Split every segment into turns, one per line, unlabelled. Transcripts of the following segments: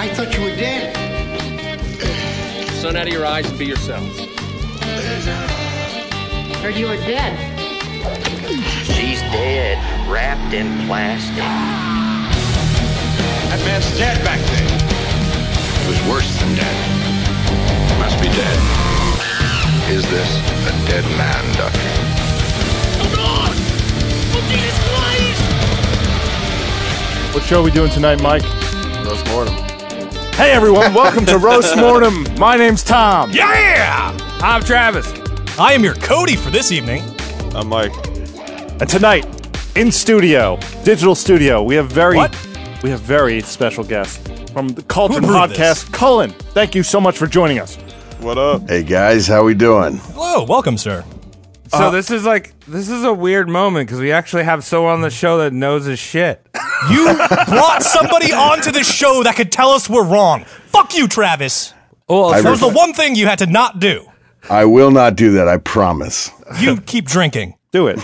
I thought you were dead.
Sun out of your eyes and be yourselves.
Heard you were dead.
She's dead, wrapped in plastic.
That man's dead back there. It was worse than dead. Must be dead. Is this a dead man, Doctor?
What show are we doing tonight, Mike?
Those Mortem.
Hey everyone, welcome to Roast Mortem. My name's Tom.
Yeah!
I'm Travis.
I am your Cody for this evening.
I'm Mike.
And tonight, in studio, digital studio, we have very
What?
we have very special guest from the Culture
Who approved
Podcast, Cullen. Thank you so much for joining us.
What up?
Hey guys, how we doing?
Hello, welcome, sir.
So
Uh,
this is like this is a weird moment because we actually have someone on the show that knows his shit.
You brought somebody onto the show that could tell us we're wrong. Fuck you, Travis.
Well,
That was the one thing you had to not do.
I will not do that, I promise.
You keep drinking.
Do it.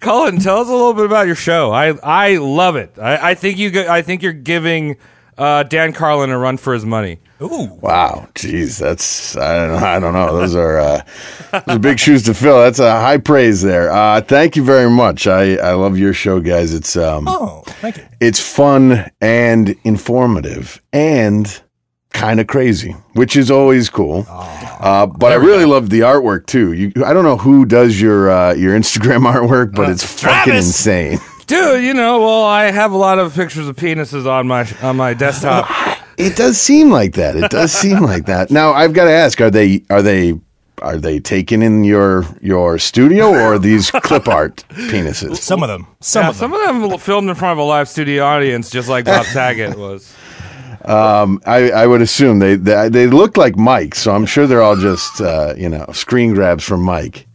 Colin, tell us a little bit about your show. I I love it. I, I think you go- I think you're giving uh, Dan Carlin a run for his money.
Ooh.
Wow, jeez, that's I don't know, I don't know. Those are uh, those are big shoes to fill. That's a high praise there. Uh, thank you very much. I I love your show, guys. It's um
Oh, thank you.
it's fun and informative and kind of crazy, which is always cool.
Ah,
uh, but I really love the artwork too. You, I don't know who does your uh, your Instagram artwork, but it's fucking
Uh, Travis!
insane.
Dude, you know, well, I have a lot of pictures of penises on my on my desktop.
It does seem like that. It does seem like that. Now I've got to ask: Are they are they are they taken in your your studio or are these clip art penises?
Some of them. Some
Yeah,
of them.
some of them filmed in front of a live studio audience, just like Bob Saget was.
I, I would assume they, they they look like Mike, so I'm sure they're all just uh, you know screen grabs from Mike.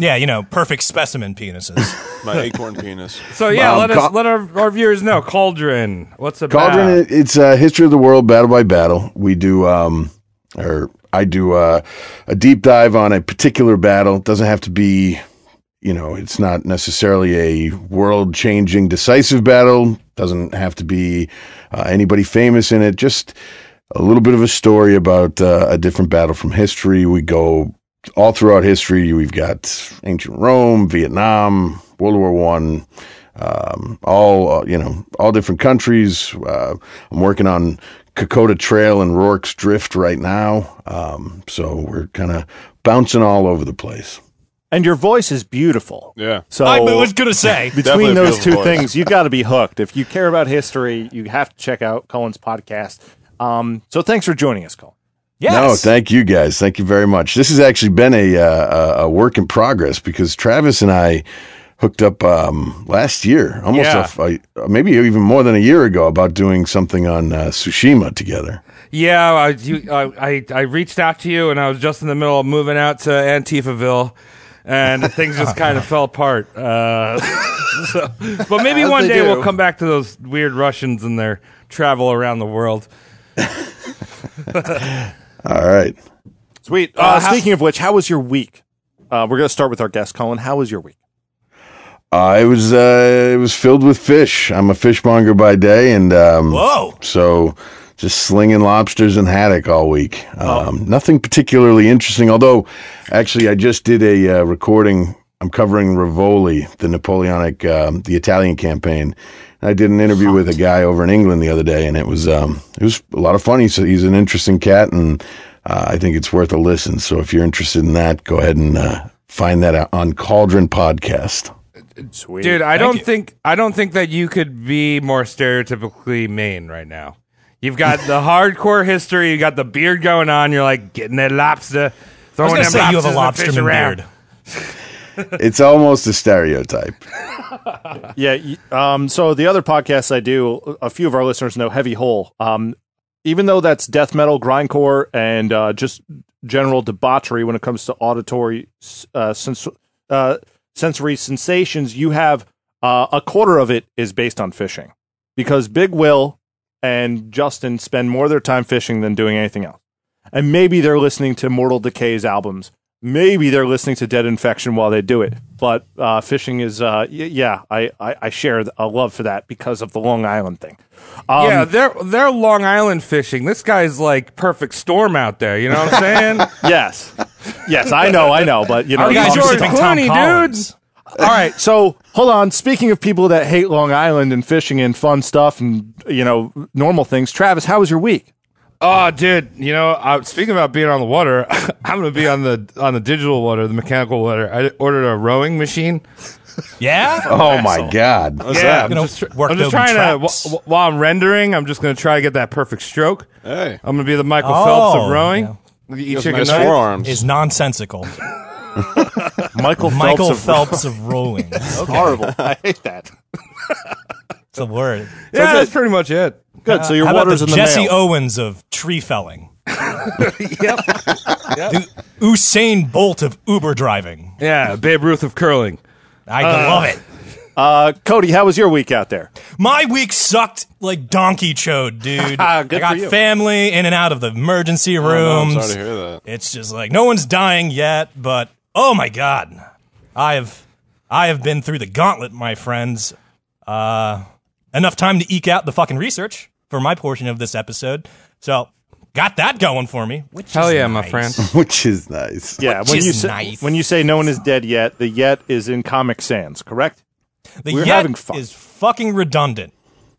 Yeah, you know, perfect specimen penises.
My acorn penis.
So Oh, yeah,
Wow,
let us
Col-
let our, our viewers know. Cauldron, what's it about?
Cauldron, it- it's a history of the world, battle by battle. We do, um, or I do uh, a deep dive on a particular battle. It doesn't have to be, you know, it's not necessarily a world changing, decisive battle. Doesn't have to be uh, anybody famous in it. Just a little bit of a story about uh, a different battle from history. We go all throughout history. We've got ancient Rome, Vietnam, World War One, um, all uh, you know, all different countries. Uh, I'm working on Kokoda Trail and Rourke's Drift right now, um, so we're kind of bouncing all over the place.
and your voice is beautiful.
Yeah.
So
I was going to say.
Oh. between
Definitely
those
feels
two
the voice.
things, you got to be hooked. If you care about history, you have to check out Cullen's podcast. Um, so thanks for joining us, Cullen.
Yes.
No, thank you guys. Thank you very much. This has actually been a uh, a- a work in progress because Travis and I hooked up um, last year, almost a
Yeah.
f- a, maybe even more than a year ago, about doing something on uh, Tsushima together.
Yeah, I, you, I I I reached out to you, and I was just in the middle of moving out to Antifaville, and things just
Oh.
kind of fell apart. Uh, so, but maybe
As
one
they
day
do.
we'll come back to those weird Russians and their travel around the world.
All right.
Sweet. Uh, speaking of which, how was your week? Uh, we're going to start with our guest, Cullen. How was your week?
Uh, it was uh, it was filled with fish. I'm a fishmonger by day, and um,
Whoa.
so just slinging lobsters and haddock all week. Um, Nothing particularly interesting. Although, actually, I just did a uh, recording. I'm covering Rivoli, the Napoleonic, um, the Italian campaign. I did an interview with a guy over in England the other day, and it was um, it was a lot of fun. He's he's an interesting cat, and uh, I think it's worth a listen. So if you're interested in that, go ahead and uh, find that out on Cauldron Podcast.
Sweet.
Dude, I
Thank
don't
you.
think I don't think that you could be more stereotypically Maine right now. You've got the hardcore history. You got the beard going on. You're like getting that lobster.
I was
Throwing
going to
them
say you have a
lobsters and fish
lobsterman
around.
beard.
It's almost a stereotype.
Yeah. y- Um, so the other podcasts I do, a few of our listeners know Heavy Hole. Um, even though that's death metal, grindcore, and uh, just general debauchery when it comes to auditory s- uh, sens- uh, sensory sensations, you have uh, a quarter of it is based on fishing because Big Will and Justin spend more of their time fishing than doing anything else. And maybe they're listening to Mortal Decay's albums. maybe they're listening to Dead Infection while they do it. But uh, fishing is, uh, y- yeah, I, I, I share a love for that because of the Long Island thing. Um,
yeah, they're they're Long Island fishing. This guy's like perfect storm out there. You know what I'm saying?
Yes. Yes, I know, I know, but you know,
Our guy
it's-
George
Pacific Tom
Clooney,
Collins.
dude.
All right, so hold on. Speaking of people that hate Long Island and fishing and fun stuff and you know normal things, Travis, how was your week?
Oh, dude. You know, uh, speaking about being on the water, I'm going to be on the on the digital water, the mechanical water. I ordered a rowing machine.
Yeah?
Oh my god!
yeah,
Gonna
I'm just, tr-
work
I'm just
those
trying
traps.
to. wh- wh- while I'm rendering, I'm just going to try to get that perfect stroke.
Hey.
I'm going to be the Michael
Oh,
Phelps of rowing. You eat chicken
Nice
nuggets.
forearms.
Is nonsensical.
Michael Phelps
Michael
of-
Phelps of rowing. It's
horrible. I hate that.
the word.
Yeah, that's pretty much it.
Good. So your
How about
water's
the
in the
Jesse
mail.
Owens of tree felling? The Usain Bolt of Uber driving.
Yeah, Babe Ruth of curling.
I love it.
uh, Cody, how was your week out there?
My week sucked like donkey chode, dude.
Ah,
I
Good for
got
you.
family in and out of the emergency
Oh, I'm
rooms.
sorry to hear that.
It's just like no one's dying yet, but oh my god, I have I have been through the gauntlet, my friends. Uh, enough time to eke out the fucking research for my portion of this episode, so got that going for me. Which
Hell
is
yeah, my
nice.
friend.
Which is nice.
Yeah,
Which
when
is
you say,
nice.
when you say no one is dead yet, the yet is in Comic Sans, correct?
The
We're
yet
having fun.
is fucking redundant.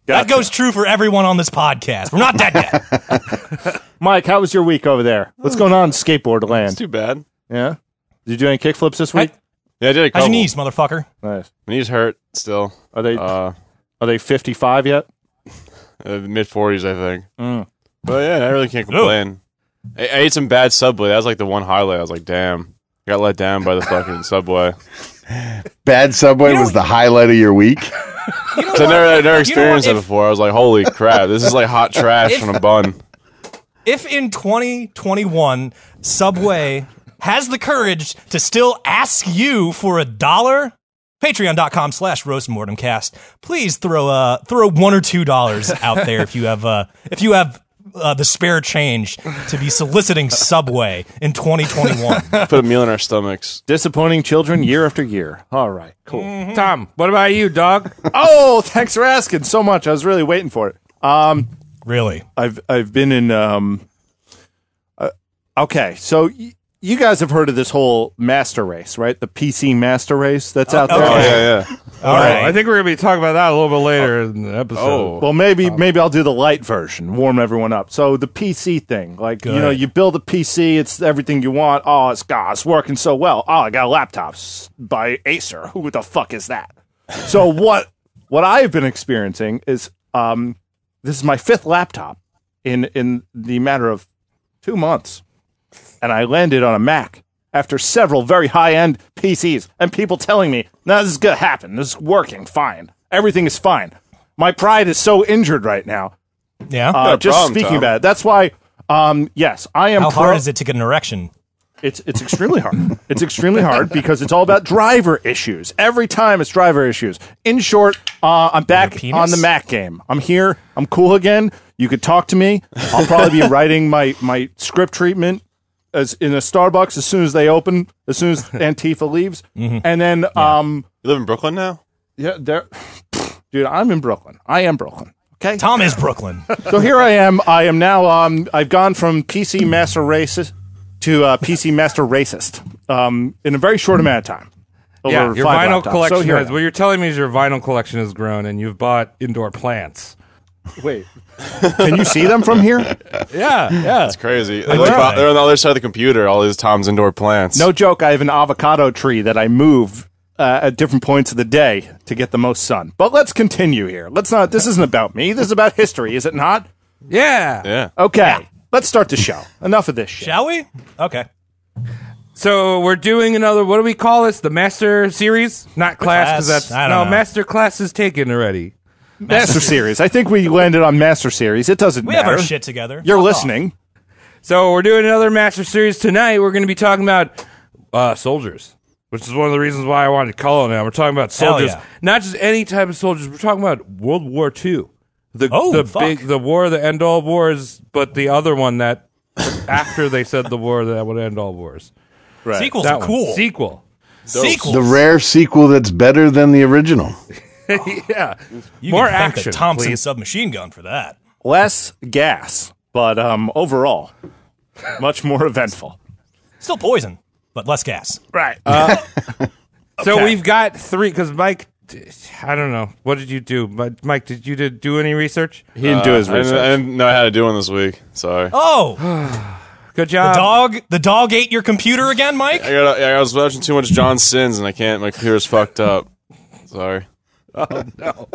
That
Gotcha.
goes true for everyone on this podcast. We're not dead yet.
Mike, how was your week over there? What's
Oh,
going on in skateboard
It's
land?
too bad.
Yeah. Did you do any kickflips this week?
Yeah, I did a couple.
How's your knees, motherfucker?
Nice.
My knees hurt still.
Are they
Uh,
are they fifty five yet?
uh, mid forties, I think. But yeah, I really can't
Hello.
complain. I, I ate some bad Subway. That was like the one highlight. I was like, damn, I got let down by the fucking Subway.
Bad subway was the highlight of your week.
So I never, I never
You know what,
experienced that
if-
before. I was like, holy crap, this is like hot trash on a bun.
If in 2021 Subway has the courage to still ask you for a dollar, patreon.com slash roastmortemcast, please throw uh throw one or two dollars out there if you have uh if you have uh, the spare change to be soliciting Subway in 2021.
Put a meal in our stomachs.
Disappointing children year after year. All right, cool.
Tom, what about you, dog?
Oh, thanks for asking so much. I was really waiting for it. Um,
really?
I've I've been in. Um, uh, okay, so y- you guys have heard of this whole master race, right? The PC master race that's out there.
okay.
Oh yeah, yeah.
All
Oh,
right.
I think we're gonna be talking about that a little bit later in the episode.
Oh,
Well, maybe maybe I'll do the light version, warm everyone up. So the PC thing, like you know,
Good.
you build a PC, it's everything you want. Oh, it's God, it's working so well. Oh, I got laptops by Acer. Who the fuck is that? So what what I've been experiencing is um, this is my fifth laptop in in the matter of two months, and I landed on a Mac after several very high end PCs and people telling me, "No, this is gonna happen. This is working fine. Everything is fine." My pride is so injured right now.
Yeah.
Uh, just
problem,
speaking
Oh.
Tom.
about it, that's why. Um, yes, I am.
How
pro-
hard is it to get an erection?
It's it's extremely hard. it's extremely hard because it's all about driver issues. Every time it's driver issues. In short, uh, I'm back
penis?
on the Mac game. I'm here. I'm cool again. You could talk to me. I'll probably be writing my my script treatment as in a Starbucks as soon as they open, as soon as Antifa leaves,
Mm-hmm.
and then um
you live in Brooklyn now?
yeah, there, dude, I'm in Brooklyn. I am Brooklyn. Okay.
Tom is Brooklyn.
So here I am. I am now. Um, I've gone from PC master racist to uh, PC master racist um, in a very short amount of time.
yeah,
Over
your
five
vinyl
laptops.
collection
So here I
has.
am.
What you're telling me is your vinyl collection has grown, and you've bought indoor plants.
Wait, can you see them from here?
Yeah, yeah.
It's crazy. They're, like,
Right.
they're on the other side of the computer. All these Tom's indoor plants.
No joke. I have an avocado tree that I move uh, at different points of the day to get the most sun. But let's continue here. Let's not. This isn't about me. This is about history, is it not?
Yeah.
Yeah.
Okay. Let's start the show. Enough of this shit.
Shall we? Okay.
So we're doing another. What do we call this? The master series, not class, because
Class?
that's
I
no
don't know.
master class is taken already.
Master Series. I think we landed on Master Series. It doesn't
We
matter.
have our shit together.
You're
Fuck off.
listening.
So we're doing another master series tonight. We're going to be talking about uh, soldiers, which is one of the reasons why I wanted to call it now. We're talking about
Hell
soldiers,
yeah.
not just any type of soldiers. We're talking about World War II, the
Oh,
the
fuck.
big the war that end all wars, but the other one that after they said the war that would end all wars. Right.
Sequels
That
are
one.
cool.
Sequel.
Sequels.
The rare sequel that's better than the original.
yeah.
You
More
can thank
action.
The Thompson
please.
submachine gun for that.
Less gas, but um, overall, much more eventful.
Still poison, but less gas.
Right. Uh, So
Okay.
we've got three because Mike. I don't know. What did you do, But Mike? Did you did do any research?
He didn't do his
I didn't,
research.
I didn't know how to do one this week. Sorry.
Oh,
Good job.
dog! The dog ate your computer again, Mike.
I got. I was watching too much John Sins, and I can't. My computer's fucked up. Sorry.
Well,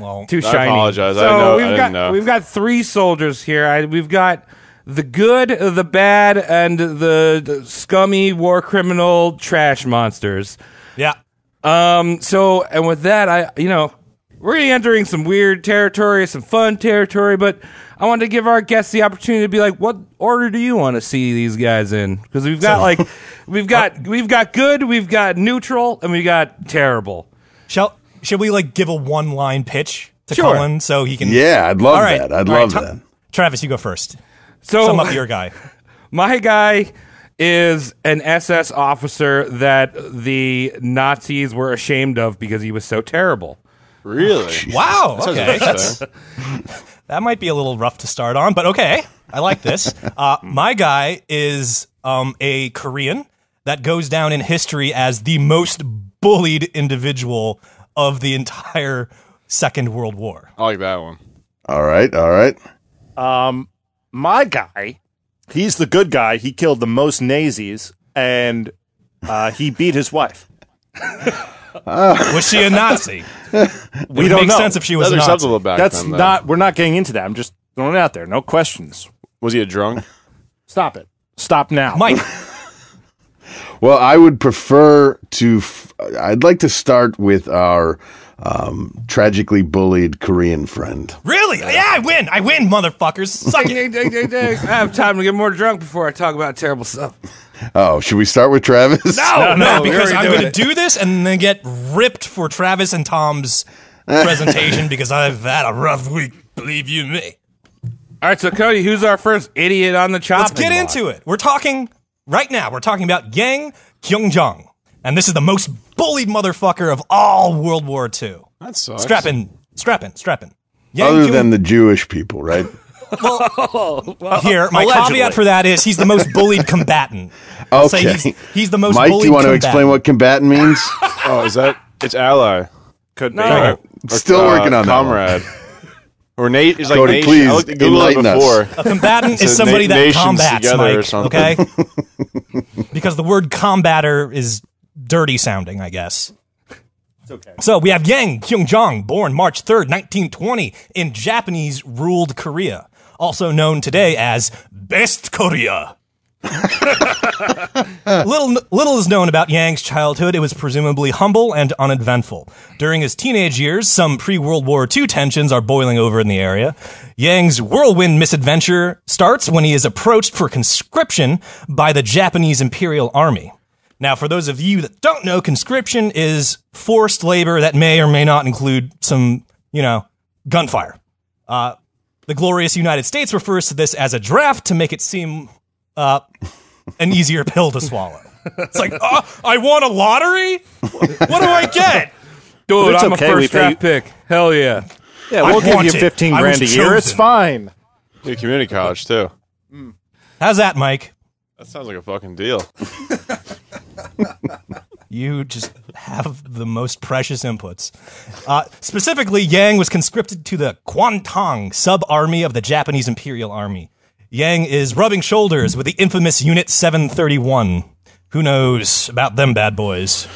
Oh, Too shiny.
apologize. I
So
didn't know-
we've
I didn't
got
know.
we've got three soldiers here. I, we've got the good, the bad, and the, the scummy war criminal trash monsters.
yeah.
Um. So, and with that, I you know we're gonna be entering some weird territory, some fun territory, but I wanted to give our guests the opportunity to be like, what order do you want to see these guys in? Because we've got like we've got we've got good, we've got neutral, and we got terrible.
Shall should we like give a one line pitch to
Sure.
Colin so he can?
Yeah, I'd love
All right.
that. I'd
All right,
love
Tom-
that.
Travis, you go first.
So
Sum up your guy.
My guy is an SS officer that the Nazis were ashamed of because he was so terrible.
Really?
Wow. Okay.
That's-
That might be a little rough to start on, but okay. I like this. Uh, my guy is um, a Korean that goes down in history as the most bullied individual of the entire Second World War.
Oh.
I like that one.
All right, all right.
my guy, he's the good guy. He killed the most Nazis and uh, he beat his wife.
Was she a Nazi?
We
It
don't
makes
know.
sense if she was
That's
a Nazi.
acceptable back
That's
then, though.
not. We're not getting into that. I'm just throwing it out there. No questions.
Was he a drunk?
Stop it. Stop now.
Mike,
Well, I would prefer to. F- I'd like to start with our um, tragically bullied Korean friend.
really? Yeah, I win. I win, motherfuckers. Suck it.
Ding, ding, ding, ding. I have time to get more drunk before I talk about terrible stuff.
Oh, should we start with Travis?
No,
no, we
because
already
I'm
doing
going to
it.
do this and then get ripped for Travis and Tom's presentation because I've had a rough week. Believe you me.
All right, so Cody, who's our first idiot on the chopping
Let's get into it. We're talking right now. We're talking about Yang Kyungjong, and this is the most bullied motherfucker of all World War II.
That sucks.
Strap in, strap in, strap in. Yang
Other
Kyung-
than the Jewish people, right?
here, my
Allegedly.
caveat for that is he's the most bullied combatant. I'll say
Okay.
he's, he's the most
Mike, do
bullied.
you want to
combatant.
explain what combatant means?
Oh, is that? It's ally.
Could be.
No.
Still working on that one.
comrade. Or Nate is like
Cody,
nation.
please
I looked at Google it
enlighten us.
before.
A combatant
So
is somebody
na-
that
nations
combats,
together
Mike.
or something.
Okay, because the word combatter is dirty sounding, I guess. So we have Yang Kyungjong, born March 3rd, 1920, in Japanese ruled Korea, also known today as Best Korea. little, little is known about Yang's childhood. It was presumably humble and uneventful. During his teenage years, some pre World War II tensions are boiling over in the area. Yang's whirlwind misadventure starts when he is approached for conscription by the Japanese Imperial Army. Now, for those of you that don't know, conscription is forced labor that may or may not include some, you know, gunfire. Uh, the glorious United States refers to this as a draft to make it seem uh, an easier pill to swallow. It's like, oh, I won a lottery? What do I get?
Dude,
It's
I'm
okay,
a
we
first
pay
draft pick. Hell yeah.
Yeah,
I
we'll give
want
you
it.
15
I was
grand a year. It's
chosen.
fine.
Dude, community college too.
How's that, Mike?
That sounds like a fucking deal.
You just have the most precious inputs. Uh, specifically, Yang was conscripted to the Kwantung sub army of the Japanese Imperial Army. Yang is rubbing shoulders with the infamous Unit 731. Who knows about them bad boys?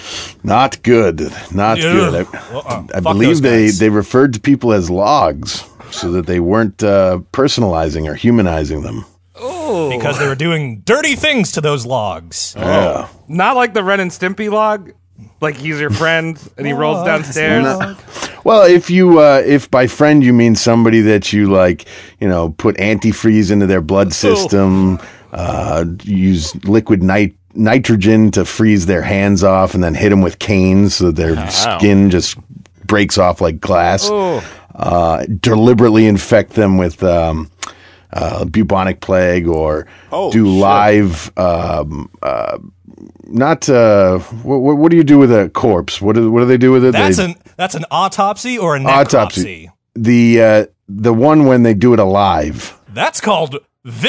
Not good. Not
Yeah.
good. I,
Uh-uh.
I
Fuck those
believe they,
guys.
they referred to people as logs so that they weren't uh, personalizing or humanizing them.
Because they were doing dirty things to those logs.
Oh.
Yeah.
Not like the Ren and Stimpy log. Like he's your friend and he rolls
Oh,
downstairs.
Well, if you uh, if by friend you mean somebody that you like, you know, put antifreeze into their blood system, uh, use liquid nit- nitrogen to freeze their hands off, and then hit them with canes so that their skin just breaks off like glass.
Oh.
Uh, deliberately infect them with. Um,
Oh,
uh, bubonic plague, or do live um, uh, not uh, what, what, what do you do with a corpse? What do what do they do with it?
That's
They-
an that's an autopsy or a necropsy.
Autopsy. the uh, the one when they do it alive.
That's called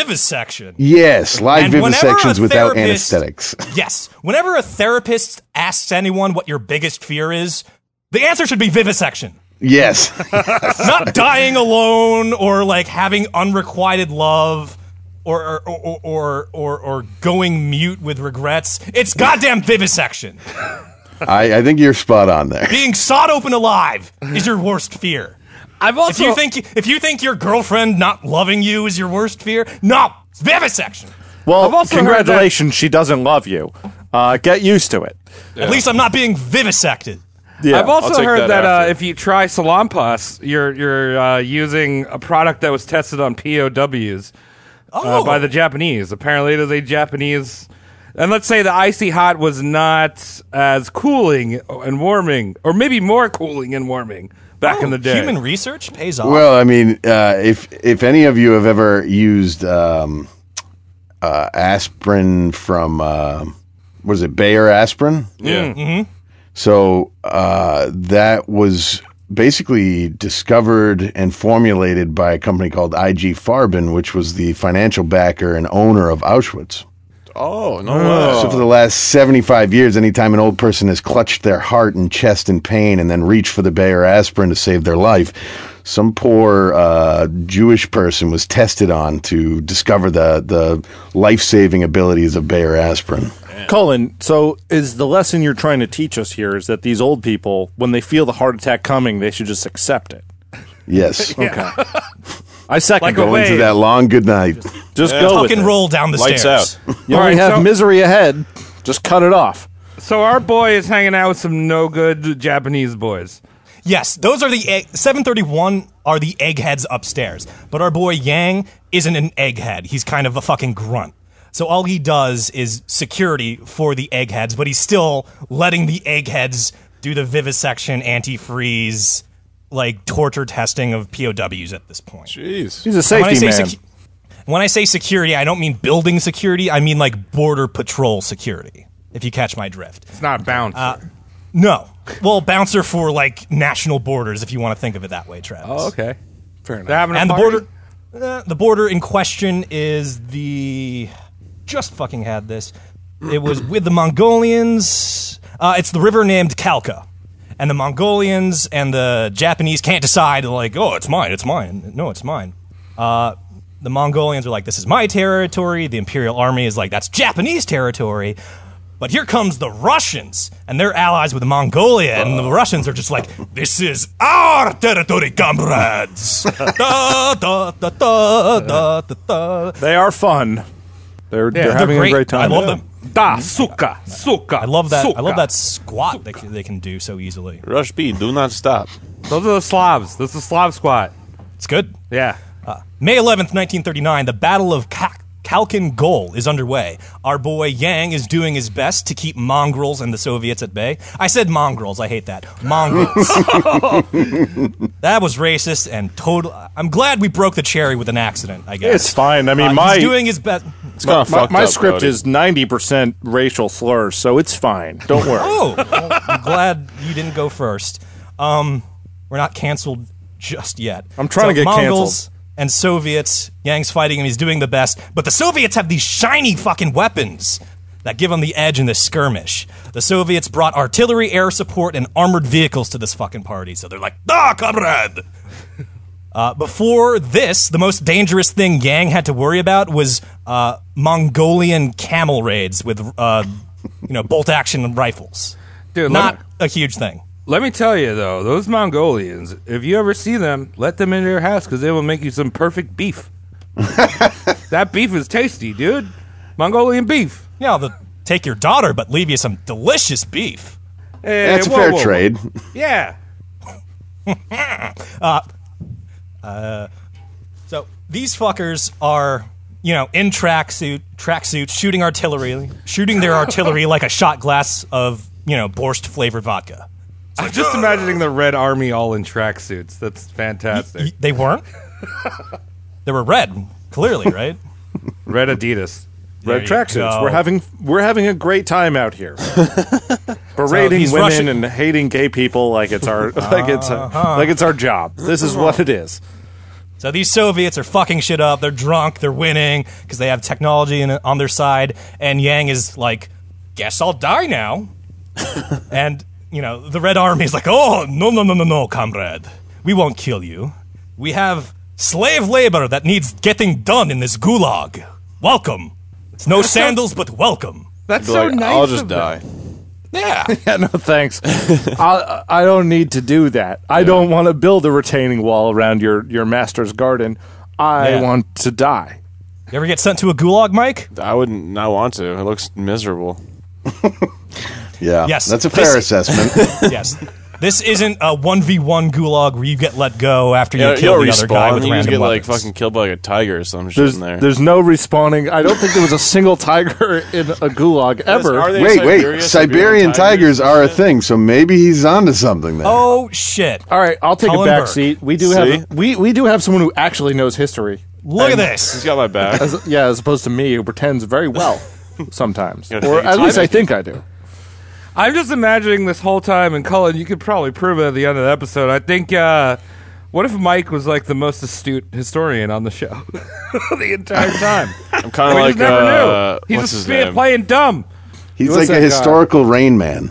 vivisection.
Yes, live
And whenever
vivisections
a
without
therapist-
anesthetics.
Yes. Whenever a therapist asks anyone what your biggest fear is, the answer should be vivisection.
yes,
Not dying alone or like having unrequited love or or or or or, or going mute with regrets. It's goddamn vivisection.
I, I think you're spot on there.
Being sawed open alive is your worst fear.
I've
If
also
you think if you think your girlfriend not loving you is your worst fear, no, it's vivisection.
I've
Well,
also heard that-
congratulations, she doesn't love you. Uh, get used to it.
At least I'm not being vivisected.
Yeah.
I've
I'll
also
take
heard
that
that, uh,
after.
if you try Salampas, you're you're uh, using a product that was tested on POWs uh,
Oh,
by the Japanese. Apparently, it is a Japanese. And let's say the icy hot was not as cooling and warming, or maybe more cooling and warming back in the day.
Oh, Human research pays off.
Well, I mean, uh, if if any of you have ever used um, uh, aspirin from um was it Bayer aspirin,
Yeah.
so uh, that was basically discovered and formulated by a company called IG Farben, which was the financial backer and owner of Auschwitz.
Oh no way.
So for the last 75 years, anytime an old person has clutched their heart and chest in pain and then reached for the Bayer aspirin to save their life, some poor uh, Jewish person was tested on to discover the, the life-saving abilities of Bayer aspirin.
Cullen, so is the lesson you're trying to teach us here is that these old people, when they feel the heart attack coming, they should just accept it.
Yes.
I second
Like a
that.
Going to
wave.
that long good night.
Just go with
Fucking
it.
roll down the
Lights
stairs.
out.
You only
Alright,
have
so-
misery ahead. Just cut it off.
So our boy is hanging out with some no good Japanese boys.
Yes, those are the egg- 731 are the eggheads upstairs. But our boy Yang isn't an egghead. He's kind of a fucking grunt. So all he does is security for the eggheads, but he's still letting the eggheads do the vivisection, antifreeze, like torture testing of POWs at this point.
Jeez.
He's a
When I
safety
say
man.
secu- when I say security, I don't mean building security. I mean like border patrol security. If you catch my drift.
It's not bound.
No. Well, bouncer for like national borders, if you want to think of it that way, Travis.
oh, okay. Fair enough. They're having a
And the
party?
border, uh, the border in question is the just fucking had this. It was with the Mongolians. Uh, it's the river named Kalka, and the Mongolians and the Japanese can't decide. Like, oh, it's mine, it's mine. No, it's mine. Uh, the Mongolians are like, this is my territory. The Imperial Army is like, that's Japanese territory. But here comes the Russians and their allies with Mongolia, and the Russians are just like, "This is our territory, comrades." da, da, da, da, da, da, da.
They are fun. They're, they're having a great time.
I love them.
Da suka suka.
I love that. I love that squat that they can do so easily.
Rush B, do not stop.
Those are the Slavs. This is the Slav squad.
It's good.
Yeah.
May 11th, 1939, the Battle of Ka- Khalkhin Gol is underway. Our boy Yang is doing his best to keep mongrels and the Soviets at bay. I said mongrels, I hate that. Mongrels. that was racist and total. I'm glad we broke the cherry with an accident, I guess.
It's fine. I mean,
Uh,
my
He's doing his best.
It's kind of
my,
fucked
my
up,
script
Cody.
is 90% racial slurs, so it's fine. Don't worry.
Oh, well, I'm glad you didn't go first. Um, we're not canceled just yet.
I'm trying to get
Mongols and Soviets. Yang's fighting him. He's doing the best, but the Soviets have these shiny fucking weapons that give them the edge in this skirmish. The Soviets brought artillery, air support, and armored vehicles to this fucking party, so they're like, "Da, comrade." Uh, before this, the most dangerous thing Yang had to worry about was uh, Mongolian camel raids with, uh, you know, bolt action rifles.
Dude,
Not
let,
a huge thing.
let me tell you though, those Mongolians, if you ever see them, let them into your house because they will make you some perfect beef. that beef is tasty, dude. Mongolian beef.
Yeah, they'll take your daughter, but leave you some delicious beef.
Hey,
That's a
whoa,
fair
whoa, whoa.
trade.
Yeah.
So these fuckers are, you know, in tracksuit, tracksuits, shooting artillery, shooting their artillery like a shot glass of, you know, borscht flavored vodka.
I'm just imagining the Red Army all in tracksuits. That's fantastic.
Y- They weren't. they were red, clearly, right?
Red Adidas. red
There you
tracksuits.
go.
We're having we're having a great time out here,
Uh,
berating
he's
women
Russian.
and hating gay people like it's our like it's our,
Uh-huh.
like it's our job. This is what it is.
So these Soviets are fucking shit up. They're drunk. They're winning because they have technology in, on their side. And Yang is like, "Guess I'll die now." and you know, the Red Army is like, "Oh no no no no no, comrade, we won't kill you. We have slave labor that needs getting done in this gulag. Welcome. It's no sandals, but welcome."
That's
Be
so
like,
nice.
I'll just
of
die.
Yeah.
Yeah, no thanks. I I don't need to do that. I don't want to build a retaining wall around your your master's garden. I
Yeah.
want to die.
you ever get sent to a gulag, Mike?
I would not want to. It looks miserable.
Yeah.
Yes.
That's a
This-
fair assessment.
yes. This isn't a one v one gulag where you get let go after you
Uh,
Yeah,
kill
you'll
the other guy
respawn. and
with
You just
random
get like
weapons.
fucking killed by like a tiger or some shit
There's
in there.
there's no respawning. I don't think there was a single tiger in a gulag ever.
Are they
wait, wait.
Siberia-
Siberian, tigers, are a
and shit?
thing, so maybe he's onto something there.
Oh shit!
All right, I'll take
Cullen
a back
Burke.
seat. We do
See?
have we we do have someone who actually knows history.
Look at
He's
this.
got my back.
As, yeah, as opposed to me who pretends very well sometimes,
gotta
or
take
at
time
least
in.
I think I do.
I'm just imagining this whole time, and Cullen, you could probably prove it at the end of the episode. I think, uh, what if Mike was like the most astute historian on the show the entire time?
I'm kind of
we
like
just never
uh,
knew.
what's
He's
his
just being-
name?
playing dumb.
he's
what's
like
that
a
guy?
historical rain man.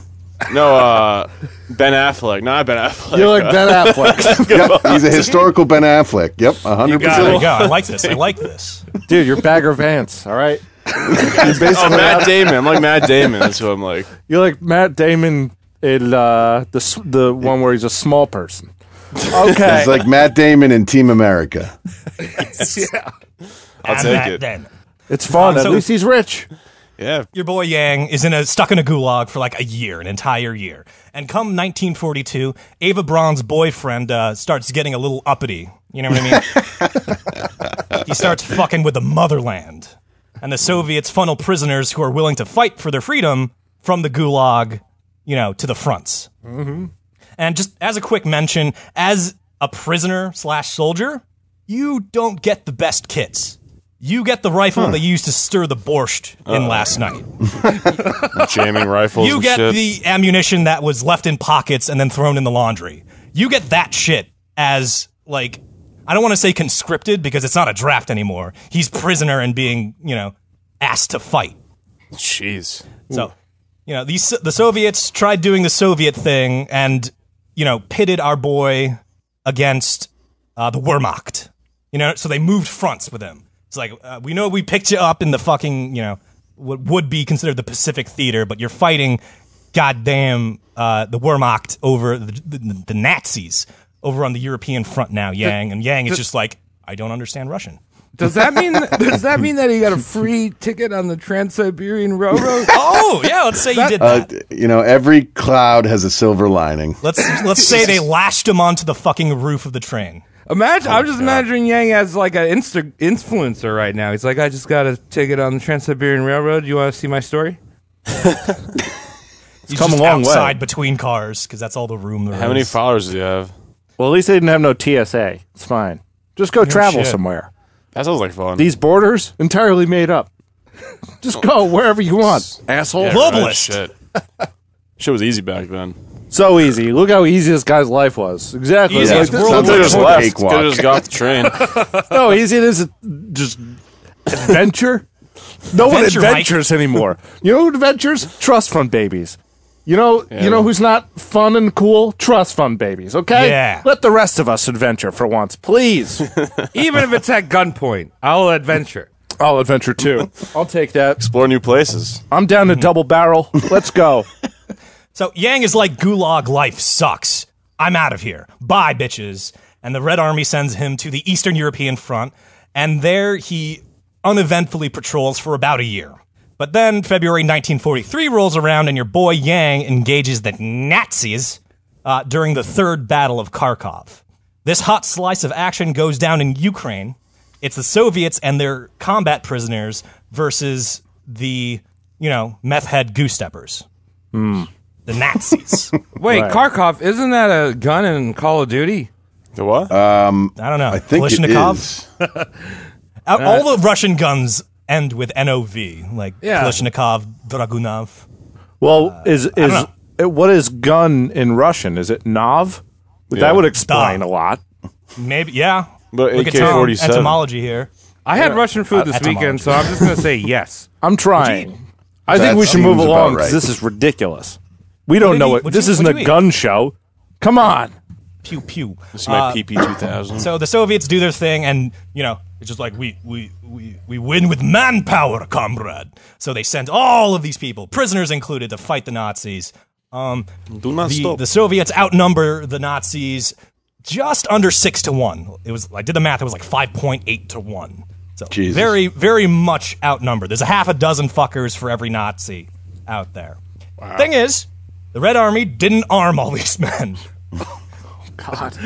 No, uh, Ben Affleck. Not Ben Affleck. uh,
You're like Ben Affleck,
Yep, he's a historical Ben Affleck. Yep, hundred
got
There you
percent.
go. I like this. I like this.
dude. You're Bagger Vance. All right,
oh, Matt Damon. I'm like Matt Damon. That's who I'm like.
you're like Matt Damon in uh, the s- the one where he's a small person. Okay,
He's like Matt Damon in Team America.
I'll
And
take
that
it.
Then
it's fun.
Um,
At
so-
least he's rich.
Yeah.
your boy Yang is in a stuck in a gulag for like a year, an entire year. And come 1942, Ava Braun's boyfriend uh, starts getting a little uppity. You know what I mean? he starts fucking with the motherland, and the Soviets funnel prisoners who are willing to fight for their freedom from the gulag, you know, to the fronts. And just as a quick mention, as a prisoner slash soldier, you don't get the best kits. You get the rifle they used to stir the borscht in last night.
Jamming rifles.
You
and
get
shit.
the ammunition that was left in pockets and then thrown in the laundry. You get that shit as like I don't want to say conscripted because it's not a draft anymore. He's prisoner and being, you know, asked to fight.
Jeez.
So, you know, these the Soviets tried doing the Soviet thing and, you know, pitted our boy against uh, the Wehrmacht. You know, so they moved fronts with him. It's like uh, we know we picked you up in the fucking, you know, what would be considered the Pacific Theater, but you're fighting, goddamn, uh, the Wehrmacht over the, the, the Nazis over on the European front now, Yang, and Yang is just like, I don't understand Russian.
Does that mean? does that mean that he got a free ticket on the Trans Siberian Railroad?
Oh yeah, let's say you did that.
Uh, You know, every cloud has a silver lining.
Let's let's say they lashed him onto the fucking roof of the train.
Imagine. I'm just imagining Yang as like an Insta influencer right now. He's like, I just got a ticket on the Trans Siberian Railroad. You want to see my story?
He's
come
just
a long way.
outside between cars because that's all the room there is.
How many followers do you have?
Well, at least they didn't have no TSA. It's fine. Just go travel
shit.
somewhere.
That sounds like fun.
These borders entirely made up. Just go wherever you want, asshole.
Yeah,
Globalist.
right, shit. shit was easy back then.
So easy. Look how easy this guy's life was. Exactly.
Easy
Like,
as
this-
world
sounds like
Could've
Could've
just
just
left.
cakewalk.
Could've just got off the train.
no, easy it is uh, just adventure. No one
Adventure, Mike.
adventures anymore. You know who adventures? Trust fund babies. You know, you know
well-
who's not fun and cool? Trust fund babies. Okay.
Yeah.
Let the rest of us adventure for once, please.
Even if it's at gunpoint, I'll adventure.
I'll adventure too. I'll take that.
Explore new places.
I'm down to double barrel. Let's go.
So Yang is like, Gulag life sucks. I'm out of here. Bye, bitches. And the Red Army sends him to the Eastern European Front, and there he uneventfully patrols for about a year. But then February 1943 rolls around, and your boy Yang engages the Nazis uh, during the Third Battle of Kharkov. This hot slice of action goes down in Ukraine. It's the Soviets and their combat prisoners versus the, you know, meth head goose steppers the Nazis.
Wait, Karkov, isn't that a gun in Call of Duty?
The what?
I don't know.
I think it
Kalashnikov?
is.
All the Russian guns end with NOV, like
Yeah.
Kalashnikov, Dragunov.
Well, is is
don't
uh, what is gun in Russian? Is it Nav?
Yeah.
That would explain
Stop.
a lot.
Maybe, yeah.
But
Look at Tom,
AK-47.
etymology here.
I had Russian food this
etymology.
weekend, so I'm just gonna say yes.
I'm trying. I think
That
we should move
seems about
along 'cause
right.
this is ridiculous. We don't
did
know
you-
it.
what'd
This
you-
isn't
what'd
a
you eat?
gun show. Come on.
Pew pew. Uh,
This is my PP two thousand.
So the Soviets do their thing, and you know, it's just like we we we we win with manpower, comrade. So they send all of these people, prisoners included, to fight the Nazis. Um,
Do not
the,
stop.
the Soviets outnumber the Nazis just under six to one. It was I did the math; it was like five point eight to one. So
Jesus.
very, very much outnumbered. There's a half a dozen fuckers for every Nazi out there. Thing is, the Red Army didn't arm all these men.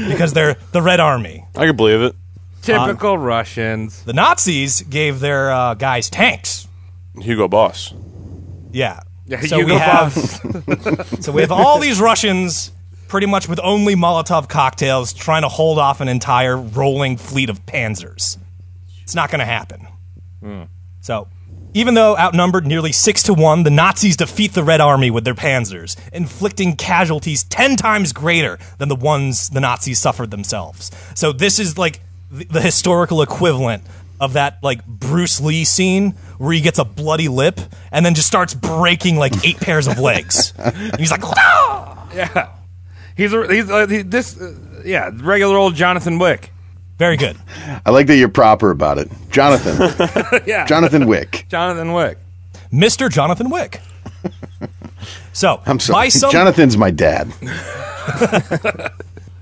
Because they're the Red Army.
I can believe it.
Typical Russians.
The Nazis gave their uh, guys tanks.
Hugo Boss.
Yeah. so
Hugo
we have so we have all these Russians pretty much with only Molotov cocktails trying to hold off an entire rolling fleet of panzers. It's not going to happen. So, even though outnumbered nearly 6 to 1, the Nazis defeat the Red Army with their panzers, inflicting casualties 10 times greater than the ones the Nazis suffered themselves. So, this is like the, the historical equivalent of that like Bruce Lee scene where he gets a bloody lip and then just starts breaking like eight pairs of legs. And he's like, "Ah!"
He's a, he's uh, he, this uh, yeah regular old Jonathan Wick.
very good.
I like that you're proper about it, Jonathan.
Yeah,
Jonathan Wick.
Jonathan Wick.
Mr. Jonathan Wick. So,
I'm
by
sorry,
some
Jonathan's my dad.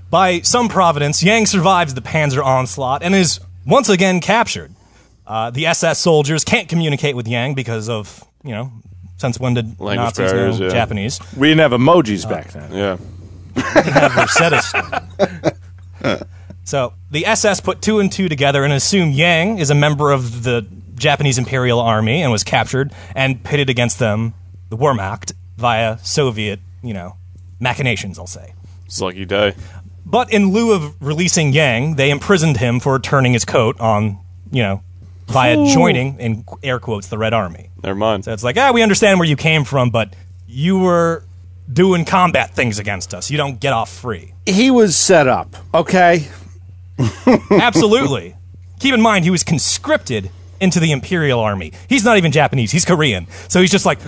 By some providence, Yang survives the Panzer onslaught and is once again captured. Uh, the SS soldiers can't communicate with Yang because of, you know, since when did
Language
Nazis
barriers,
know
yeah.
Japanese?
We didn't have emojis back then.
Yeah.
have Mercedes. so the SS put two and two together and assume Yang is a member of the Japanese Imperial Army and was captured and pitted against them, the Wehrmacht, via Soviet, you know, machinations, I'll say.
It's a lucky day.
But in lieu of releasing Yang, they imprisoned him for turning his coat on, you know, via joining, in air quotes, the Red Army.
Never mind.
So it's like, ah, we understand where you came from, but you were doing combat things against us. You don't get off free.
He was set up. Okay.
Absolutely. Keep in mind, he was conscripted into the Imperial Army. He's not even Japanese, he's Korean. So he's just like,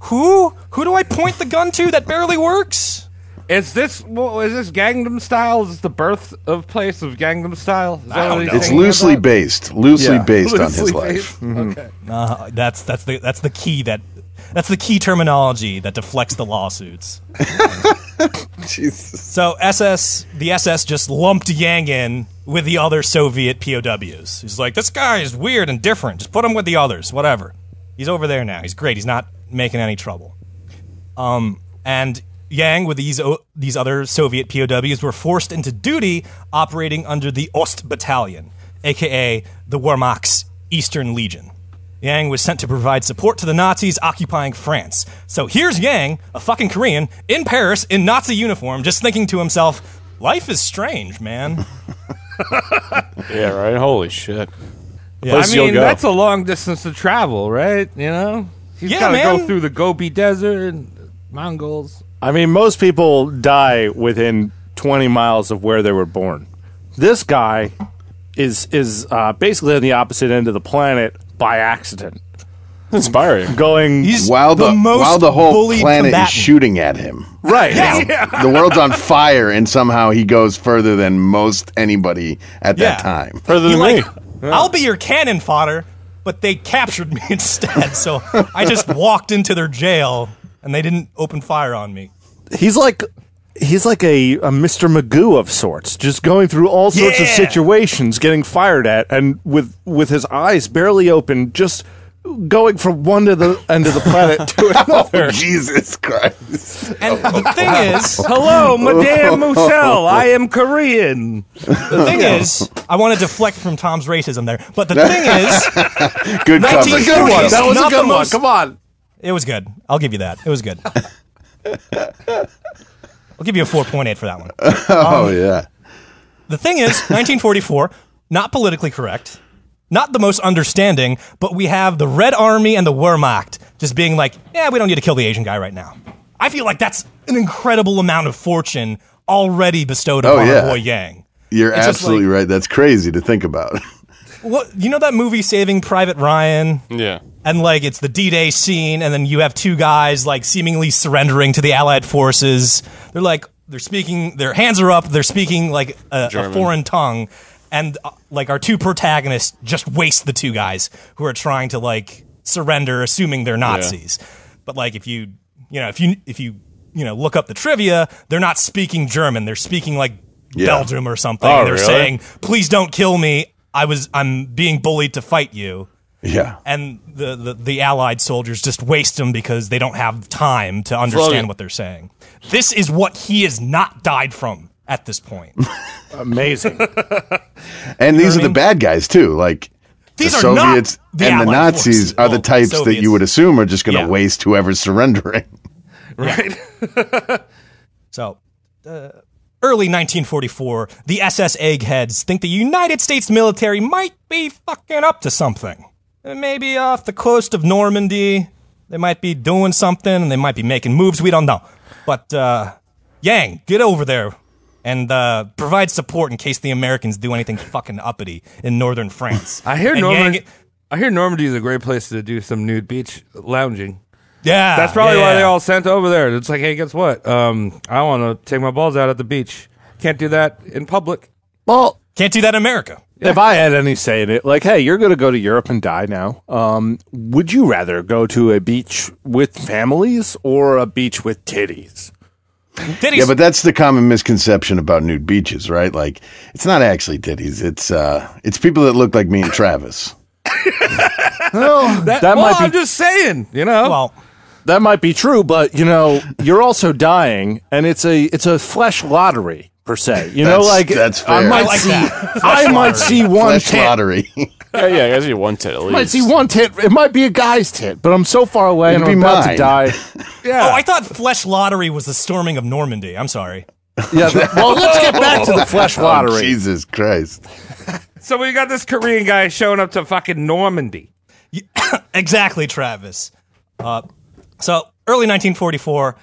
who? Who do I point the gun to that barely works?
Is this well, is this Gangnam Style? Is this the birth of place of Gangnam Style? Is that what he's
It's
singing
loosely
about?
based, loosely
Yeah.
based on his
Loosely
life.
based. Okay.
Uh, that's that's the that's the key that that's the key terminology that deflects the lawsuits.
Jesus.
So SS the SS just lumped Yang in with the other Soviet POWs. He's like, this guy is weird and different. Just put him with the others, whatever. He's over there now. He's great. He's not making any trouble. Um, and Yang with these o- these other Soviet POWs were forced into duty operating under the Ost Battalion, aka the Wehrmacht's Eastern Legion. Yang was sent to provide support to the Nazis occupying France. So here's Yang, a fucking Korean, in Paris in Nazi uniform, just thinking to himself, life is strange, man.
Yeah, right. Holy shit. The
Yeah.
place
I
you'll
mean,
go.
that's a long distance to travel, right? You know, he's
Yeah,
got to
man.
go through the Gobi Desert, and Mongols.
I mean, most people die within 20 miles of where they were born. This guy is is uh, basically on the opposite end of the planet by accident.
inspiring.
Going
He's
While the,
most
while the whole
bullied
planet
combatant.
is shooting at him,
right.
the world's on fire, and somehow he goes further than most anybody at
Yeah.
that time.
Further
He
than
like,
me.
I'll be your cannon fodder, but they captured me instead. So I just walked into their jail and they didn't open fire on me.
He's like he's like a, a Mr. Magoo of sorts, just going through all sorts of
Yeah.
situations, getting fired at, and with with his eyes barely open, just going from one to the end of the planet to another.
Jesus Christ.
And the thing is,
Hello, Madame Mussel. I am Korean.
the thing is, I want to deflect from Tom's racism there, but the thing is,
Good cover.
That's a good one. That was a
Not
good
the
one.
most- Come on.
it was good. I'll give you that. It was good. I'll give you a 4.8 for that one.
Oh, yeah.
The thing is, 1944, not politically correct, not the most understanding, but we have the Red Army and the Wehrmacht just being like, yeah, we don't need to kill the Asian guy right now. I feel like that's an incredible amount of fortune already bestowed
Oh,
upon our
yeah.
boy Yang.
You're
It's just
absolutely right. That's crazy to think about.
What you know that movie Saving Private Ryan?
Yeah.
and like it's the D-Day scene, and then you have two guys like seemingly surrendering to the Allied forces. They're like they're speaking, their hands are up, they're speaking like a, a foreign tongue, and uh, like our two protagonists just waste the two guys who are trying to like surrender, assuming they're Nazis. But like if you you know if you if you you know look up the trivia, they're not speaking German, they're speaking like Belgium or something.
Oh,
and they're
really?
saying, "Please don't kill me." I was I'm being bullied to fight you
Yeah.
and the, the, the allied soldiers just waste them because they don't have time to understand
Floating.
what they're saying. This is what he has not died from at this point.
Amazing.
And these are
what
the
I mean?
bad guys too. Like
These
the
are not
Soviets
the
and the
Allied
Nazis
forces.
are the
Oh,
types that
Soviets.
you would assume are just going to
Yeah.
waste whoever's surrendering.
So, uh, early 1944, the SS eggheads think the United States military might be fucking up to something. Uh, Maybe off the coast of Normandy, they might be doing something and they might be making moves. We don't know. But uh, Yang, get over there and uh, provide support in case the Americans do anything fucking uppity in northern France.
I hear
And
Normandy.
Yang-
I hear Normandy is a great place to do some nude beach lounging.
yeah,
That's probably why
yeah.
they all sent over there. It's like, hey, guess what? Um, I want to take my balls out at the beach. Can't do that in public.
well,
can't do that in America.
if I had any say in it, like, hey, you're going to go to Europe and die now. Um, would you rather go to a beach with families or a beach with titties?
Did he
Yeah, but that's the common misconception about nude beaches, right? Like it's not actually titties. It's uh, it's people that look like me and Travis.
That,
That
Uh, well,
might be-
I'm just saying, you know.
well,
That might be true, but you know, you're also dying, and it's a it's a flesh lottery per se. You know,
That's-
like
that's
I
fair.
might
I like
see
that.
I might
lottery.
see one
Flesh
tit.
lottery.
Yeah, yeah, I guess you need one tit at least.
I might see one tit. It might be a guy's tit, but I'm so far away,
It'd
and I'm
be
about
mine.
to die.
oh, I thought flesh lottery was the storming of Normandy. I'm sorry.
Yeah. th- Well, let's get back to the flesh
Oh,
lottery.
Jesus Christ!
so we got this Korean guy showing up to fucking Normandy.
Exactly, Travis. Uh, so early 1944,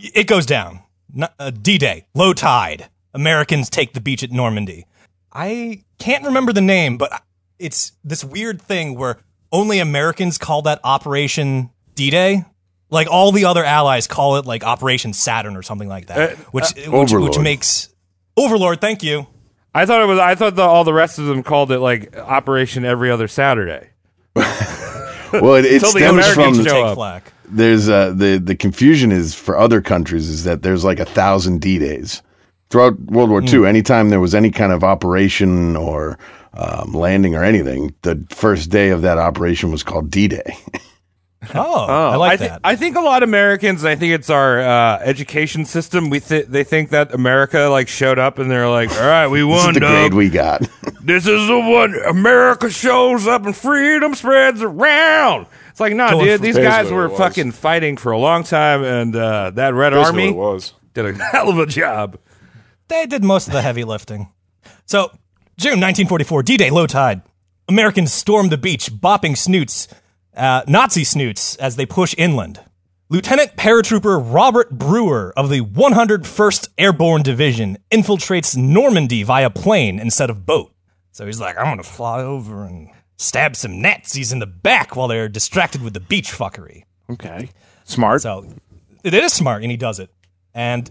y- it goes down. N- uh, D-Day, low tide. Americans take the beach at Normandy. I can't remember the name, but it's this weird thing where only Americans call that Operation D-Day. Like all the other allies call it like Operation Saturn or something like that, which which, which
Uh, Overlord.
makes Overlord. Thank you.
I thought it was. I thought the, all the rest of them called it like Operation Every Other Saturday.
Well, it, it
Until the
stems
Americans
from
show
Take
up.
flack.
there's uh, the the confusion is for other countries is that there's like a thousand D days throughout World
Hmm.
War II. Anytime there was any kind of operation or um, landing or anything, the first day of that operation was called D Day.
Oh, I like
I,
that.
thi- I think a lot of Americans. I think it's our uh, education system. We th- they think that America like showed up and they're like, all right, we
this is
won.
the grade
dog.
we got.
This is the one America shows up and freedom spreads around. It's like, no,
Going
dude,
for-
these
Basically
guys
what
were
it was.
fucking fighting for a long time, and uh, that Red
Basically
Army
what it was.
did a hell of a job.
they did most of the heavy lifting. So, June 1944, D Day, low tide. Americans storm the beach, bopping snoots, uh, Nazi snoots, as they push inland. Lieutenant Paratrooper Robert Brewer of the 101st Airborne Division infiltrates Normandy via plane instead of boat. So he's like, I'm going to fly over and stab some Nazis in the back while they're distracted with the beach fuckery.
Okay, smart.
So it is smart, and he does it. And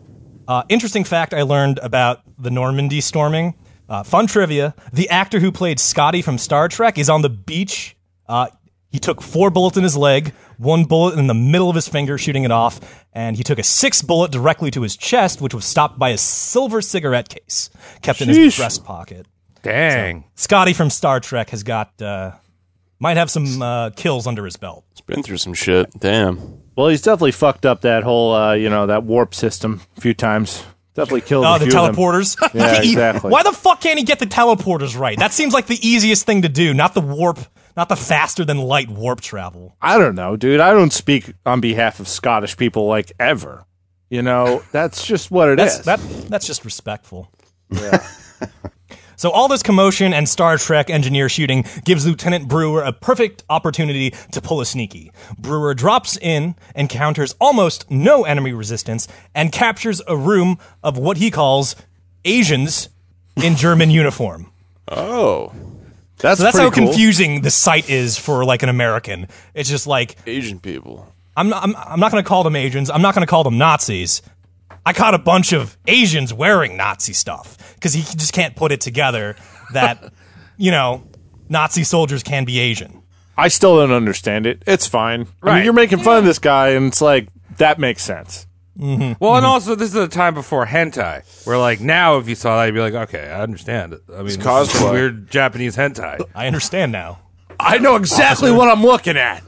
uh, interesting fact I learned about the Normandy storming. Uh, fun trivia: the actor who played Scotty from Star Trek is on the beach. Uh, he took four bullets in his leg, one bullet in the middle of his finger, shooting it off, and he took a sixth bullet directly to his chest, which was stopped by a silver cigarette case kept in his breast pocket.
Dang.
Scotty from Star Trek has got uh, might have some uh, kills under his belt.
It's been through some shit. Damn.
Well, he's definitely fucked up that whole uh, you know that warp system a few times. Definitely killed.
Oh,
a
the
few of them.
teleporters.
Yeah,
He-
exactly.
Why the fuck can't he get the teleporters right? That seems like the easiest thing to do, not the warp, not the faster than light warp travel.
I don't know, dude. I don't speak on behalf of Scottish people like ever. You know, that's just what it is.
That's that, that's just respectful. So all this commotion and Star Trek engineer shooting gives Lieutenant Brewer a perfect opportunity to pull a sneaky. Brewer drops in, encounters almost no enemy resistance, and captures a room of what he calls Asians in German uniform.
Oh, that's
So that's
pretty
how
cool.
confusing the site is for like an American. It's just like
Asian people.
I'm not, I'm, I'm not going to call them Asians. I'm not going to call them Nazis. I caught a bunch of Asians wearing Nazi stuff because he just can't put it together that, you know, Nazi soldiers can be Asian.
I still don't understand it. It's fine. I mean,
Right.
you're making fun of this guy, and it's like that makes sense.
Well, and also this is the time before hentai, where like now if you saw that, you'd be like, okay, I understand. it. I mean, it's
cosplay.
weird Japanese hentai.
I understand now.
I know exactly what I'm looking at.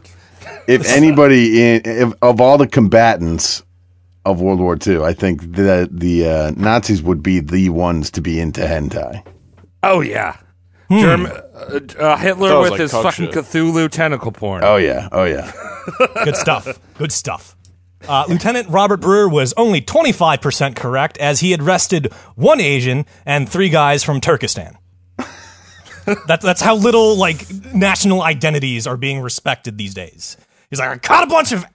if anybody in if, of all the combatants of World War II, I think that the uh, Nazis would be the ones to be into hentai.
Oh yeah, Germ- uh, uh,
That
Hitler
was
with
like
his
cock
fucking
shit.
Cthulhu tentacle porn.
Oh yeah, oh yeah.
Good stuff. Good stuff. Uh, Lieutenant Robert Brewer was only 25% correct as he had arrested one Asian and three guys from Turkestan. that's, that's how little like national identities are being respected these days. He's like, I caught a bunch of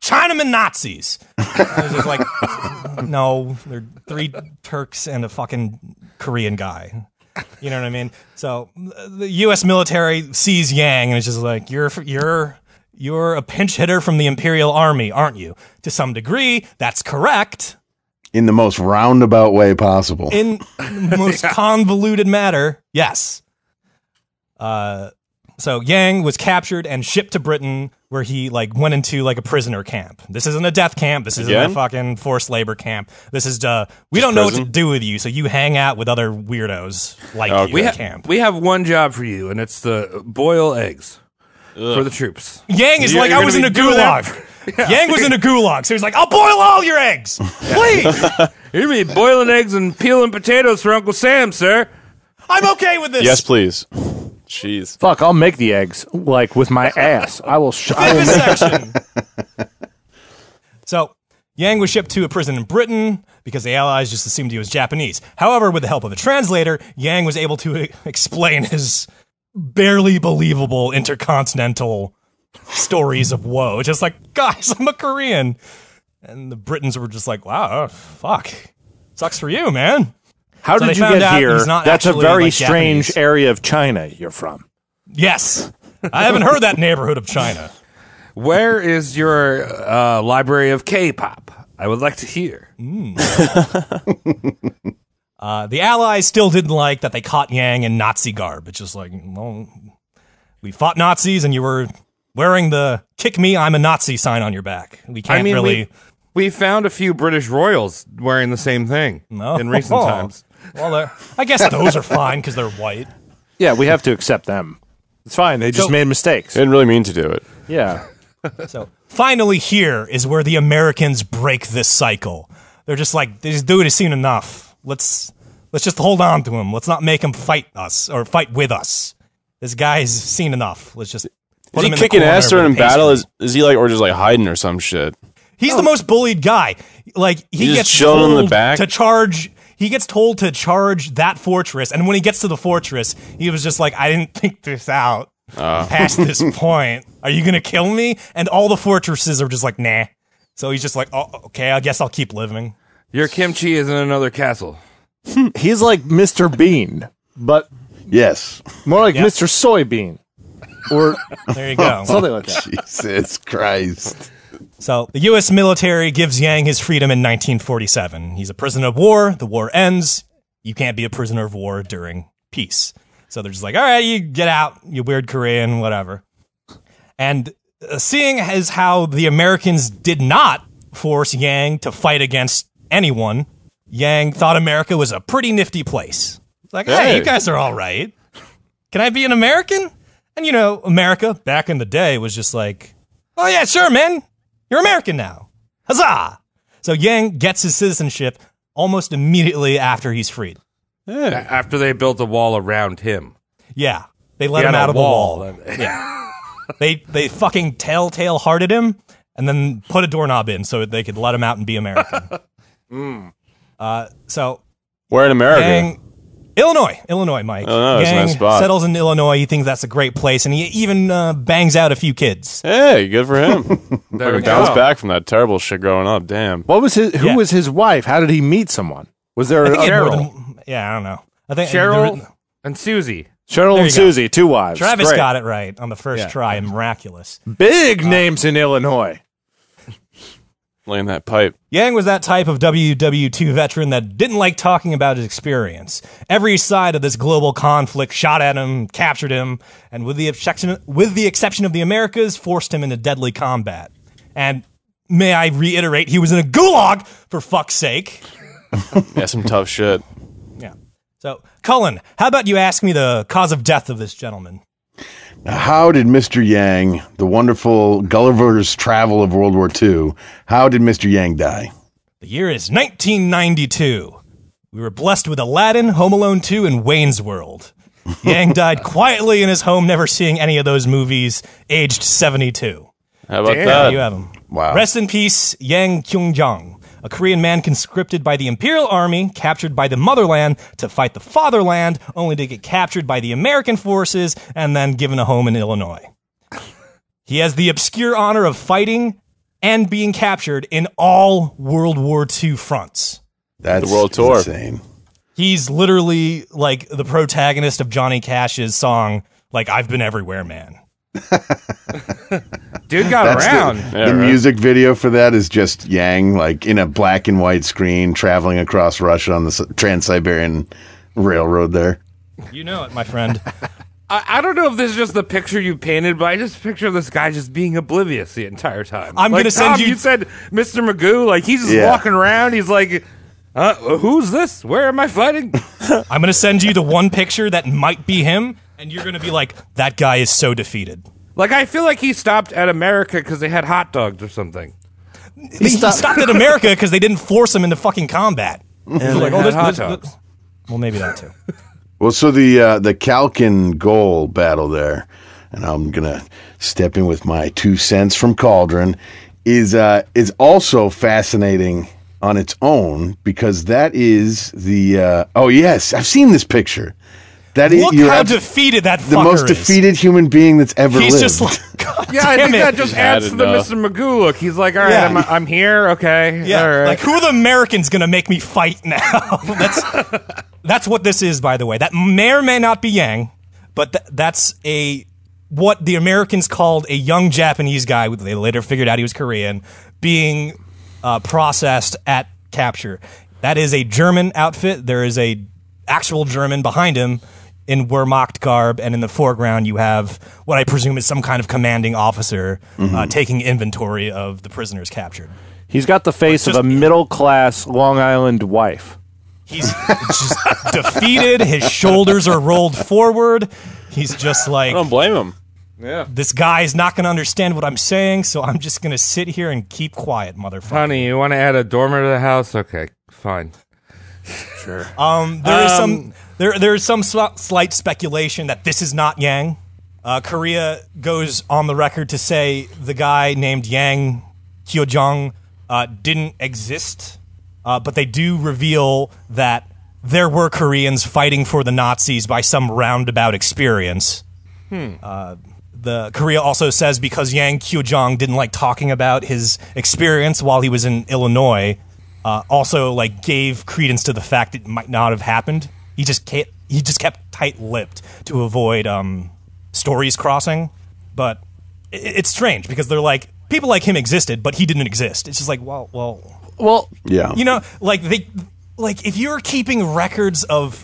Chinaman Nazis. I was just like, no, they're three Turks and a fucking Korean guy. You know what I mean? So the U.S. military sees Yang and it's just like, you're you're you're a pinch hitter from the Imperial Army, aren't you? To some degree, that's correct
In the most roundabout way possible.
in the most convoluted matter. Yes. Uh, so Yang was captured and shipped to Britain, where he like went into like a prisoner camp. This isn't a death camp. This isn't
Again?
a fucking forced labor camp. This is uh, we don't know what to
prison?
do with you, so you hang out with other weirdos like you
we,
in
ha-
camp.
we have one job for you, and it's to boil eggs for the troops.
Yang is
You're-
like,
you're
I was in
gonna
a
be doing that-
gulag. Yang was in a gulag, so he's like, I'll boil all your eggs, please.
You're gonna be boiling eggs and peeling potatoes for Uncle Sam, sir.
I'm okay with this.
Yes, please. Jeez.
Fuck, I'll make the eggs like with my ass. I will. Sh- I will
vivisection. so, Yang was shipped to a prison in Britain because the Allies just assumed he was Japanese. However, with the help of a translator, Yang was able to e- explain his barely believable intercontinental stories of woe. Just like, guys, I'm a Korean. And the Britons were just like, wow, oh, fuck. Sucks for you, man.
How
So
did
they
you
found
get
out
here?
he's not
That's a
actually,
very
like,
strange
Japanese.
area of China you're from.
Yes. I haven't heard that neighborhood of China.
Where is your uh, library of K-pop? I would like to hear.
Uh, the Allies still didn't like that they caught Yang in Nazi garb. It's just like, well, we fought Nazis and you were wearing the kick me, I'm a Nazi sign on your back. We can't
I mean,
really.
we, we found a few British royals wearing the same thing
No.
in recent times.
Oh, Well, they're- I guess those are fine because they're white.
Yeah, we have to accept them. It's fine. They just
So-
made mistakes.
Didn't really mean to do it.
yeah.
So finally, here is where the Americans break this cycle. They're just like, this dude has seen enough. Let's let's just hold on to him. Let's not make him fight us or fight with us. This guy's seen enough. Let's just.
Is he kicking ass during in battle? Is, is he like, or just like hiding or some shit?
He's the most bullied guy. Like he
He's Oh. just
gets
chilling in
told
the back?
to charge. He gets told to charge that fortress, and when he gets to the fortress, he was just like, "I didn't think this out
Oh.
past this point. Are you gonna kill me?" And all the fortresses are just like, "Nah." So he's just like, "Oh, okay. I guess I'll keep living."
Your kimchi is in another castle.
He's like Mr. Bean, but
yes.
more like Mr. Soybean or
There you go.
something like that.
Jesus Christ.
So the U.S. military gives Yang his freedom in 1947. He's a prisoner of war. The war ends. You can't be a prisoner of war during peace. So they're just like, all right, you get out, you weird Korean, whatever. And uh, seeing as how the Americans did not force Yang to fight against anyone, Yang thought America was a pretty nifty place. Like, hey
Hey.
you guys are all right. Can I be an American? And you know, America back in the day was just like, oh yeah, sure, man. You're American now. Huzzah! So Yang gets his citizenship almost immediately after he's freed.
After they built a wall around him,
Yeah. They
He
let
had
him
a
out of
wall.
the wall. Yeah. they they fucking telltale hearted him and then put a doorknob in so that they could let him out and be American. Uh, so
Where in America?
Yang Illinois, Illinois, Mike.
Illinois is a
Yang
nice spot.
settles in Illinois. He thinks that's a great place, and he even uh, bangs out a few kids.
Hey, good for him.
There we
Bounce
go.
back from that terrible shit growing up. Damn.
What was his? Who
Yeah.
was his wife? How did he meet someone? Was there
I think he had more
Cheryl?
than- yeah, I don't know. I think
Cheryl and Susie.
Cheryl
There
and
you go.
Susie, two wives.
Travis
Great.
got it right on the first try. Miraculous. Uh,
Big names in Illinois.
Laying that pipe.
Yang was that type of WW2 veteran that didn't like talking about his experience. Every side of this global conflict shot at him, captured him, and with the exception with the exception of the Americas, forced him into deadly combat. And may I reiterate, he was in a gulag for fuck's sake.
Yeah, some tough shit.
Yeah. So, Cullen, how about you ask me the cause of death of this gentleman?
How did Mr. Yang, the wonderful Gulliver's Travel of World War II, how did Mr. Yang die?
The year is 1992. We were blessed with Aladdin, Home Alone 2, and Wayne's World. Yang died quietly in his home, never seeing any of those movies, aged 72.
How about
There
that?
you have him.
Wow.
Rest in peace, Yang Kyungjang, a Korean man conscripted by the Imperial Army, captured by the motherland to fight the fatherland, only to get captured by the American forces and then given a home in Illinois. He has the obscure honor of fighting and being captured in all World War II fronts.
That's
The world tour.
insane.
He's literally like the protagonist of Johnny Cash's song, like I've been everywhere, man.
Dude got
That's
around.
the, the music video for that is just Yang, like in a black and white screen, traveling across Russia on the Trans Siberian Railroad. There,
You know it, my friend.
I, I don't know if this is just the picture you painted, but I just picture this guy just being oblivious the entire time.
I'm
Like,
gonna send
Tom,
you-
You said Mr. Magoo, like he's just
Yeah.
walking around. He's like, uh, "Who's this? Where am I fighting?"
I'm gonna send you the one picture that might be him, and you're gonna be like, that guy is so defeated.
like I feel like he stopped at America because they had hot dogs or something.
He stopped, at America because they didn't force him into fucking combat. And they're like, "Oh,
they had
there's-
hot
there's-
dogs.
well, maybe that too.
Well, so the uh, the Kalkin goal battle there, and I'm gonna step in with my two cents from Cauldron, is uh, is also fascinating on its own because that is the uh, oh yes, I've seen this picture. That is
Look
you're
how
abs-
defeated that fucker
the most
is.
defeated human being that's ever
He's
lived.
just like, God
Yeah, I
damn
think
it.
that just adds
Had
to the
enough.
Mr. Magoo look. He's like, "All right,
Yeah.
I'm, I'm here. Okay,
Yeah,
all right."
like who are the Americans gonna make me fight now? that's that's what this is, by the way. That may or may not be Yang, but th- that's a what the Americans called a young Japanese guy. who They later figured out he was Korean, being uh, processed at capture. That is a German outfit. There is a actual German behind him in Wehrmacht garb, and in the foreground you have what I presume is some kind of commanding officer uh, taking inventory of the prisoners captured.
He's got the face
Just-
of a middle class Long Island wife.
He's just defeated. His shoulders are rolled forward. He's just
I
Um,
don't
like,
blame him.
this guy's not going to understand what I'm saying, so I'm just going to sit here and keep quiet, motherfucker.
Honey, you want to add a dormer to the house? Okay, fine.
Um, there is some there there is some sl- slight speculation that this is not Yang. Uh, Korea goes on the record to say the guy named Yang Hyojong uh, didn't exist, uh, but they do reveal that there were Koreans fighting for the Nazis by some roundabout experience. The Korea also says because Yang Kyojong didn't like talking about his experience while he was in Illinois, uh, also like gave credence to the fact it might not have happened. He just kept, he just kept tight-lipped to avoid um, stories crossing. But i it's strange because they're like people like him existed, but he didn't exist. It's just like well, well,
Well,
yeah,
you know, like they like if you're keeping records of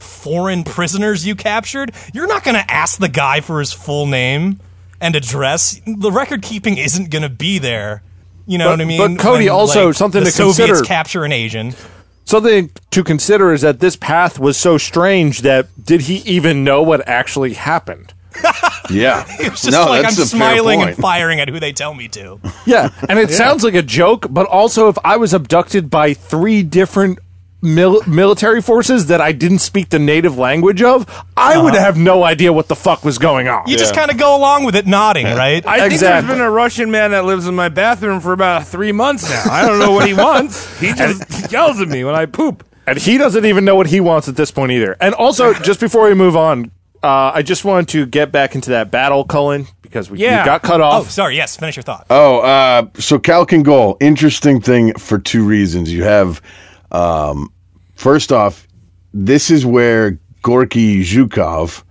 foreign prisoners you captured, you're not going to ask the guy for his full name and address. The record keeping isn't going to be there. You know
But-
what I mean?
but Cody, also something
the
to
Soviets
consider-
capture an Asian.
something to consider is that this path was so strange that did he even know what actually happened?
yeah.
It's just like I'm smiling and firing at who they tell me to.
Yeah, and it sounds like a joke, but also if I was abducted by three different mil- military forces that I didn't speak the native language of, I would have no idea what the fuck was going on.
You just kind of go along with it, nodding, right?
I think
Exactly.
there's been a Russian man that lives in my bathroom for about three months now. I don't know what he wants. He just yells at me when I poop.
And he doesn't even know what he wants at this point either. And also, just before we move on, uh, I just wanted to get back into that battle, Cullen, because we you
Yeah.
got cut
Oh,
off.
sorry. Yes, finish your thought.
Oh, uh, so Calkin goal. Interesting thing for two reasons. You have, um, first off, this is where Gorky Zhukov,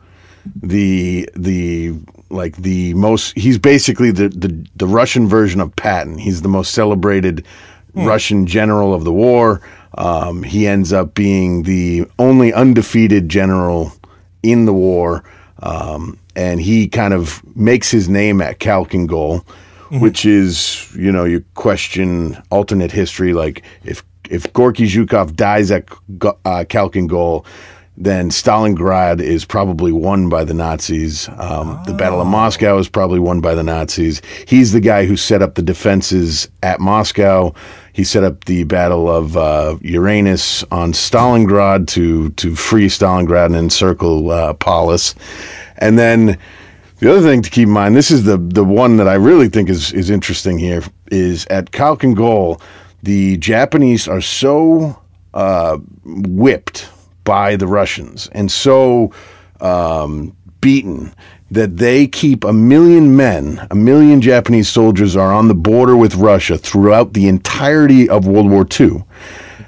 the the like the most. He's basically the the, the Russian version of Patton. He's the most celebrated Russian general of the war. Um, he ends up being the only undefeated general in the war, um, and he kind of makes his name at Kalkingol, which is you know you question alternate history like if if Gorky Zhukov dies at K- uh, Kalkingol, then Stalingrad is probably won by the Nazis. Um, The Battle of Moscow is probably won by the Nazis. He's the guy who set up the defenses at Moscow. He set up the Battle of uh, Uranus on Stalingrad to to free Stalingrad and encircle uh, Paulus. And then the other thing to keep in mind, this is the the one that I really think is is interesting here, is at Kalkingol, the Japanese are so uh, whipped by the Russians and so um, beaten that they keep a million men, a million Japanese soldiers are on the border with Russia throughout the entirety of World War II.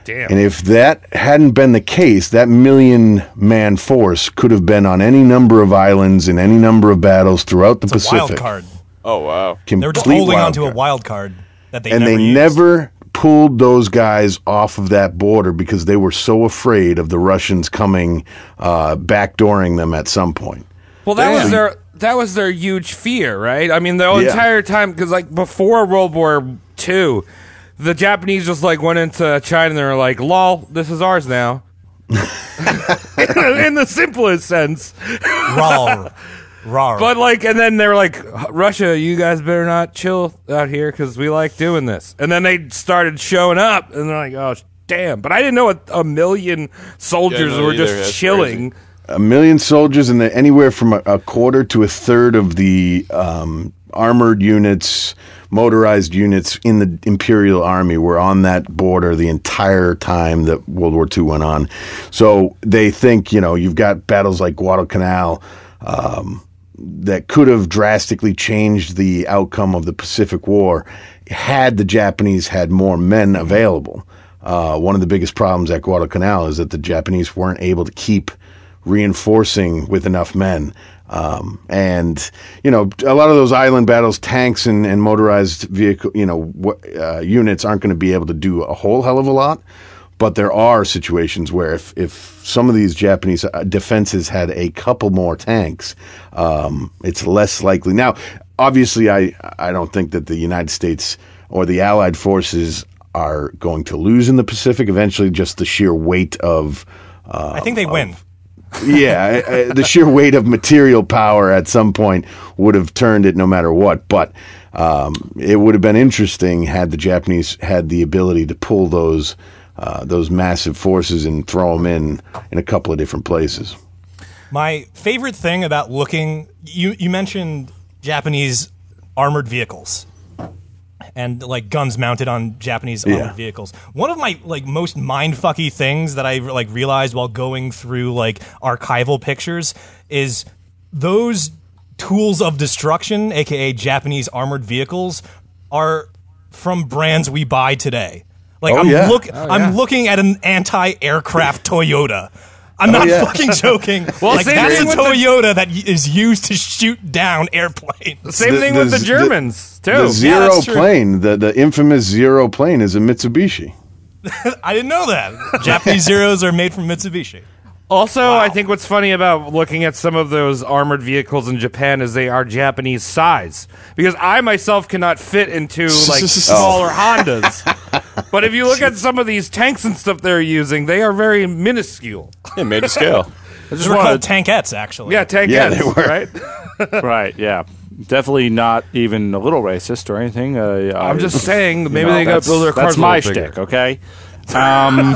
And if that hadn't been the case, that million man force could have been on any number of islands in any number of battles throughout the
It's a
Pacific.
wild card.
Oh wow.
Complete
They were just holding
wild
on to a
card.
wild card that they
And
never
they
used.
never pulled those guys off of that border because they were so afraid of the Russians coming uh, backdooring them at some point.
Well, that
Damn.
was their that was their huge fear, right? I mean,
Oh,
the
Yeah.
entire time because like before World War II, the Japanese just like went into China and they were like, "Lol, this is ours now." in the simplest sense,
Rawr. Rawr.
but like, and then they were like, "Russia, you guys better not chill out here because we like doing this." And then they started showing up, and they're like, "Oh, sh- damn!" But I didn't know a, a million soldiers
Yeah, no,
were
either.
just
That's
chilling.
a million soldiers and they're anywhere from a, a quarter to a third of the um, armored units motorized units in the imperial army were on that border the entire time that world war ii went on so they think you know you've got battles like guadalcanal um, that could have drastically changed the outcome of the Pacific War had the Japanese had more men available. Uh, one of the biggest problems at Guadalcanal is that the Japanese weren't able to keep reinforcing with enough men. Um, and you know, a lot of those island battles, tanks and, and motorized vehicle, you know, wh- uh, units aren't going to be able to do a whole hell of a lot. But there are situations where if, if some of these Japanese uh, defenses had a couple more tanks, um, it's less likely. Now, obviously, I, I don't think that the United States or the Allied forces are going to lose in the Pacific. Eventually, just the sheer weight of
I think they win.
yeah, I, I, the sheer weight of material power at some point would have turned it no matter what. But um, it would have been interesting had the Japanese had the ability to pull those uh, those massive forces and throw them in in a couple of different places.
My favorite thing about looking you you mentioned Japanese armored vehicles and like guns mounted on Japanese
Yeah.
armored vehicles. One of my like most mind fucky things that I like realized while going through like archival pictures is those tools of destruction, aka Japanese armored vehicles, are from brands we buy today. Like I'm
Oh, yeah.
look I'm looking at an anti-aircraft Toyota. I'm not
Oh, yeah.
fucking joking. well, like
same
that's a
thing with the-
Toyota that y- is used to shoot down airplanes.
Same
The-
thing
the
with the,
z- the-
Germans too.
The zero
that's true.
plane, the the infamous zero plane, is a Mitsubishi.
I didn't know that. Japanese Zeros are made from Mitsubishi.
Also, I think what's funny about looking at some of those armored vehicles in Japan is they are Japanese size. Because I myself cannot fit into like
Oh,
smaller Hondas. But if you look at some of these tanks and stuff they're using, they are very minuscule.
Yeah, made to scale.
Those were called tankettes, actually.
Yeah, tank
Yeah,
ends,
they were.
right?
right, yeah. Definitely not even a little racist or anything. Uh, I-
I'm just saying
you
maybe
know,
they got
that's-
build their cars
That's
a
my
little bigger.
shtick, okay? Um,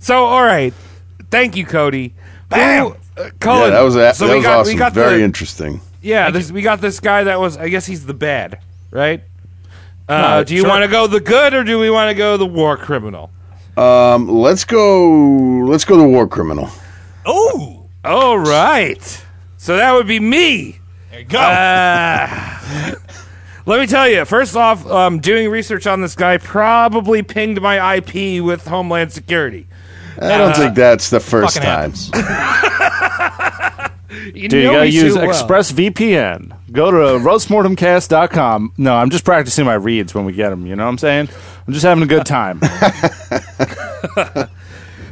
So, all right. Thank you, Cody. Bam!
Yeah,
Colin,
that was a,
so
that
we
was
got,
awesome.
We got
Very
the,
interesting.
Yeah, this, we got this guy that was. I guess he's the bad, right? Uh, do you
sure.
want to go the good or do we want to go the war criminal?
Um, let's go. Let's go to War Criminal.
Oh,
All right. So that would be me.
there you go.
Uh, Let me tell you, first off, um, doing research on this guy probably pinged my IP with Homeland Security.
I don't think that's the first
fucking
time.
happens.
You
Dude, you
know
gotta
me too
use
well.
ExpressVPN. Go to roastmortemcast.com. No, I'm just practicing my reads when we get them. You know what I'm saying? I'm just having a good time.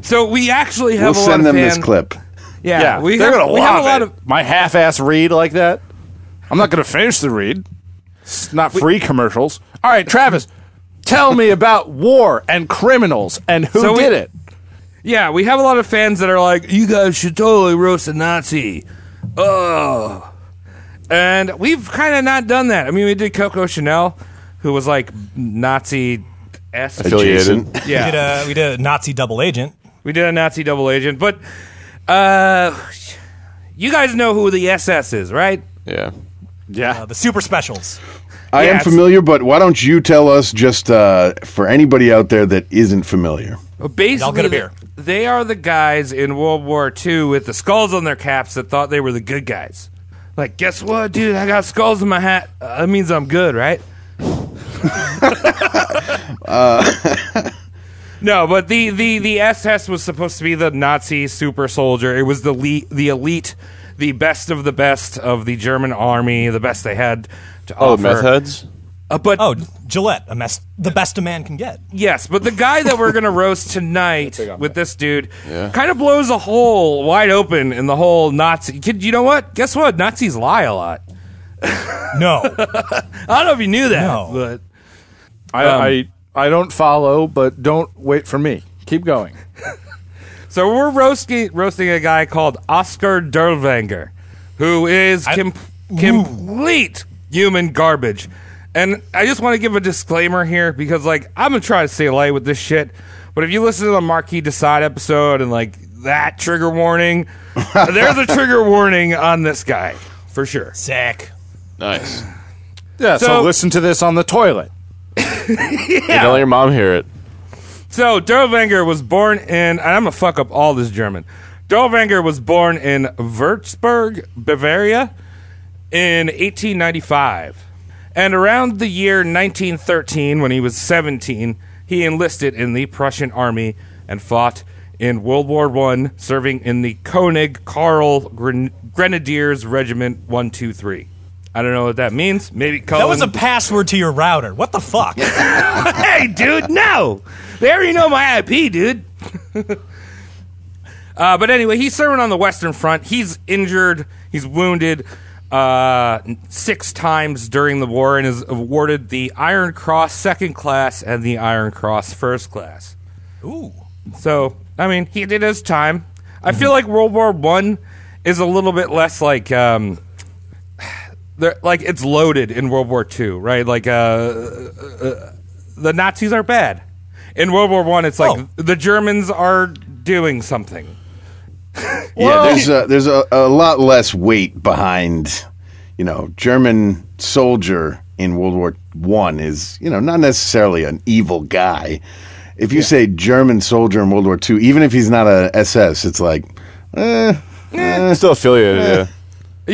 So we actually
We'll
have a lot
send
of
them
fan-
this clip.
Yeah,
yeah,
we
they're
have,
gonna
we
love
have a lot
it.
of
my half-ass read like that. I'm not gonna finish the read. It's not free commercials. All right, Travis, tell me about war and criminals and who
So we-
did it.
yeah, we have a lot of fans that are like, you guys should totally roast a Nazi. Oh, and we've kind of not done that. I mean, we did Coco Chanel, who was like Nazi.
Affiliated.
Adjacent.
Yeah,
we, did uh, a, we did a Nazi double agent.
We did a Nazi double agent, but uh, you guys know who the SS is, right?
Yeah.
Yeah,
Uh, the super specials.
I am
it's-
familiar, but why don't you tell us just uh, for anybody out there that isn't familiar?
Well, Basically,
Y'all get a beer.
they are the guys in World War II with the skulls on their caps that thought they were the good guys. Like, guess what, dude? I got skulls in my hat. Uh, that means I'm good, right? Uh, No, but the, the, the SS was supposed to be the Nazi super soldier. It was the le- the elite, the best of the best of the German army, the best they had to
Oh,
offer.
the meth heads?
Uh, but
Oh, Gillette, a mess, the best a man can get.
Yes, but the guy that we're gonna roast tonight with this dude kind of blows a hole wide open in the whole Nazi. Kid, you know what? Guess what? Nazis lie a lot.
No,
I don't know if you knew that,
No.
but
I,
Um,
I I don't follow, but don't wait for me. Keep going.
so we're roasting roasting a guy called Oscar Derlwanger, who is com- complete human garbage. And I just want to give a disclaimer here because, like, I'm gonna try to stay light with this shit. But if you listen to the Marquis Decide episode and like that trigger warning, there's a trigger warning on this guy for sure.
sick.
Nice.
Yeah, so,
So-
listen to this on the toilet.
Hey, don't let your mom hear it.
So Derlwanger was born in, and I'm gonna fuck up all this German. Derlwanger was born in Würzburg, Bavaria, in 1895, and around the year 1913, when he was 17, he enlisted in the Prussian army and fought in World War One, serving in the König Karl Gren- Grenadiers Regiment 123. I don't know what that means. Maybe
That was a password to your router. What the fuck?
Oh. hey, dude, no. They already know my IP, dude. uh, but anyway, he's serving on the Western Front. He's injured, he's wounded uh, six times during the war and is awarded the Iron Cross Second Class and the Iron Cross First Class.
Ooh,
So, I mean, he did his time. I feel like World War One is a little bit less like. Um, they're- like it's loaded in World War Two, right? Like uh, the Nazis are bad. In World War One, it's like
Oh.
the Germans are doing something.
yeah, there's a, there's a, a lot less weight behind, you know, German soldier in World War One is you know not necessarily an evil guy. If you say German soldier in World War Two, even if he's not a SS, it's like, eh,
It's still affiliated, yeah.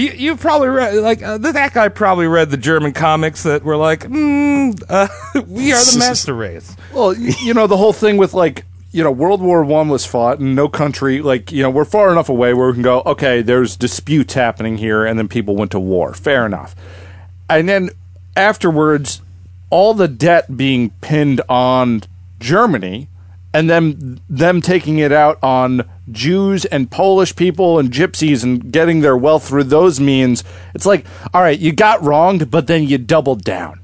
You, you probably read like uh, th- that guy probably read the German comics that were like, mm, uh, "We are the master race."
Well, y- you know the whole thing with like you know World War One was fought, and no country like you know we're far enough away where we can go. Okay, there's disputes happening here, and then people went to war. Fair enough. And then afterwards, all the debt being pinned on Germany, and them them taking it out on Jews and Polish people and gypsies and getting their wealth through those means. It's like, all right, you got wronged, but then you doubled down.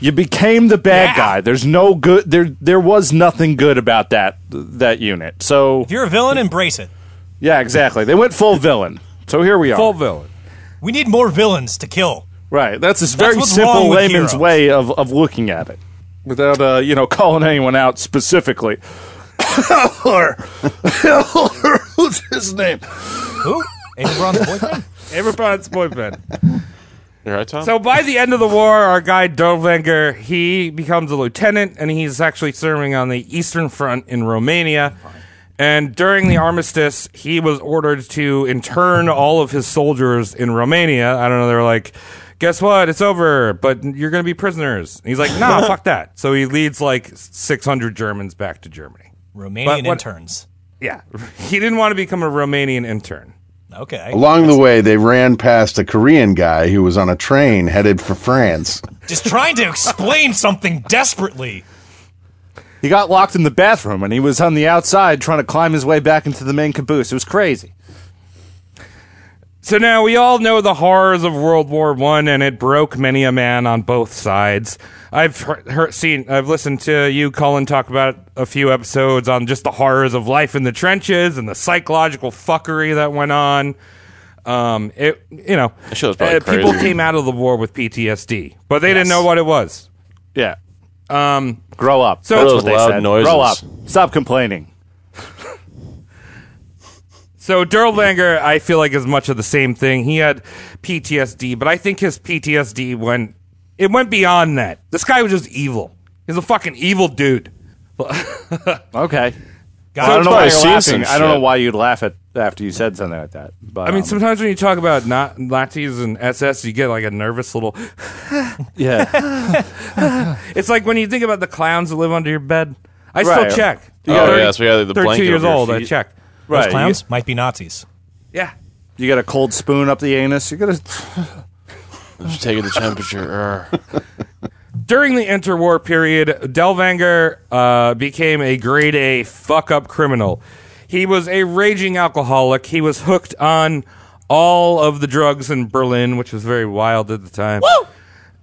You became the bad
Yeah.
guy. There's no good. There, there was nothing good about that that unit. So
if you're a villain, embrace it.
yeah, exactly. They went full villain. So here we are.
Full villain.
We need more villains to kill.
right. That's this very
what's
simple
wrong with
layman's
heroes.
way of, of looking at it, without uh, you know calling anyone out specifically. or who's his name?
Who? Amy Braun's boyfriend?
Everybody's boyfriend.
You're right, Tom.
So by the end of the war, our guy Dovinger, he becomes a lieutenant, and he's actually serving on the Eastern Front in Romania. And during the armistice, he was ordered to intern all of his soldiers in Romania. I don't know. They're like, guess what? It's over, but you're going to be prisoners. And he's like, nah, fuck that. So he leads like 600 Germans back to Germany.
Romanian
But what-
interns.
Yeah. He didn't want to become a Romanian intern.
Okay.
Along the way, they ran past a Korean guy who was on a train headed for France.
Just trying to explain something desperately.
He got locked in the bathroom and he was on the outside trying to climb his way back into the main caboose. It was crazy.
So now we all know the horrors of World War One, and it broke many a man on both sides. I've heard, heard, seen, I've listened to you, Colin, talk about a few episodes on just the horrors of life in the trenches and the psychological fuckery that went on. Um, it, you know, uh,
That shit was probably
people
crazy.
came out of the war with PTSD, but they didn't
Yes.
know what it was.
Yeah.
Um,
Grow up.
So-
That's
Those
what they
loud
said.
noises.
Grow up. Stop complaining.
So Derlbanger, I feel like is much of the same thing. He had PTSD, but I think his PTSD went it went beyond that. This guy was just evil. He's a fucking evil dude.
Okay.
Got
I don't know
probably
why you're
seen some
laughing. I don't know
shit.
why you'd laugh at after you said something like that. But
I mean,
um,
sometimes when you talk about not Nazis and SS, you get like a nervous little.
yeah,
It's like when you think about the clowns that live under your bed. I
Right.
still check.
Oh, yeah, so we had the
They're
blanket
two years
over your
old. I
feet.
check.
right.
Those clowns might be Nazis.
Yeah.
You, you got a cold spoon up the anus. You got to.
Just taking the temperature. Err.
During the interwar period, Delvanger uh, became a grade A fuck up criminal. He was a raging alcoholic. He was hooked on all of the drugs in Berlin, which was very wild at the time. Woo!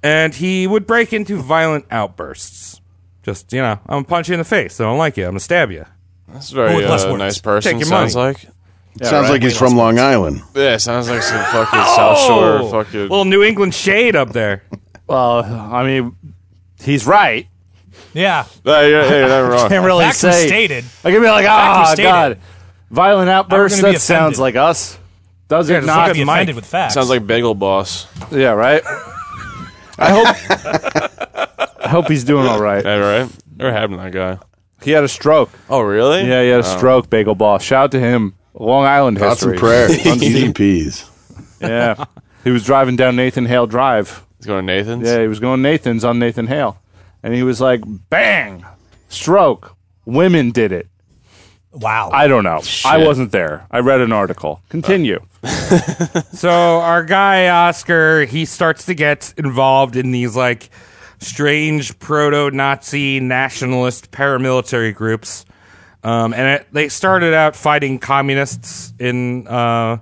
And he would break into violent outbursts. Just, you know, I'm going to punch you in the face. I don't like you. I'm going to stab you.
That's
But
very
with less
uh,
words.
nice person.
Take your
sounds
money.
like.
sounds like he's from Long Island.
Yeah, sounds like some fucking South Shore fucking.
Oh! Little New England shade up there.
Well, I mean, he's right.
Yeah.
No, you're, hey, you're not wrong.
Can't really
Fact
say.
stated.
I can be like,
Fact
ah,
was stated.
God, violent outbursts.
gonna be
That sounds
offended.
like us. Does
Yeah,
it
just
not?
look
Be offended with facts.
Sounds like Bagel Boss.
Yeah, right. I hope. I hope he's doing all right.
Yeah, right. Never happened to that guy.
He had a stroke.
Oh, really?
Yeah, he had a stroke. Bagel ball. Shout out to him. Long Island
Thoughts
history.
and prayers. Easy peas.
Yeah, he was driving down Nathan Hale Drive.
He's going to Nathan's.
Yeah, he was going Nathan's on Nathan Hale, and he was like, bang, stroke. Women did it.
Wow.
I don't know. I wasn't there. I read an article. Continue.
So our guy Oscar, he starts to get involved in these like strange proto-Nazi nationalist paramilitary groups, um, and it, they started out fighting communists in uh,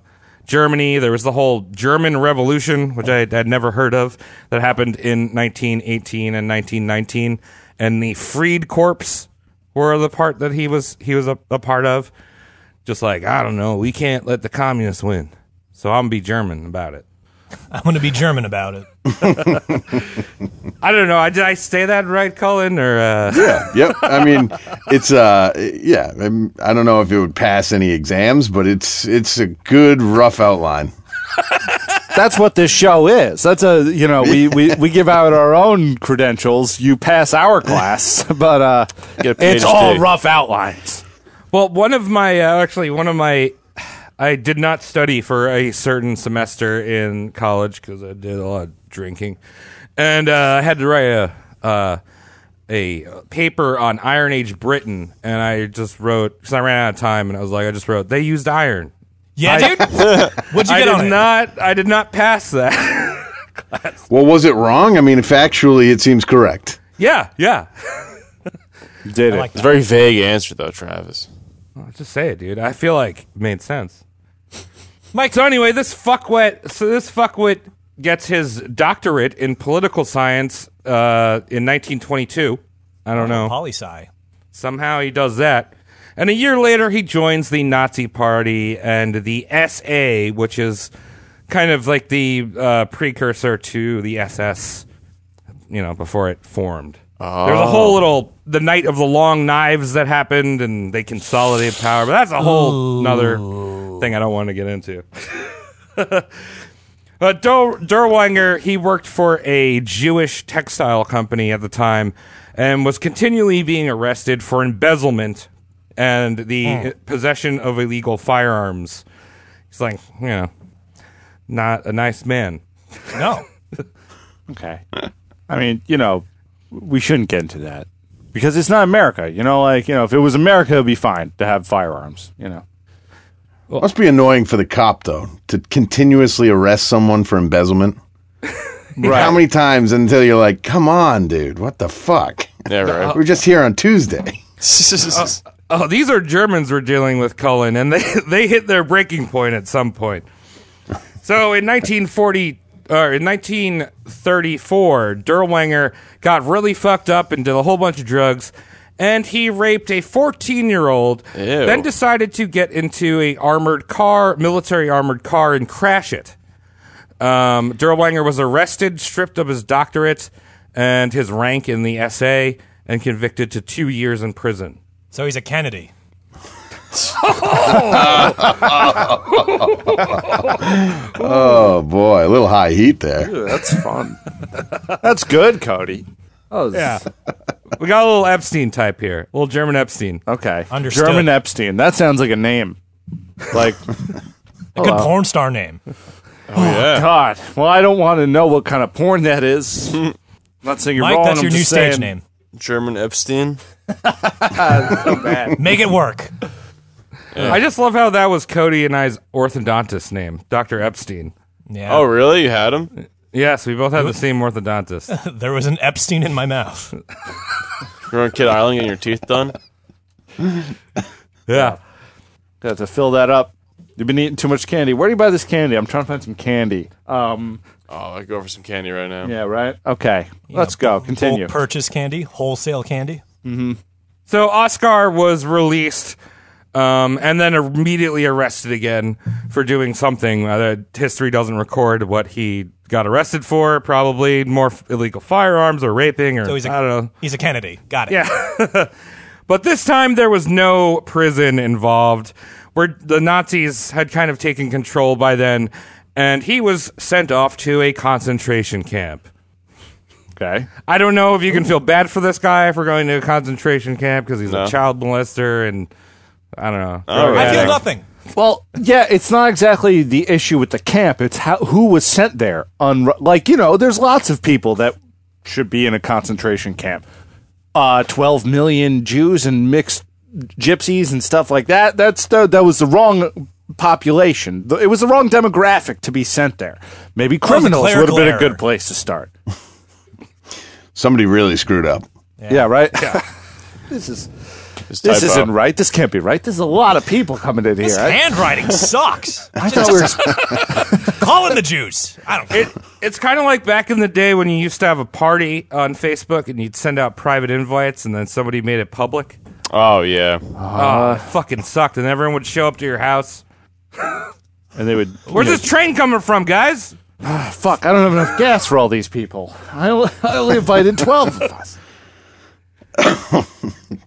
Germany. There was the whole German Revolution, which I had never heard of, that happened in 1918 and 1919, and the Freed Corps were the part that he was he was a, a part of. Just like I don't know, we can't let the communists win. So I'm gonna be German about it.
I'm going to be German about it.
I don't know. I- Did I say that right, Cullen? Or uh,
Yeah. Yep. I mean, it's uh, yeah. I'm- I don't know if it would pass any exams, but it's it's a good rough outline.
That's what this show is. That's a you know we we, we give out our own credentials. You pass our class, but uh,
Get a
it's
PhD.
all rough outlines.
well, one of my uh, actually one of my I did not study for a certain semester in college because I did a lot of drinking, and uh, I had to write a uh, a paper on Iron Age Britain, and I just wrote because I ran out of time, and I was like, I just wrote they used iron.
Yeah, dude. What'd you
I
get on
did
it?
not. I did not pass that.
Well, was it wrong? I mean, factually, it seems correct.
yeah, yeah.
Did it?
like
It's a very vague answer, though, Travis.
Just say it, dude. I feel like it made sense. Mike. So anyway, this fuckwit. So this fuckwit gets his doctorate in political science uh, in 1922. I don't know.
Poli sci.
Somehow he does that. And a year later, he joins the Nazi Party and the SA, which is kind of like the uh, precursor to the SS. You know, before it formed. There's a whole little the night of the long knives that happened, and they consolidated power. But that's a whole nother thing I don't want to get into. Uh, Der- Derwanger, he worked for a Jewish textile company at the time and was continually being arrested for embezzlement and the possession of illegal firearms. He's like, you know, not a nice man.
No.
Okay. I mean, you know, we shouldn't get into that because it's not America. You know, like you know, if it was America, it'd be fine to have firearms. You know.
Must be annoying for the cop though to continuously arrest someone for embezzlement.
Right.
How many times until you're like, "Come on, dude, what the fuck?
Yeah, right.
We're just here on Tuesday."
Oh, these are Germans we're dealing with, Cullen, and they, they hit their breaking point at some point. So in 1940, or in 1934, Derwanger got really fucked up and did a whole bunch of drugs, and he raped a 14 year old.
Ew.
Then decided to get into a armored car, military armored car, and crash it. Um, Derwanger was arrested, stripped of his doctorate and his rank in the SA, and convicted to two years in prison.
So he's a Kennedy.
Oh boy, a little high heat there.
That's fun. That's good, Cody.
Yeah.
We got a little Epstein type here, a little German Epstein.
Okay.
Understood.
German Epstein. That sounds like a name. Like,
A good porn star name.
God. Well, I don't want to know what kind of porn that is. I'm not saying you're
Mike,
wrong.
that's
I'm
your new
just
stage
saying-
name.
German Epstein.
Make it work.
I just love how that was Cody and I's orthodontist name, Dr. Epstein.
Yeah.
Oh, really? You had him?
Yes, we both had the same orthodontist.
There was an Epstein in my mouth.
You were on Kid Island getting your teeth done?
Yeah.
Got to fill that up. You've been eating too much candy. Where do you buy this candy? I'm trying to find some candy. Um.
Oh, I go for some candy right now.
Yeah. Right. Okay. Let's go. Continue.
Whole purchase candy, wholesale candy.
So Oscar was released um, and then immediately arrested again for doing something. Uh, the history doesn't record what he got arrested for, probably more f- illegal firearms or raping or
So he's a,
I don't know.
He's a Kennedy. Got it.
Yeah. but this time there was no prison involved, where the Nazis had kind of taken control by then, and he was sent off to a concentration camp.
okay.
I don't know if you can feel bad for this guy for going to a concentration camp because he's
No. Uh.
a child molester and I don't know.
All
I feel
right.
nothing.
Well, yeah, it's not exactly the issue with the camp. It's how who was sent there. On like you know, there's lots of people that should be in a concentration camp. Uh, Twelve million Jews and mixed gypsies and stuff like that. That's the, that was the wrong population. The- It was the wrong demographic to be sent there. Maybe
was a
criminals would have been
clerical
a good
error.
place to start.
Somebody really screwed up.
Yeah, right. this is
Just
this
typo.
isn't right. This can't be right. There's a lot of people coming in here.
His
I-
handwriting sucks.
I thought we were
Calling the Jews. I don't care.
It, it's kind of like back in the day when you used to have a party on Facebook and you'd send out private invites and then somebody made it public.
Oh, yeah.
Oh, it fucking sucked, and everyone would show up to your house.
and they would.
Where's
you know,
this train coming from, guys?
Fuck, I don't have enough gas for all these people. I only, I only invited 12 of us.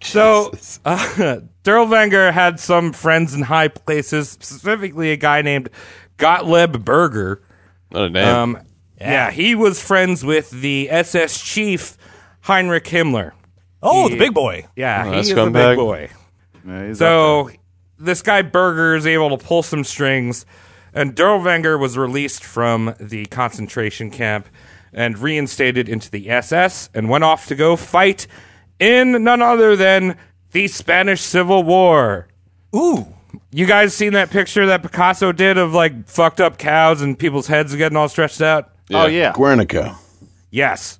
So, uh, Derlvanger had some friends in high places, specifically a guy named Gottlieb Berger.
Oh, damn.
Um, yeah. he was friends with the SS chief Heinrich Himmler.
Oh, the big boy.
Yeah, he
that's
is a
scumbag.
big boy. So, this guy Berger is able to pull some strings, and Derlvanger was released from the concentration camp and reinstated into the SS and went off to go fight in none other than the Spanish Civil War.
Ooh.
You guys seen that picture that Picasso did of like fucked up cows and people's heads getting all stretched out?
Oh, yeah.
Guernica.
Yes.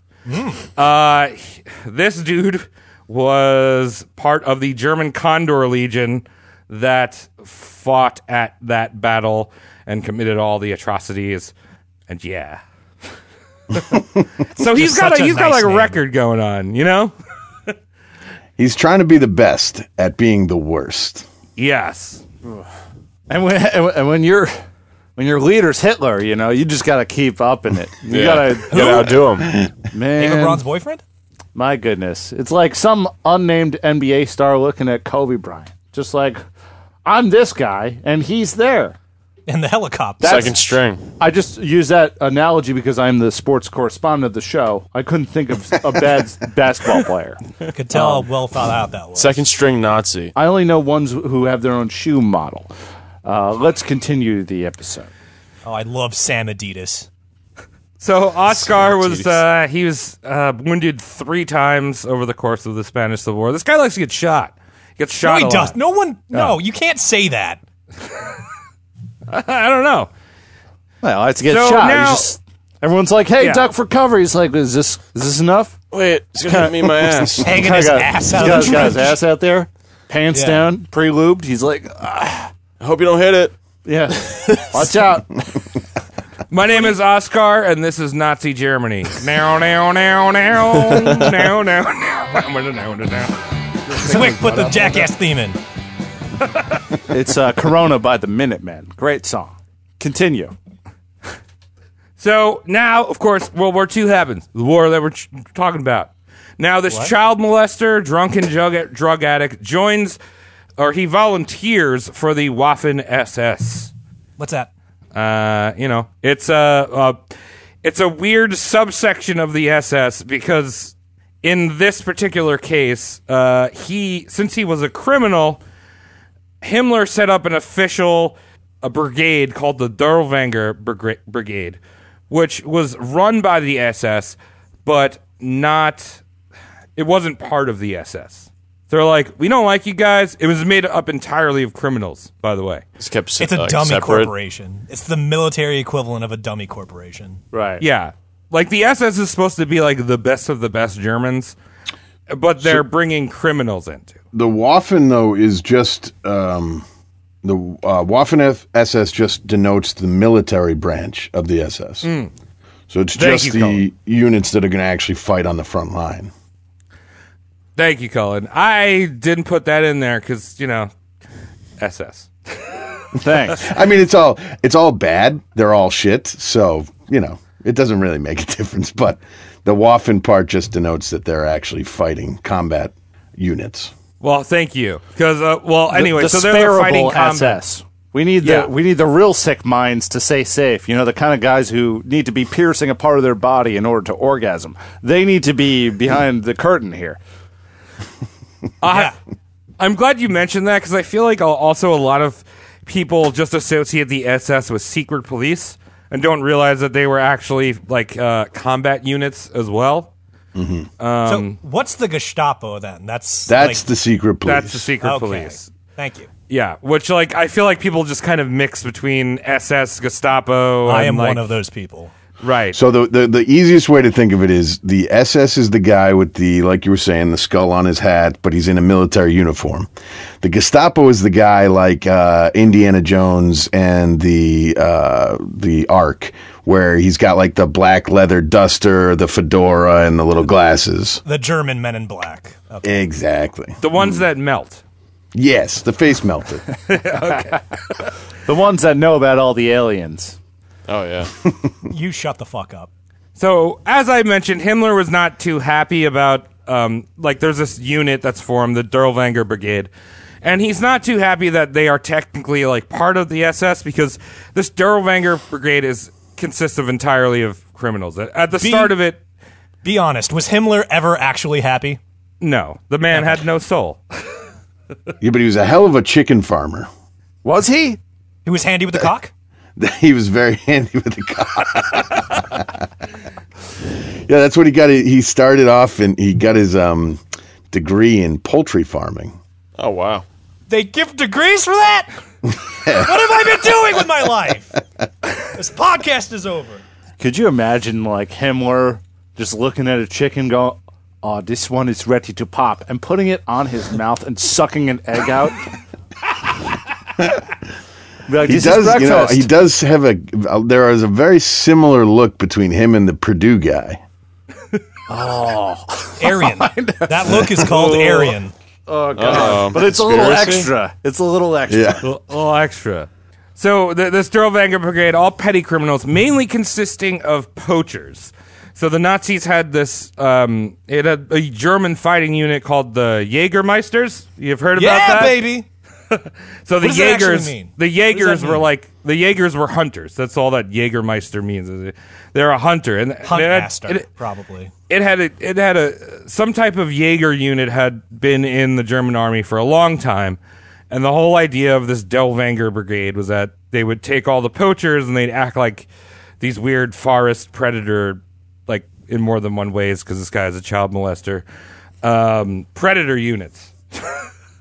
Uh, he- this dude was part of the German Condor Legion that fought at that battle and committed all the atrocities. And yeah. so he's
Just
got
such
a,
a
he's got
nice
like a
name.
record going on, you know?
He's trying to be the best at being the worst.
Yes.
And when, and when- and when you're. When your leader's Hitler, you know, you just got to keep up in it. You
Yeah.
got
Gotta outdo him.
to,
Ava
man.
Braun's boyfriend?
My goodness. It's like some unnamed NBA star looking at Kobe Bryant. Just like, I'm this guy, and he's there.
and the helicopter.
Second string.
I just use that analogy because I'm the sports correspondent of the show. I couldn't think of a bad s- basketball player.
I could tell
um,
how well thought out that was.
Second string Nazi.
I only know ones who have their own shoe model. Uh, let's continue the episode.
Oh, I love Sam Adidas.
So Oscar was uh, he was uh, wounded three times over the course of the Spanish Civil War. This guy likes to get shot. He gets
No,
shot.
he
a
does.
lot.
No one. No, you can't say that.
I don't know.
Well, I had to get
So
shot.
now-
He's just- everyone's like, "Hey,
Yeah.
duck for cover." He's like, "Is this is this enough?"
Wait, it's gonna hit me in my ass.
Hanging
Kinda
his
got-
ass
he's
out
got-
of the
got his
trench.
ass out there, pants
Yeah.
down, pre lubed. He's like, "Ah,
I hope you don't hit it.
"Yeah, watch out."
My name is Oscar, and this is Nazi Germany. Now, now, now, now, now, now, now.
Quick, put the jackass theme in.
It's uh, Corona by the Minutemen. Great song. Continue.
So now, of course, World War II happens. The war that we're ch- talking about. Now, this child molester, drunken drug, drug addict joins, or he volunteers for the Waffen SS.
What's that?
Uh, you know, it's a, a it's a weird subsection of the SS because in this particular case, uh, he since he was a criminal, Himmler set up an official a brigade called the Derlwanger Brigra- Brigade, which was run by the SS, but not it wasn't part of the SS. They're like, we don't like you guys. It was made up entirely of criminals, by the way.
It's kept. se-
It's
uh,
a
like,
dummy
separate.
corporation. It's the military equivalent of a dummy corporation.
Right.
Yeah. Like the SS is supposed to be like the best of the best Germans, but they're bringing criminals into.
the Waffen though is just um, the uh, Waffen F- SS just denotes the military branch of the SS. So it's
Hmm. Thank
just
you,
the
Colin.
units that are going to actually fight on the front line.
Thank you, Colin. I didn't put that in there because you know, SS.
Thanks.
I mean, it's all it's all bad. They're all shit. So you know, it doesn't really make a difference. But the Waffen part just denotes that they're actually fighting combat units.
Well, thank you. Because uh, well, anyway,
the
so they're fighting
sparable
combat.
SS. We need
Yeah.
the we need the real sick minds to stay safe. You know, the kind of guys who need to be piercing a part of their body in order to orgasm. They need to be behind the curtain here.
I, I'm glad you mentioned that because I feel like al- also a lot of people just associate the SS with secret police and don't realize that they were actually like uh, combat units as well.
so what's the Gestapo then? That's
That's
like,
the secret police.
That's the secret
okay.
police.
Thank you.
Yeah, which like I feel like people just kind of mix between SS, Gestapo.
I
and,
am
like-
one of those people.
Right.
So the, the the easiest way to think of it is the SS is the guy with the like you were saying the skull on his hat, but he's in a military uniform. The Gestapo is the guy like uh, Indiana Jones and the uh, the Ark, where he's got like the black leather duster, the fedora, and the little glasses.
The German Men in Black. Uh, Okay.
Exactly.
the
Mm.
ones that melt.
Yes, the face melted.
The ones that know about all the aliens.
Oh yeah.
You shut the fuck up.
So as I mentioned, Himmler was not too happy about um, like there's this unit that's formed, the Derlwanger Brigade, and he's not too happy that they are technically like part of the SS because this Derlwanger Brigade is consists of entirely of criminals. At, at the start of it,
Be honest. Was Himmler ever actually happy?
no, the man had no soul.
yeah, but he was a hell of a chicken farmer.
Was he?
He was handy with the cock.
he was very handy with the car. yeah, that's what he got. He started off and he got his um, degree in poultry farming.
Oh wow.
They give degrees for that? what have I been doing with my life? This podcast is over.
Could you imagine like Himmler just looking at a chicken going, "Oh, this one is ready to pop," and putting it on his mouth and sucking an egg out? Be like,
He
"This is
does, you know,
breakfast."
he does have a. There is a very similar look between him and the Purdue guy.
Aryan. That look is called Aryan.
but it's a little
Conspiracy?
extra. It's a little extra.
Yeah,
a little extra. So the, this Derlwanger Brigade, all petty criminals, mainly consisting of poachers. So the Nazis had this. Um, it had a German fighting unit called the Jägermeisters. You've heard about
Yeah,
that,
baby.
So the
What does that actually
Jaegers,
mean?
the
does that
Jaegers were
mean?
like the Jaegers were hunters. That's all that Jaegermeister means. is it- They're a hunter, and and it had-
Huntmaster,
it-
probably.
it had a, it had a some type of Jaeger unit had been in the German army for a long time, and the whole idea of this Delvanger brigade was that they would take all the poachers and they'd act like these weird forest predator, like in more than one ways because this guy is a child molester, um, predator units.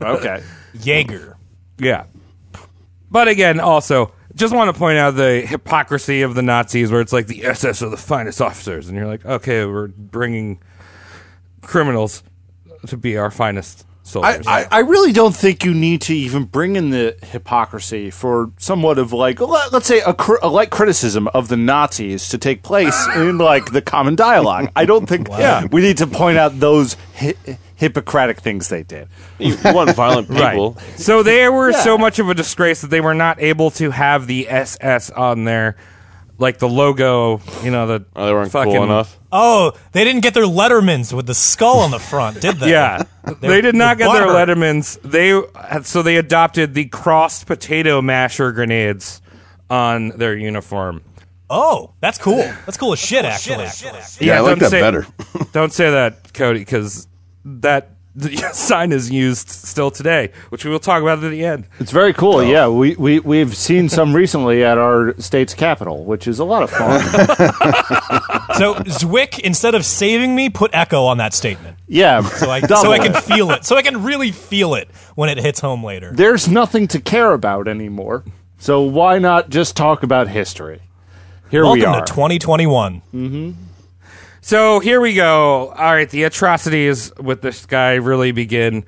Okay.
Jaeger.
Yeah. But again, also, just want to point out the hypocrisy of the Nazis where it's like the SS are the finest officers. And you're like, okay, we're bringing criminals to be our finest
I,
soldiers.
I, I really don't think you need to even bring in the hypocrisy for somewhat of like let, us say a, cr- a light criticism of the Nazis to take place in like the common dialogue. I don't think yeah we need to point out those hi- Hippocratic things they did.
You want violent people.
right. So they were so much of a disgrace that they were not able to have the SS on their, like the logo, you know, the.
Oh, they weren't
fucking,
cool enough.
Oh, they didn't get their Lettermans with the skull on the front, did they?
Yeah, they did not
the
get their
barber.
Lettermans. They so they adopted the crossed potato masher grenades on their uniform.
Oh, that's cool. That's cool as shit, actually.
Yeah, I
don't
like that
say-
better.
don't say that, Cody, because that sign is used still today, which we will talk about at the end.
It's very cool. Yeah, we we we've seen some recently at our state's capital, which is a lot of fun.
So Zwick, instead of saving me, put echo on that statement.
yeah,
So I, so
double
I can
it.
feel it. So I can really feel it when it hits home later.
There's nothing to care about anymore, so why not just talk about history? Here we
Welcome
are. Mm.
to 2021.
So here we go. All right, the atrocities with this guy really begin.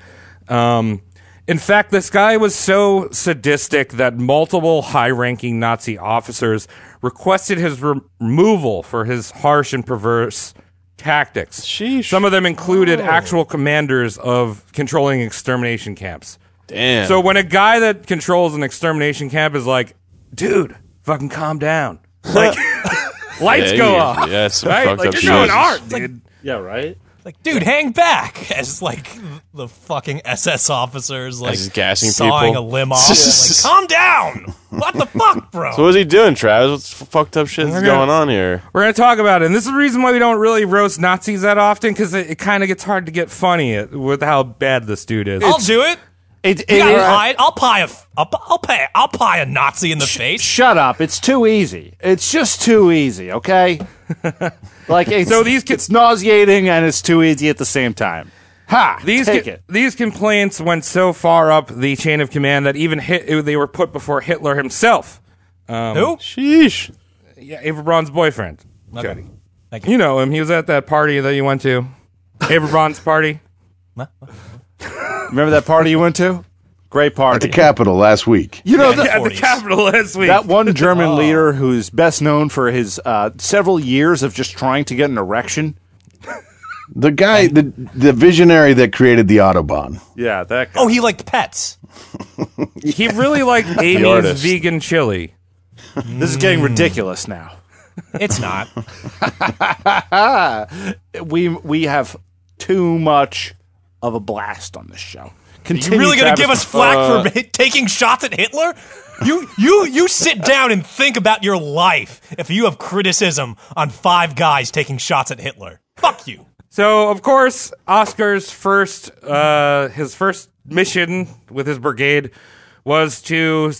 Um, in fact, this guy was so sadistic that multiple high ranking Nazi officers requested his re- removal for his harsh and perverse tactics.
Sheesh.
Some of them included actual commanders of controlling extermination camps.
Damn.
So when a guy that controls an extermination camp is like, dude, fucking calm down. Like, lights
Yeah,
go
you-
off.
yeah, it's some
right?
fucked
Like,
up
you're doing
shit.
art, dude.
yeah, right.
Like, dude, hang back! As like the fucking SS officers like
Just gassing
sawing
people.
a limb off. like, calm down! What the fuck, bro?
So what is he doing, Travis? What's f- fucked up shit that's
Okay.
going on here?
We're going to talk about it. And this is the reason why we don't really roast Nazis that often because it, it kind of gets hard to get funny at, with how bad this dude is.
I'll do it.
It, it,
You gotta hide. I'll pie a. f- I'll, I'll pay. I'll pie a Nazi in the face.
Shut up. It's too easy. It's just too easy, okay? like it's,
So these kids-
it's nauseating and it's too easy at the same time. Ha.
these
take
co-
it.
these complaints went so far up the chain of command that even hit, they were put before Hitler himself. Um,
Who?
Sheesh.
Yeah, Eva Braun's boyfriend.
Okay.
Cody.
Thank you.
You know him. He was at that party that you went to. Ava Braun's party.
Remember that party you went to?
At
Great
the
party.
Capitol last week.
you know
Yeah,
that-
At the
40s.
Capitol last week.
that one German
Oh.
leader who's best known for his uh, several years of just trying to get an erection.
The guy, the the visionary that created the Autobahn.
Yeah, that.
Oh, he liked pets.
he really liked Amy's
artist.
vegan chili.
This is getting ridiculous now.
It's not.
We we have too much of a blast on this show.
You
Continue,
really gonna
Travis.
give us flack for hi- taking shots at Hitler? You you you sit down and think about your life if you have criticism on five guys taking shots at Hitler. Fuck you.
So of course, Oscar's first uh, his first mission with his brigade was to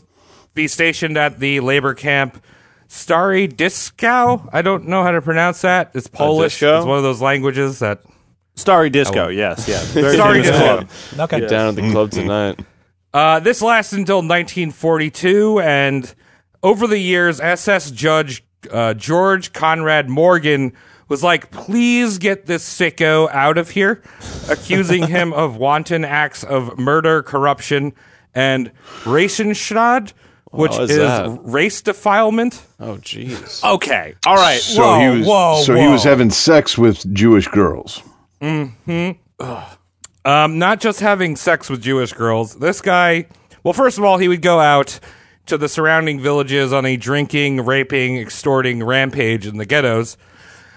be stationed at the labor camp Stary Diskow. I don't know how to pronounce that. It's Polish.
Disko?
It's one of those languages that
Starry
Oh.
Disco. Yes, yes. Very
Starry
famous
Disco.
club.
Okay.
Down at the club tonight.
Uh, this lasts until 1942, and over the years, SS Judge uh, George Conrad Morgan was like, please get this sicko out of here, accusing him of wanton acts of murder, corruption, and Racenschrad, which
What
is,
is that?
race defilement.
Oh, jeez.
Okay. All right.
So
Whoa,
he was
whoa,
so he was
whoa.
having sex with Jewish girls.
Um, not just having sex with Jewish girls. This guy, well, first of all, he would go out to the surrounding villages on a drinking, raping, extorting rampage in the ghettos.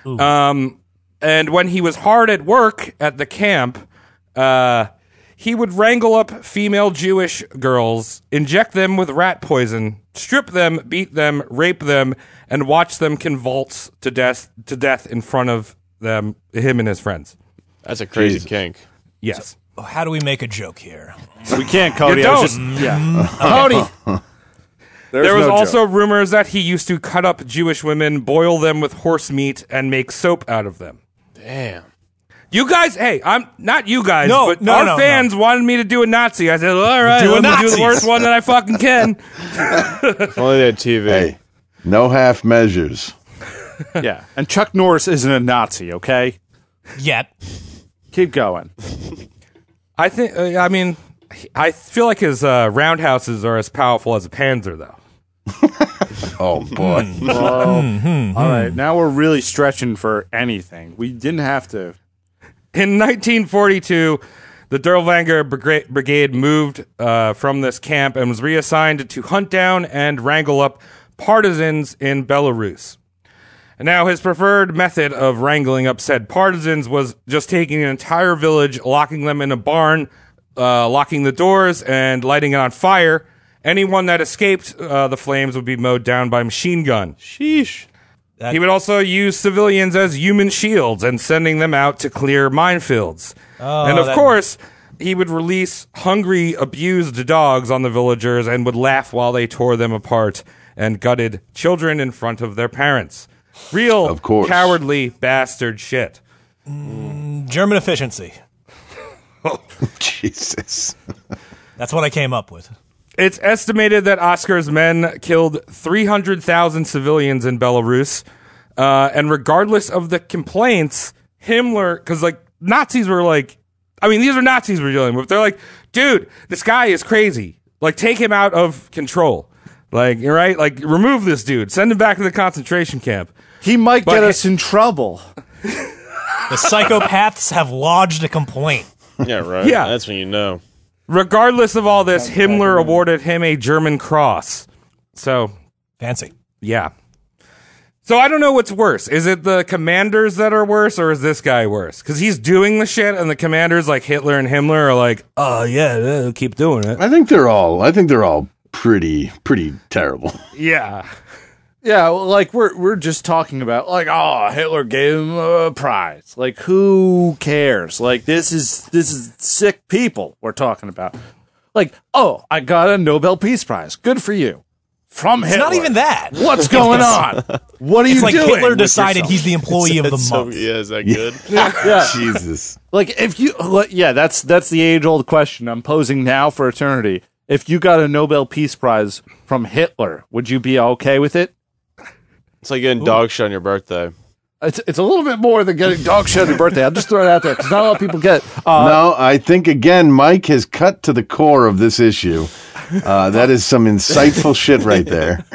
Um, and when he was hard at work at the camp, uh, he would wrangle up female Jewish girls, inject them with rat poison, strip them, beat them, rape them, and watch them convulse to death to death in front of them, him and his friends.
That's a crazy
Jesus.
kink.
Yes,
Oh, How do we make a joke here?
We can't, Cody.
You
I was just- yeah.
Cody.
There's
There was
no joke.
also rumors that he used to cut up Jewish women, boil them with horse meat, and make soap out of them.
Damn.
You guys, hey, I'm not you guys,
No,
but
no,
our
no,
fans wanted me to do a Nazi. I said, well, all right,
Do a
let me do the
Nazi."
worst one that I fucking can.
If only they had TV.
Hey, no half measures.
yeah. And Chuck Norris isn't a Nazi, okay?
Yet.
Keep going.
I think, uh, I mean, I feel like his uh, roundhouses are as powerful as a Panzer, though.
Oh boy.
All right. Now we're really stretching for anything. We didn't have to.
In 1942, the Derwanger Brigra- Brigade moved uh, from this camp and was reassigned to hunt down and wrangle up partisans in Belarus. Now, his preferred method of wrangling up said partisans was just taking an entire village, locking them in a barn, uh, locking the doors, and lighting it on fire. Anyone that escaped uh, the flames would be mowed down by machine gun.
Sheesh.
He would also use civilians as human shields and sending them out to clear minefields. and of
Oh, that-
course, he would release hungry, abused dogs on the villagers and would laugh while they tore them apart and gutted children in front of their parents.
Oh,
Real
Of course.
cowardly bastard shit.
German efficiency.
Jesus.
That's what I came up with.
It's estimated that Oscar's men killed 300,000 civilians in Belarus. Uh, and regardless of the complaints, Himmler, because like Nazis were like, I mean, these are Nazis we're dealing with. They're like, dude, this guy is crazy. Like, take him out of control. Like, you're right? Like, remove this dude. Send him back to the concentration camp.
He might
But-
get us in trouble.
The psychopaths have lodged a complaint.
Yeah, right.
Yeah.
That's when you know.
Regardless of all this, Himmler awarded him a German cross. So
Fancy.
Yeah. So I don't know what's worse. Is it the commanders that are worse, or is this guy worse? Because he's doing the shit, and the commanders like Hitler and Himmler are like, "Oh yeah, yeah, keep doing it."
I think they're all I think they're all pretty pretty terrible.
Yeah.
Yeah, well, like we're we're just talking about like oh Hitler gave him a prize. Like who cares? Like this is this is sick people we're talking about. Like oh I got a Nobel Peace Prize. Good for you. From
It's
Hitler.
not even that.
What's going on? What are you
It's like
doing?
Hitler
with
decided
yourself?
he's the employee of the
So-
month.
yeah, is that good?
Yeah.
Jesus.
Like if you like, yeah, that's that's the age old question I'm posing now for eternity. If you got a Nobel Peace Prize from Hitler, would you be okay with it?
it's like getting dog shit on your birthday.
It's, it's a little bit more than getting dog shit on your birthday. I'll just throw it out there because not a lot of people get. it. Uh,
no, I think again Mike has cut to the core of this issue. Uh, that is some insightful shit right there.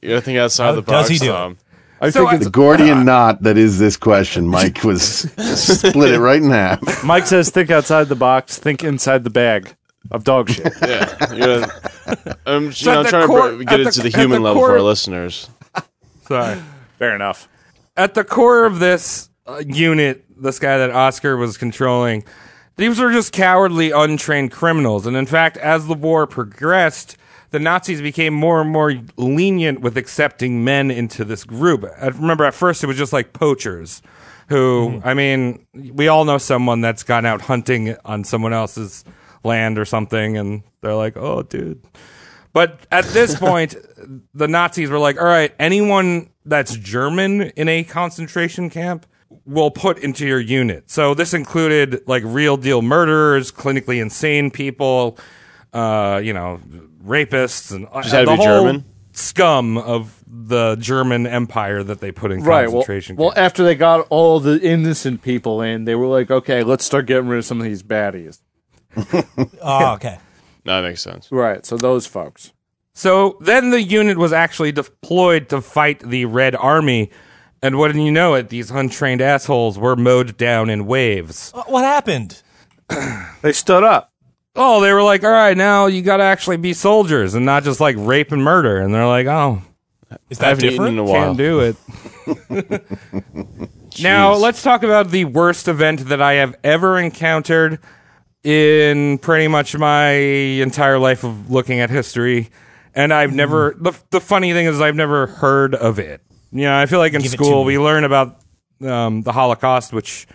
You gotta think um, outside the
does
box.
he do it?
Tom.
I
So
think
I-
it's,
The Gordian knot that is this question. Mike was split it right in half.
Mike says, think outside the box, think inside the bag of dog shit.
Yeah. You gotta- I'm, you know,
at
I'm
the
trying
core-
to br- get
at
it
the-
to the
at the
human level for
core-
our listeners.
Sorry.
Fair enough.
At the core of this uh, unit, this guy that Oscar was controlling, these were just cowardly, untrained criminals. And in fact, as the war progressed, the Nazis became more and more lenient with accepting men into this group. I remember at first it was just like poachers, who,
Mm-hmm.
I mean, we all know someone that's gone out hunting on someone else's land or something, and they're like, oh, dude. But at this point, the Nazis were like, all right, anyone that's German in a concentration camp will put into your unit. So this included like real deal murderers, clinically insane people, uh, you know, rapists, and uh,
Just had to
the
be
whole
German?
scum of the German empire that they put in
Right. Well,
concentration
well,
camps.
after they got all the innocent people in, they were like, okay, let's start getting rid of some of these baddies.
Oh, okay.
No, that makes sense.
Right. So those folks.
So then the unit was actually deployed to fight the Red Army. And wouldn't you know it, these untrained assholes were mowed down in waves.
Wh- What happened?
They stood up.
oh, they were like, all right, now you got to actually be soldiers and not just like rape and murder. And they're like, oh,
Is
I
that
haven't eaten in a
different?
while.
can't do it. now, let's talk about the worst event that I have ever encountered in pretty much my entire life of looking at history. and
Hmm.
I've never. The, the funny thing is, I've never heard of it. You know, I feel like in
Give it to
school we
me.
learn about um, the Holocaust, which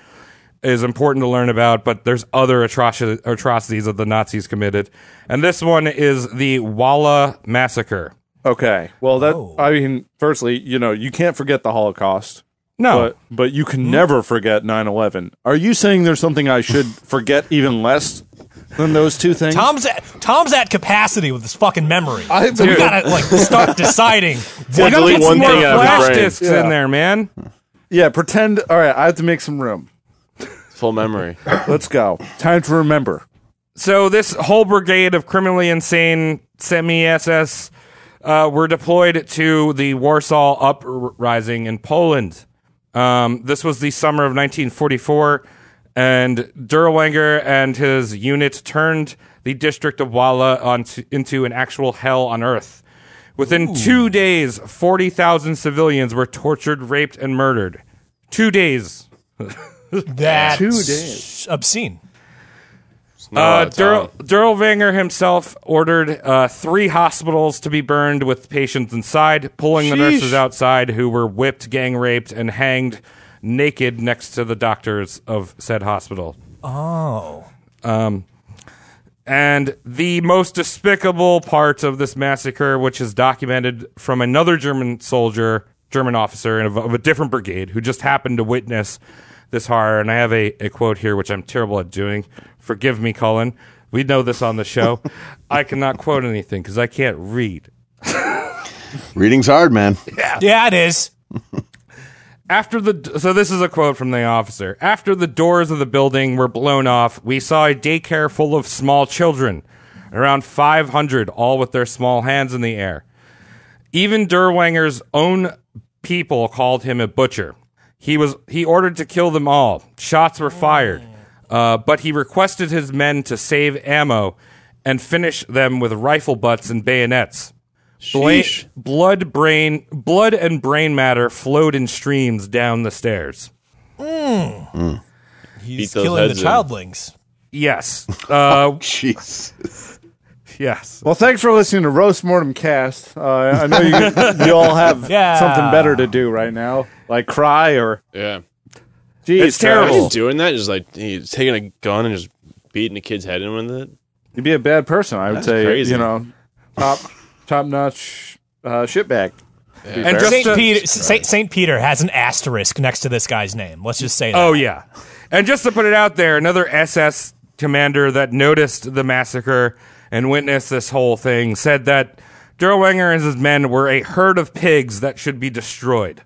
is important to learn about, but there's other atroci- atrocities that the Nazis committed, and this one is the Walla massacre.
Okay. Well, that I mean, firstly, you know, you can't forget the Holocaust,
Oh.
No,
but but you can never forget 9/11. Are you saying there's something I should forget even less than those two things?
Tom's at, Tom's at capacity with his fucking memory.
I-
so we
Dude.
gotta like start deciding.
you gotta
delete
get some
one
more
thing out of my
flash
brain.
discs in there, man.
yeah, pretend All right, I have to make some room.
Full memory.
Let's go. Time to remember.
So this whole brigade of criminally insane semi-SS uh, were deployed to the Warsaw uprising in Poland. Um, this was the summer of 1944, and Durwanger and his unit turned the district of Walla onto, into an actual hell on earth. Within two days, 40,000 civilians were tortured, raped, and murdered. Two days.
That's Two days. obscene.
lot
Uh,
of time.
Dur- Durlvanger himself ordered uh, three hospitals to be burned with patients inside, pulling the nurses outside who were whipped, gang raped, and hanged naked next to the doctors of said hospital.
Oh,
And the most despicable part of this massacre, which is documented from another German soldier, German officer of, of a different brigade who just happened to witness this horror. And I have a, a quote here, which I'm terrible at doing. Forgive me, Cullen. We know this on the show. I cannot quote anything because I can't read.
Reading's hard, man.
yeah, it is.
After the so this is a quote from the officer. After the doors of the building were blown off, we saw a daycare full of small children, around 500, all with their small hands in the air. Even Durwanger's own people called him a butcher. He was he ordered to kill them all. Shots were fired, uh, but he requested his men to save ammo and finish them with rifle butts and bayonets. Bla- blood, brain, blood and brain matter flowed in streams down the stairs.
He's
Beat those
killing the
heads in.
childlings.
Yes. Uh,
Jeez.
yes.
Well, thanks for listening to Roast Mortem Cast. Uh, I know you, you all have
Yeah.
something better to do right now, like cry or.
Yeah.
Geez,
It's terrible.
Imagine doing that, just like he's taking a gun and just beating a kid's head in with it.
You'd be a bad person, I would say.
crazy.
You know, top top notch uh, shitbag. to be
And
fair.
just
Saint
to-
Peter, Saint, Saint Peter has an asterisk next to this guy's name. Let's just say that.
Oh yeah. And just to put it out there, another SS commander that noticed the massacre and witnessed this whole thing said that Durwanger and his men were a herd of pigs that should be destroyed.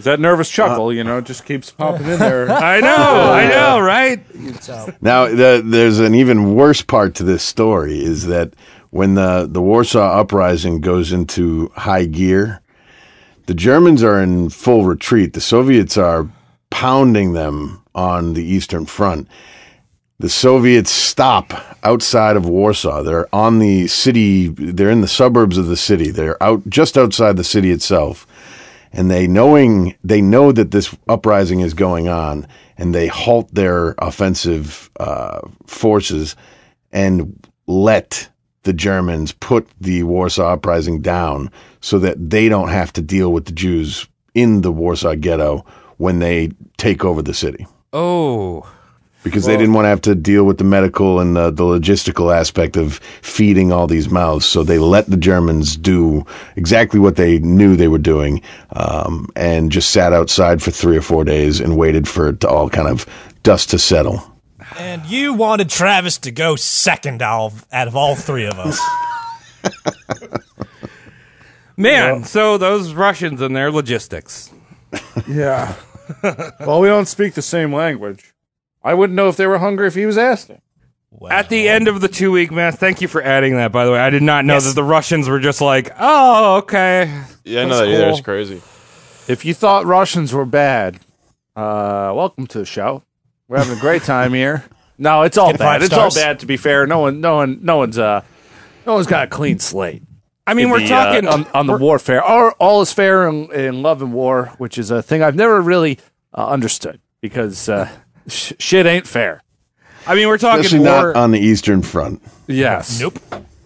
that nervous
Uh,
chuckle, you know, just keeps popping in there.
I know, I know, right?
Now, the, there's an even worse part to this story is that when the, the Warsaw Uprising goes into high gear, the Germans are in full retreat. The Soviets are pounding them on the Eastern Front. The Soviets stop outside of Warsaw. They're on the city, they're in the suburbs of the city. They're out just outside the city itself. And they knowing they know that this uprising is going on and they halt their offensive uh, forces and let the Germans put the Warsaw uprising down so that they don't have to deal with the Jews in the Warsaw ghetto when they take over the city
Oh.
because they didn't want to have to deal with the medical and the, the logistical aspect of feeding all these mouths. So they let the Germans do exactly what they knew they were doing um, and just sat outside for three or four days and waited for it to all kind of dust to settle.
And you wanted Travis to go second out of, out of all three of us.
Man, so those Russians and their logistics.
yeah. well, we don't speak the same language. I wouldn't know if they were hungry if he was asking.
At the end of the two week mass, thank you for adding that, by the way. I did not know
Yes.
that the Russians were just like, oh, okay.
Yeah, I
That's
know that either.
cool.
It's crazy.
If you thought Russians were bad, uh, welcome to the show. We're having a great time here. No, it's all
Get five
bad. It's all
stars.
bad. To be fair, no one, no one, no one's, uh, no one's got a clean slate.
I mean,
in
we're
the, uh,
talking.
on, on the warfare. All, all is fair in, in love and war, which is a thing I've never really uh, understood because uh, sh- shit ain't fair.
I mean, we're talking
Especially
war.
not on the Eastern Front.
Yes.
Nope.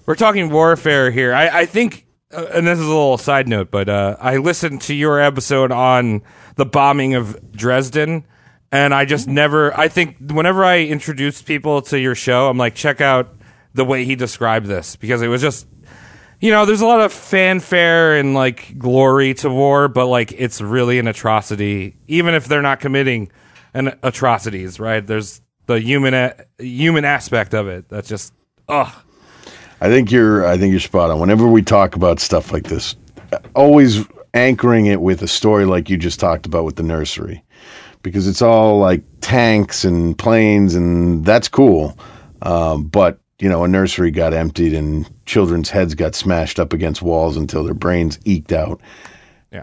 We're talking warfare here. I, I think, uh, and this is a little side note, but uh, I listened to your episode on the bombing of Dresden, and I just never. I think whenever I introduce people to your show, I'm like, check out the way he described this because it was just you know, there's a lot of fanfare and like glory to war, but like it's really an atrocity, even if they're not committing an atrocities, right? There's the human a- human aspect of it. That's just ugh.
I think you're I think you're spot on. Whenever we talk about stuff like this, always anchoring it with a story like you just talked about with the nursery. Because it's all like tanks and planes and that's cool. Um, but you know, a nursery got emptied and children's heads got smashed up against walls until their brains eked out.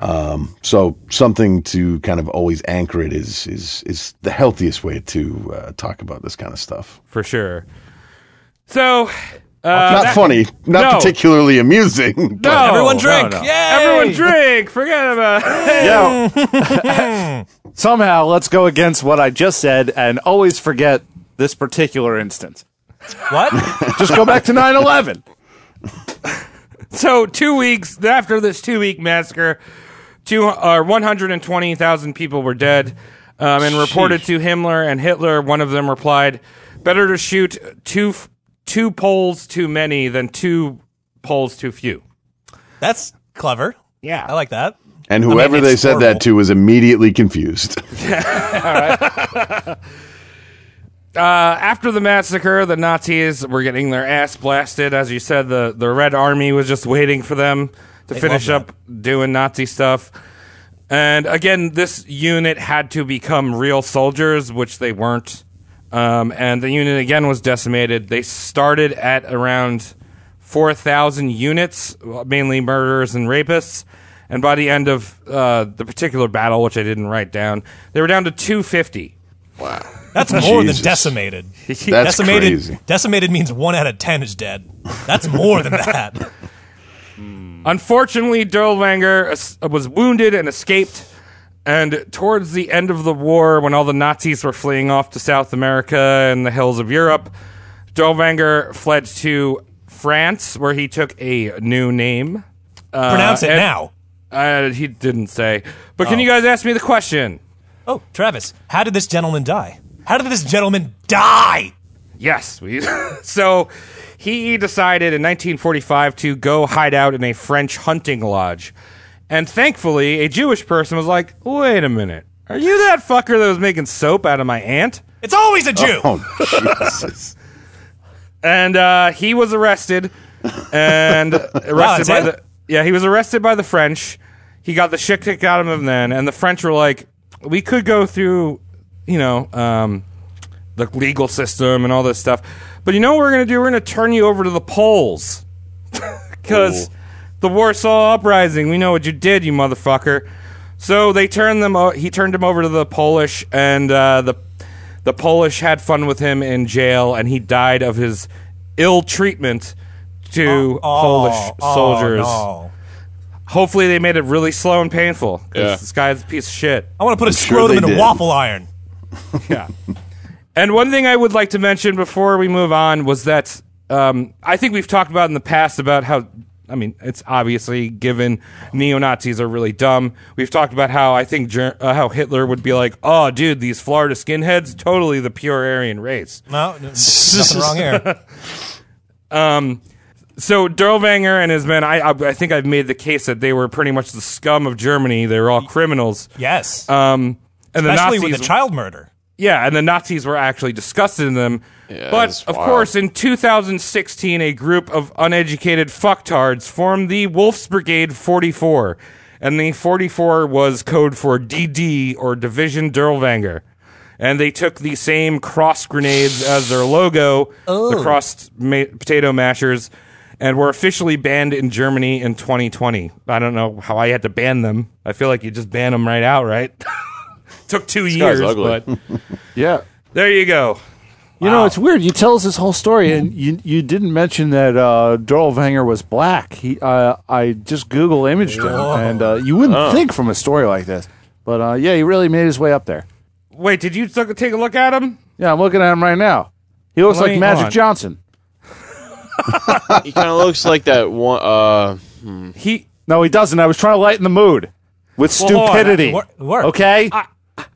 Um, so something to kind of always anchor it is is is the healthiest way to uh, talk about this kind of stuff.
for sure. So, uh,
not
that-
funny, not
no.
particularly amusing. but-
No,
Everyone
no,
drink.
no.
Yay!
Everyone drink. Forget about. it.
Yeah. Somehow, let's go against what I just said and always forget this particular instance.
What?
Just go back to 9 11.
So two weeks after this two week massacre, two or one hundred and twenty thousand people were dead, um, and reported to Himmler and Hitler. One of them replied, "Better to shoot two f- two poles too many than two poles too few."
That's clever.
Yeah.
I like that.
And whoever
I mean,
they
it's
said
horrible.
that to was immediately confused.
Uh, after the massacre, the Nazis were getting their ass blasted. As you said, the, the Red Army was just waiting for them to finish
love
up doing Nazi stuff. And again, this unit had to become real soldiers, which they weren't. Um, and the unit again was decimated. They started at around 4,000 units, mainly murderers and rapists. And by the end of uh, the particular battle, which I didn't write down, they were down to 250.
That's more
Jesus.
than decimated.
That's
decimated,
crazy.
Decimated means one out of ten is dead. That's more than that.
Unfortunately, Durlwanger es- was wounded and escaped. And towards the end of the war, when all the Nazis were fleeing off to South America and the hills of Europe, Durlwanger fled to France, where he took a new name. Uh,
Pronounce it
and-
now.
Uh, he didn't say. But can you guys ask me the question?
Oh, Travis, how did this gentleman die? How did this gentleman die?
Yes. We, so he decided in 1945 to go hide out in a French hunting lodge. And thankfully, a Jewish person was like, wait a minute. Are you that fucker that was making soap out of my aunt?
It's
Uh,
always a Jew.
oh, Jesus.
And uh, he was arrested. And arrested
that's
by
Ah, it?
the. Yeah, he was arrested by the French. He got the shit kicked out of him then. And the French were like, we could go through, you know, um, the legal system and all this stuff. But you know what we're going to do? We're going to turn you over to the Poles. Because the Warsaw Uprising, we know what you did, you motherfucker. So they turned them. O- he turned him over to the Polish, and uh, the the Polish had fun with him in jail, and he died of his ill treatment to Polish
Oh,
soldiers.
no.
Hopefully, they made it really slow and painful. 'cause
Yeah.
this guy's a piece of shit.
I want to put a
sure
scrotum
they
in a
did.
waffle iron.
Yeah. and one thing I would like to mention before we move on was that um, I think we've talked about in the past about how, I mean, it's obviously given neo Nazis are really dumb. We've talked about how I think Ger- uh, how Hitler would be like, oh, dude, these Florida skinheads, totally the pure Aryan race.
No, no, nothing wrong here.
So Durlwanger and his men, I, I, I think I've made the case that they were pretty much the scum of Germany. They were all criminals.
Yes,
Uh,
Um, and
especially
the Nazis
with the child murder.
Yeah, and the Nazis were actually disgusted in them. but
that's
of
wild.
course, in 2016, a group of uneducated fucktards formed the Wolf's Brigade 44, and the 44 was code for DD or Division Durlwanger. And they took the same cross grenades as their logo, the crossed ma- potato mashers, and were officially banned in Germany in 2020. I don't know how I had to ban them. I feel like you just ban them right out, right? Took two
guy's
years,
ugly.
but.
Yeah.
There you go.
You know, it's weird. You tell us this whole story, and you you didn't mention that uh, Dorlvanger was black. He, uh, I just Google imaged him, and uh, you wouldn't think from a story like this, but uh, yeah, he really made his way up there.
Wait, did you took- take a look at him?
Yeah, I'm looking at him right now. He looks
Let
like
me-
Magic
hold on.
Johnson.
He kind of looks like that one. Uh,
He
No, he doesn't. I was trying to lighten the mood with
Well, hold on.
stupidity.
Wor- work.
Okay?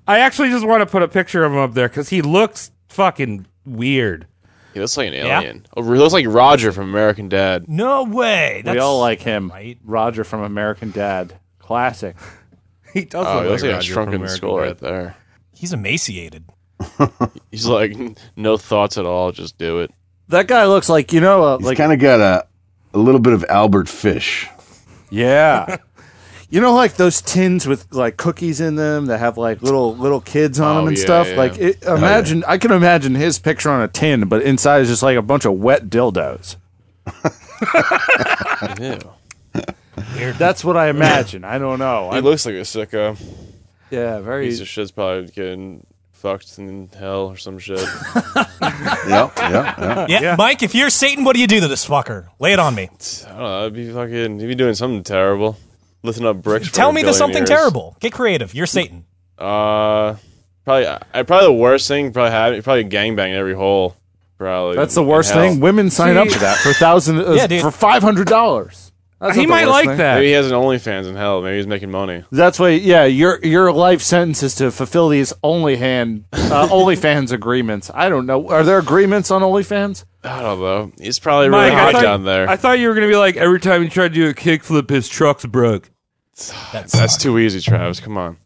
I actually just want to put a picture of him up there because he looks fucking weird.
he looks like an alien. Oh, he looks like Roger from American Dad.
No way. That's,
we all like him.
right.
Roger from American Dad. Classic.
He does
Oh,
look
he
like,
looks like a
Roger from
shrunken
American
skull
Dad.
right there.
he's emaciated.
He's like no thoughts at all. Just do it.
That guy looks like, you know, uh,
He's
like.
kind of got a a little bit of Albert Fish.
yeah. you know, like those tins with like cookies in them that have like little little kids on
Oh,
them and
yeah,
stuff.
yeah. Oh,
Like, it, imagine, I can imagine his picture on a tin, but inside is just like a bunch of wet dildos.
Ew.
That's what I imagine. I don't know.
He
I'm-
looks like a sicko.
yeah, very.
Piece of shit's probably getting fucked in hell or some shit.
Yep, yep,
Uh,
yep.
Yeah. Mike, if you're Satan, what do you do to this fucker? Lay it on me.
I don't know. I'd be fucking. He'd be doing something terrible. Lifting up bricks. for
Tell me there's something
billionaires.
terrible. Get creative. You're Satan.
Uh, probably. I probably the worst thing probably happened. Probably gangbang every hole. Probably.
That's the
in
worst
hell.
thing. Women sign up for that for thousand uh,
Yeah, dude.
for five hundred dollars.
He might like that.
Maybe he has an OnlyFans in hell. Maybe he's making money.
That's why, yeah, your your life sentence is to fulfill these only hand uh, OnlyFans agreements. I don't know. Are there agreements on OnlyFans?
I don't know. He's probably really
Mike, I
hot
thought,
down there.
I thought you were gonna be like every time he tried to do a kickflip, his trucks broke.
That's,
That's too easy, Travis. Come on.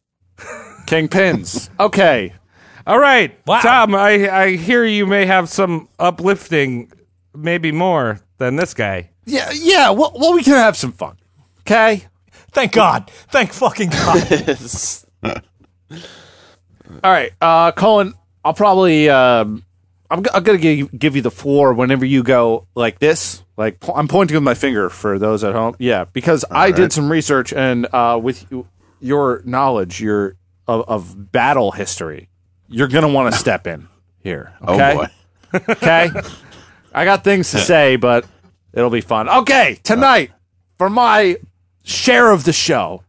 Kingpins. okay.
All right,
Wow.
Tom, I I hear you may have some uplifting, maybe more than this guy.
Yeah, yeah. Well, well, we can have some fun. Okay.
thank God. Thank fucking God.
All right, uh, Colin. I'll probably. Um, I'm, g- I'm gonna give, give you the floor whenever you go like this. Like po- I'm pointing with my finger for those at home. Yeah, because I did some research and uh, with you, your knowledge, your of, of battle history, you're gonna want to step in here.
Oh
Okay.
boy.
Okay. I got things to say, but it'll be fun. Okay, tonight for my share of the show,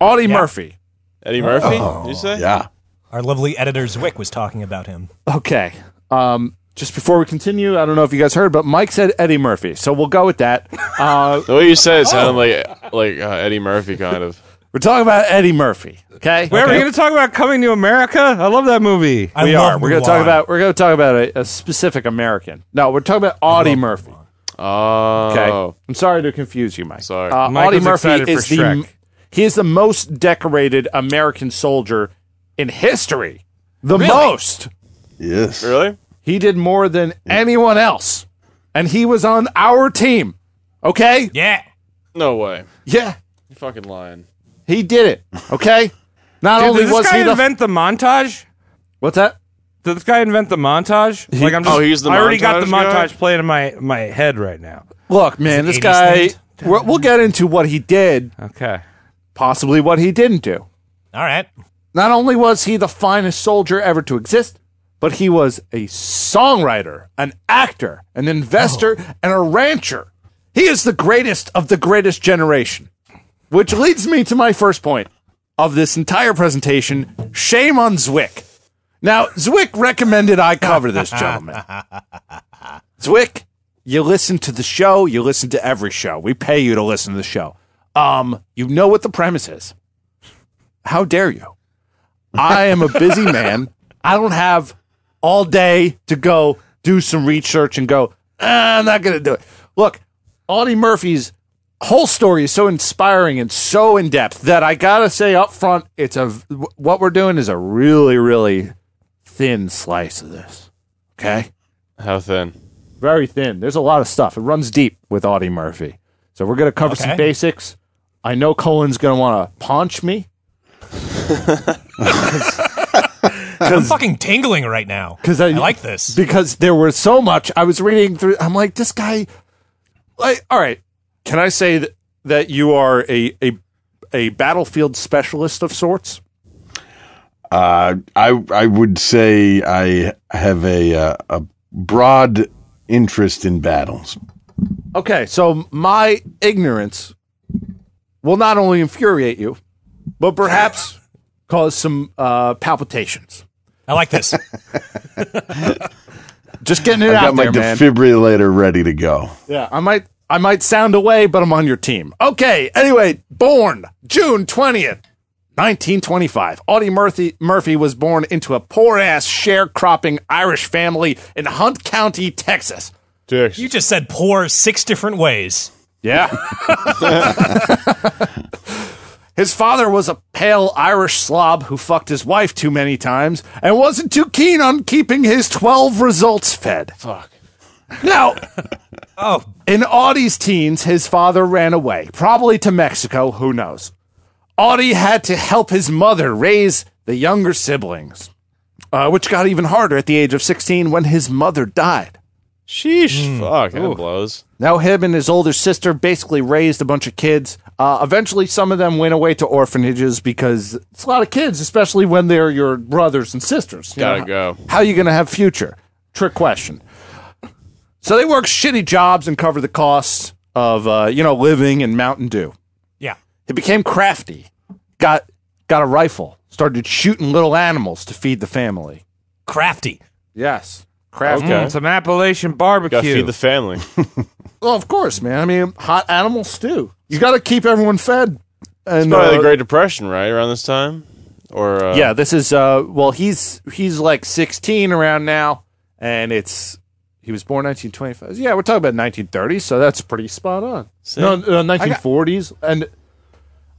Audie Murphy.
Eddie Murphy? did you say?
Yeah.
Our lovely editor Zwick was talking about him.
Okay. Um, just before we continue, I don't know if you guys heard, but Mike said Eddie Murphy, so we'll go with that. Uh,
The way you said it sounded like like uh, Eddie Murphy, kind of.
we're talking about Eddie Murphy. Okay.
Where are we gonna talk about coming to America? I love that movie.
I
We
love
are. We're going to
Mulan.
talk about. We're going to talk about a, a specific American. No, we're talking about Audie Murphy.
Oh.
Okay. I'm sorry to confuse you, Mike.
Sorry.
Uh,
Mike
Audie
was
Murphy
excited for
is the
Shrek.
he is the most decorated American soldier in history. The most.
Yes.
Really?
He did more than anyone else. And he was on our team. Okay?
Yeah.
No way.
Yeah.
You're fucking lying.
He did it. Okay? Not
Dude,
only
did this
was
guy
he the
invent the montage?
What's that?
Did this guy invent the montage? like I'm just,
Oh, he's the
I already got the
montage guy?
montage playing in my my head right now.
Look, man, this
80s
guy
thing.
we'll, we'll get into what he did,
Okay.
possibly what he didn't do.
All right.
Not only was he the finest soldier ever to exist, but he was a songwriter, an actor, an investor, and a rancher. He is the greatest of the greatest generation. Which leads me to my first point of this entire presentation shame on Zwick. Now, Zwick recommended I cover this, gentlemen. Zwick, you listen to the show, you listen to every show. We pay you to listen to the show. Um, you know what the premise is. How dare you? I am a busy man. I don't have all day to go do some research and go, "Ah, I'm not going to do it. Look, Audie Murphy's whole story is so inspiring and so in depth that I got to say up front, it's a what we're doing is a really really thin slice of this. Okay?
How thin?
Very thin. There's a lot of stuff. It runs deep with Audie Murphy. So we're going to cover some
Okay.
basics. I know Colin's going to want to punch me
I'm fucking tingling right now.
because
I like this.
because there was so much I was reading through. I'm like, this guy, like, all right. Can I say that, that you are a, a a battlefield specialist of sorts?
Uh, I I would say I have a uh, a broad interest in battles.
Okay, so my ignorance will not only infuriate you, but perhaps cause some uh, palpitations.
I like this.
Just getting it
I've
out
got my
there, man.
defibrillator ready to go.
Yeah, I might I might sound away, but I'm on your team. Okay. Anyway, born June 20th, 1925. Audie Murphy Murphy was born into a poor ass sharecropping Irish family in Hunt County, Texas.
Dicks.
You just said poor six different ways.
Yeah. his father was a pale Irish slob who fucked his wife too many times and wasn't too keen on keeping his 12 results fed. Fuck. Now,
Oh,
in Audie's teens, his father ran away, probably to Mexico, who knows. Audie had to help his mother raise the younger siblings, uh, which got even harder at the age of 16 when his mother died.
Sheesh.
Mm.
Fuck. That blows.
Now, him and his older sister basically raised a bunch of kids. Uh, eventually, some of them went away to orphanages because it's a lot of kids, especially when they're your brothers and sisters. You
Gotta
know,
go.
How you going to have future? Trick question. So they worked shitty jobs and covered the costs of uh, you know living in Mountain Dew.
yeah.
He became crafty, got got a rifle, started shooting little animals to feed the family.
Crafty.
Yes, crafty.
Okay.
Some Appalachian
Gotta
barbecue.
feed the family.
Well, of course, man. I mean, hot animals stew. You got to keep everyone fed. And
Probably
uh,
the Great Depression, right? Around this time? Or uh,
yeah, this is uh. Well, he's he's like 16 around now, and it's he was born 1925. Yeah, we're talking about 1930s, so that's pretty spot on.
See?
No, uh, 1940s, and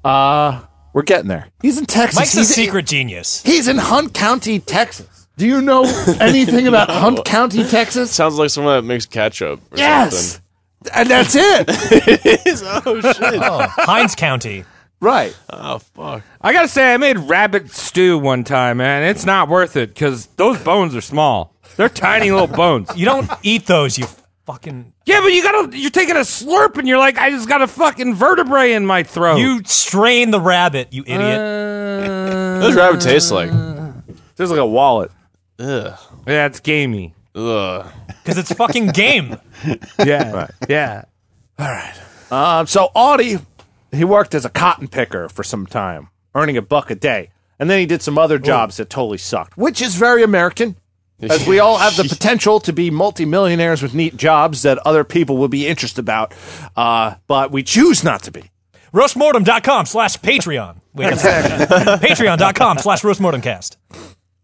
uh, we're getting there. He's in Texas.
Mike's a
He's-
secret genius.
He's in Hunt County, Texas. Do you know anything about Hunt County, Texas?
Sounds like someone that makes ketchup. Or
Yes.
Something.
And that's it.
Oh, Hines County.
right.
Oh fuck.
I gotta say, I made rabbit stew one time, man. It's not worth it because those bones are small. They're tiny little bones.
You don't eat those, you fucking.
Yeah, but you gotta. You're taking a slurp, and you're like, I just got a fucking vertebrae in my throat.
You strain the rabbit, you idiot.
What does rabbit taste like?
There's like a wallet.
Ugh.
yeah, it's gamey.
Ugh.
Because it's fucking game.
Yeah, yeah.
Um, so Audie, he worked as a cotton picker for some time, earning a buck a day, and then he did some other jobs that totally sucked, which is very American. As we all have the potential to be multimillionaires with neat jobs that other people would be interested about, uh, but we choose not to be.
Roastmortem.com slash Patreon. Wait, I'm sorry. Patreon.com slash roastmortemcast.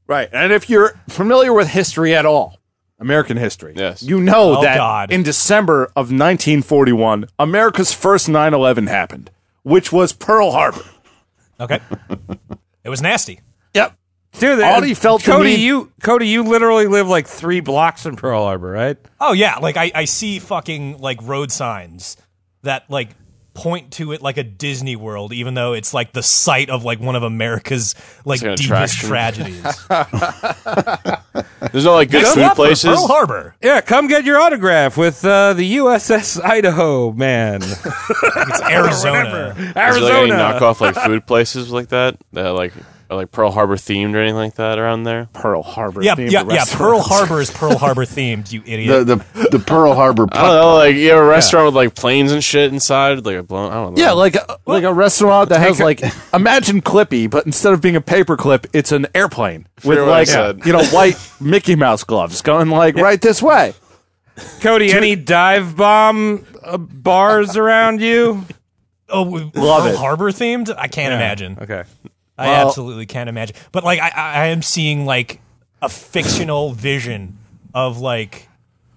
Right. And if you're familiar with history at all, American history,
Yes.
you know
Oh,
that
God.
in December of 1941, America's first 9 11 happened, which was Pearl Harbor.
Okay. It was nasty.
Yep.
Dude,
Audie felt the
Cody,
need-
you Cody, you literally live like three blocks from Pearl Harbor, right?
Oh, yeah. Like, I, I see fucking, like, road signs that, like, point to it like a Disney World, even though it's, like, the site of, like, one of America's,
It's like
like,
an
deepest
attraction.
tragedies.
There's no like good
Good
food
luck for
places.
Pearl Harbor.
Yeah, come get your autograph with uh, the USS Idaho man,
It's Arizona.
Is there, like, any
Arizona.
knockoff like food places like that that like are like Pearl Harbor themed or anything like that around there?
Pearl Harbor.
Yeah,
themed
yeah, yeah.
restaurant.
Pearl Harbor is Pearl Harbor themed, you idiot.
The the the Pearl Harbor.
I don't know, like you have a restaurant with like planes and shit inside, like a blown. I don't know.
Yeah, like a, like a restaurant that has like imagine Clippy, but instead of being a paper clip, it's an airplane with
Forget what I
like
said.
you know white Mickey Mouse gloves going like right this way.
Cody, any dive bomb uh, bars around you?
Oh, w-
Love
Pearl
it.
Harbor themed? I can't imagine.
Okay.
I
Well-
absolutely can't imagine. But like, I, I I am seeing like a fictional vision of like,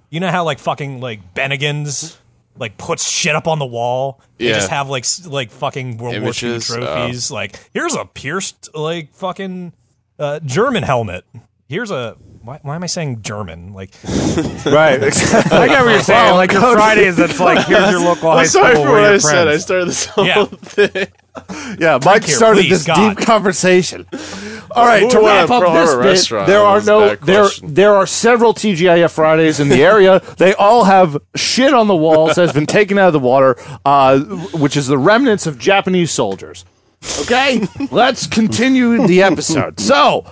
you know how like fucking like Bennigan's like puts shit up on the wall. They
Yeah.
just have like s- like fucking World
Images,
War
oh.
II trophies. Like, here's a pierced like fucking uh, German helmet. Here's a. Why, why am I saying German? Like,
Right.
I get what you're saying. Like your Fridays, that's like here's your local high
I'm
school.
sorry for
where
what
your
I said. I
friends-
started this whole
Yeah.
thing.
yeah, Mike
here,
started
please,
this
God.
deep conversation. All right,
Who
to
would
wrap
want a Pearl
up this
Harbor
bit,
restaurant?
there are
That's a
no
bad
there
question.
there are several TGIF Fridays in the area. they all have shit on the walls that's been taken out of the water, uh, which is the remnants of Japanese soldiers. Okay, let's continue the episode. So.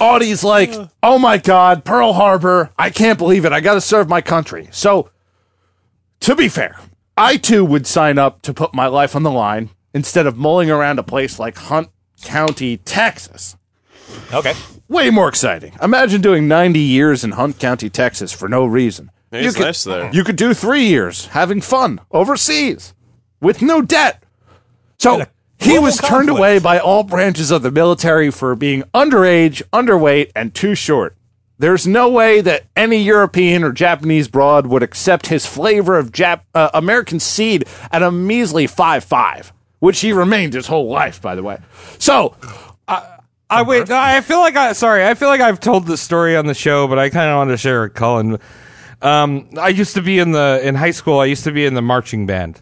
Audie's like, oh my God, Pearl Harbor. I can't believe it. I got to serve my country. So, to be fair, I too would sign up to put my life on the line instead of mulling around a place like Hunt County, Texas.
okay,
way more exciting. Imagine doing 90 years in Hunt County, Texas for no reason.
Maybe it's nice there.
You could do three years having fun overseas with no debt. So
a
he
global
was turned
conflict.
away by all branches of the military for being underage, underweight, and too short. There's no way that any European or Japanese broad would accept his flavor of Jap- uh, American seed at a measly 5'5, which he remained his whole life, by the way. So
I wait. I feel like I. Sorry, I feel like I've told this story on the show, but I kind of want to share it, Cullen. Um, I used to be in the in high school. I used to be in the marching band.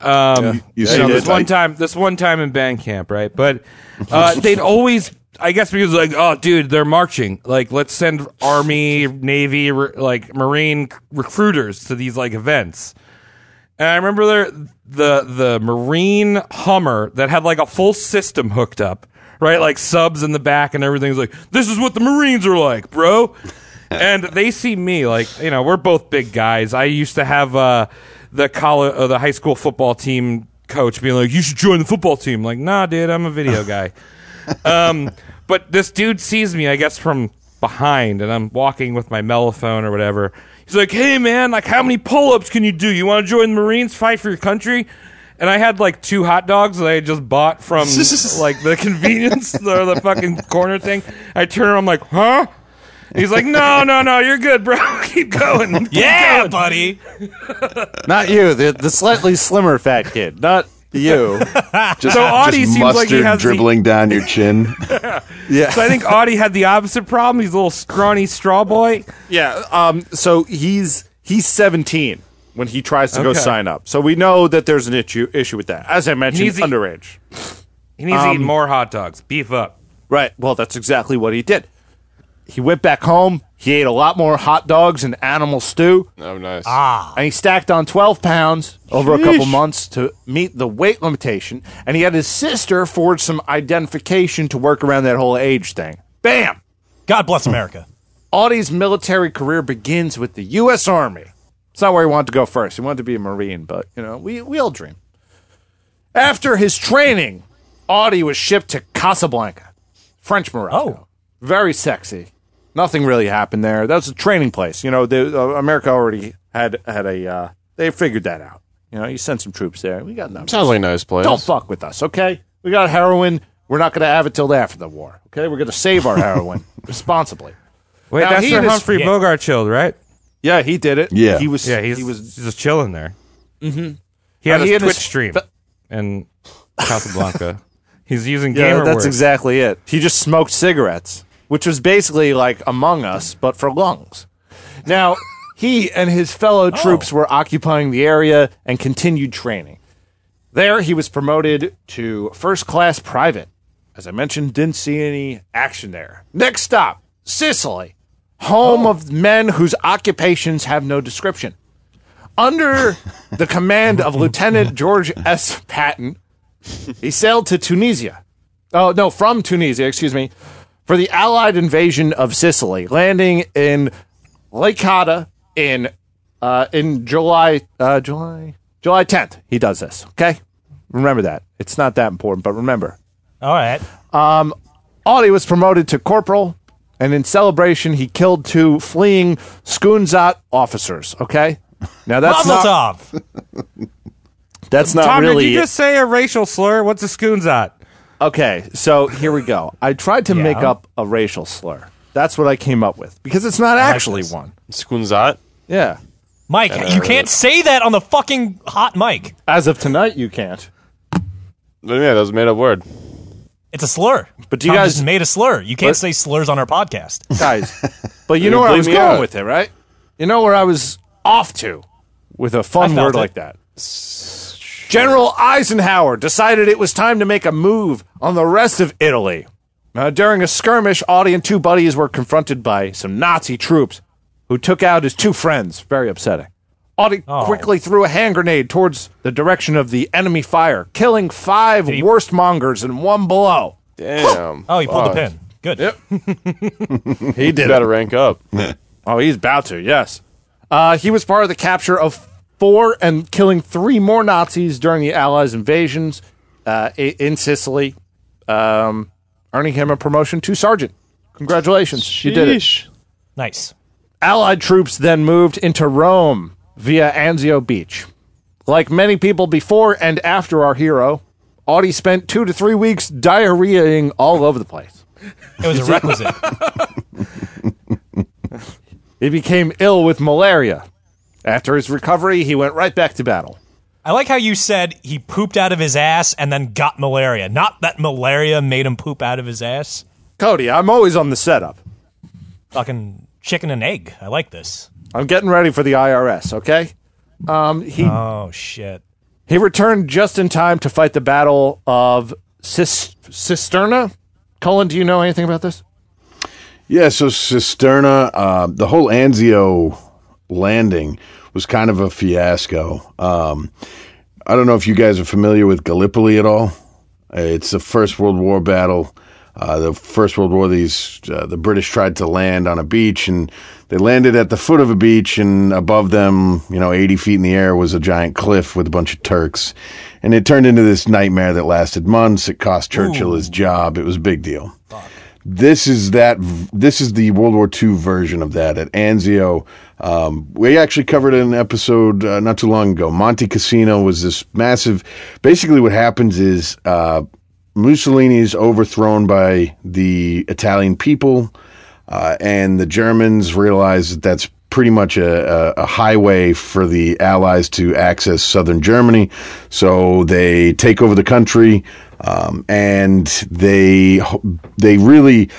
Um,
you
you know,
sounded
this one
like-
time, this one time in band camp, right? But uh, they'd always, I guess, because like, oh, dude, they're marching. Like, let's send army, navy, re- like marine recruiters to these like events. And I remember there, the the Marine Hummer that had like a full system hooked up, right? Like subs in the back and everything's like, this is what the Marines are like, bro. and they see me like, you know, we're both big guys. I used to have uh, the college, uh, the high school football team coach being like, you should join the football team. Like, nah, dude, I'm a video guy. um, but this dude sees me, I guess, from behind, and I'm walking with my mellophone or whatever. He's like, "Hey, man, like, how many pull-ups can you do? You want to join the Marines, fight for your country?" And I had like two hot dogs that I had just bought from like the convenience or the fucking corner thing. I turn around, I'm like, "Huh?" And he's like, "No, no, no, you're good, bro. Keep going."
Yeah, buddy.
Not you, the, the slightly slimmer fat kid. Not you.
Just,
So Audie
just
seems like
mustard
he has the-
dribbling down your chin.
So I think Audie had the opposite problem. He's a little scrawny straw boy.
Yeah. Um. So he's he's 17 when he tries to go
Okay.
sign up. So we know that there's an issue issue with that. As I mentioned,
He's the-
underage.
He needs to eat more hot dogs. Beef up.
Right. Well, that's exactly what he did. He went back home. He ate a lot more hot dogs and animal stew,
Oh, nice.
and he stacked on 12 pounds over a couple months to meet the weight limitation. And he had his sister forge some identification to work around that whole age thing. Bam.
God bless America.
Audie's military career begins with the U.S. Army. It's not where he wanted to go first. He wanted to be a Marine, but, you know, we, we all dream. After his training, Audie was shipped to Casablanca, French Morocco. Oh. Very sexy. Nothing really happened there. That was a training place. You know, the, uh, America already had, had a, uh, they figured that out. You know, you sent some troops there. We got numbers.
Sounds like a nice place.
Don't fuck with us, okay? We got heroin. We're not going to have it till after the war, okay? We're going to save our heroin responsibly.
Wait,
Now,
that's
he
where
and his-
Humphrey Bogart chilled, right?
Yeah, he did it.
Yeah.
he was.
Yeah, he's,
he was.
just chilling there. Mm-hmm. He had
Uh,
a
he had
Twitch
his-
stream in Casablanca. he's using
Yeah,
gamer
that's
words.
exactly it. He just smoked cigarettes, which was basically like Among Us, but for lungs. Now, he and his fellow troops were occupying the area and continued training. There, he was promoted to first class private. As I mentioned, didn't see any action there. Next stop, Sicily, home of men whose occupations have no description. Under the command of Lieutenant George S. Patton, he sailed to Tunisia. Oh, no, from Tunisia, excuse me, for the Allied invasion of Sicily, landing in Lakata in uh, in July uh, July July 10th. He does this, okay? Remember that. It's not that important, but remember.
All right.
Audie was promoted to corporal, and in celebration, he killed two fleeing Skunzat officers, okay? Now that's
Mazel
not
tov.
that's not
Tom,
really
did you just say a racial slur? What's a scoon's at?
Okay, so here we go. I tried to make up a racial slur. That's what I came up with because it's not actually
this.
one.
Skunzat?
Yeah.
Mike, you can't say that on the fucking hot mic.
As of tonight, you can't.
But yeah, that was a made up word.
It's a slur.
But do you
Tom
guys-
just made a slur. You can't
What?
say slurs on our podcast.
Guys, but you know where I
blew
was
me
going
out.
with it, right? You know where I was off to with a fun word
felt it.
like that. General Eisenhower decided it was time to make a move on the rest of Italy. Uh, during a skirmish, Audie and two buddies were confronted by some Nazi troops who took out his two friends. Very upsetting. Audie quickly threw a hand grenade towards the direction of the enemy fire, killing five worst mongers and one below.
Damn.
Oh, he pulled
Fuck.
the pin. Good.
He did
You gotta rank up.
Oh, he's about to, yes. Uh, he was part of the capture of four and killing three more Nazis during the Allies' invasions uh, i- in Sicily, um, earning him a promotion to sergeant. Congratulations, you did it.
Nice.
Allied troops then moved into Rome via Anzio Beach. Like many people before and after our hero, Audie spent two to three weeks diarrheaing all over the place.
It was a requisite.
He became ill with malaria. After his recovery, he went right back to battle.
I like how you said he pooped out of his ass and then got malaria. Not that malaria made him poop out of his ass.
Cody, I'm always on the setup.
Fucking chicken and egg. I like this.
I'm getting ready for the IRS, okay? Um, he
Oh shit.
He returned just in time to fight the Battle of Cis- Cisterna. Colin, do you know anything about this?
Yeah, so Cisterna, uh, the whole Anzio landing was kind of a fiasco. Um, I don't know if you guys are familiar with Gallipoli at all. Uh, It's the First World War battle. Uh, the First World War, these uh, the British tried to land on a beach, and they landed at the foot of a beach, and above them, you know, 80 feet in the air was a giant cliff with a bunch of Turks, and it turned into this nightmare that lasted months. It cost Churchill his job. It was a big deal this is that this is the World War II version of that at Anzio. Um, we actually covered an episode uh, not too long ago. Monte Cassino was this massive. Basically, what happens is uh, Mussolini is overthrown by the Italian people, uh, and the Germans realize that that's pretty much a, a, a highway for the Allies to access southern Germany. So they take over the country, um, and they they really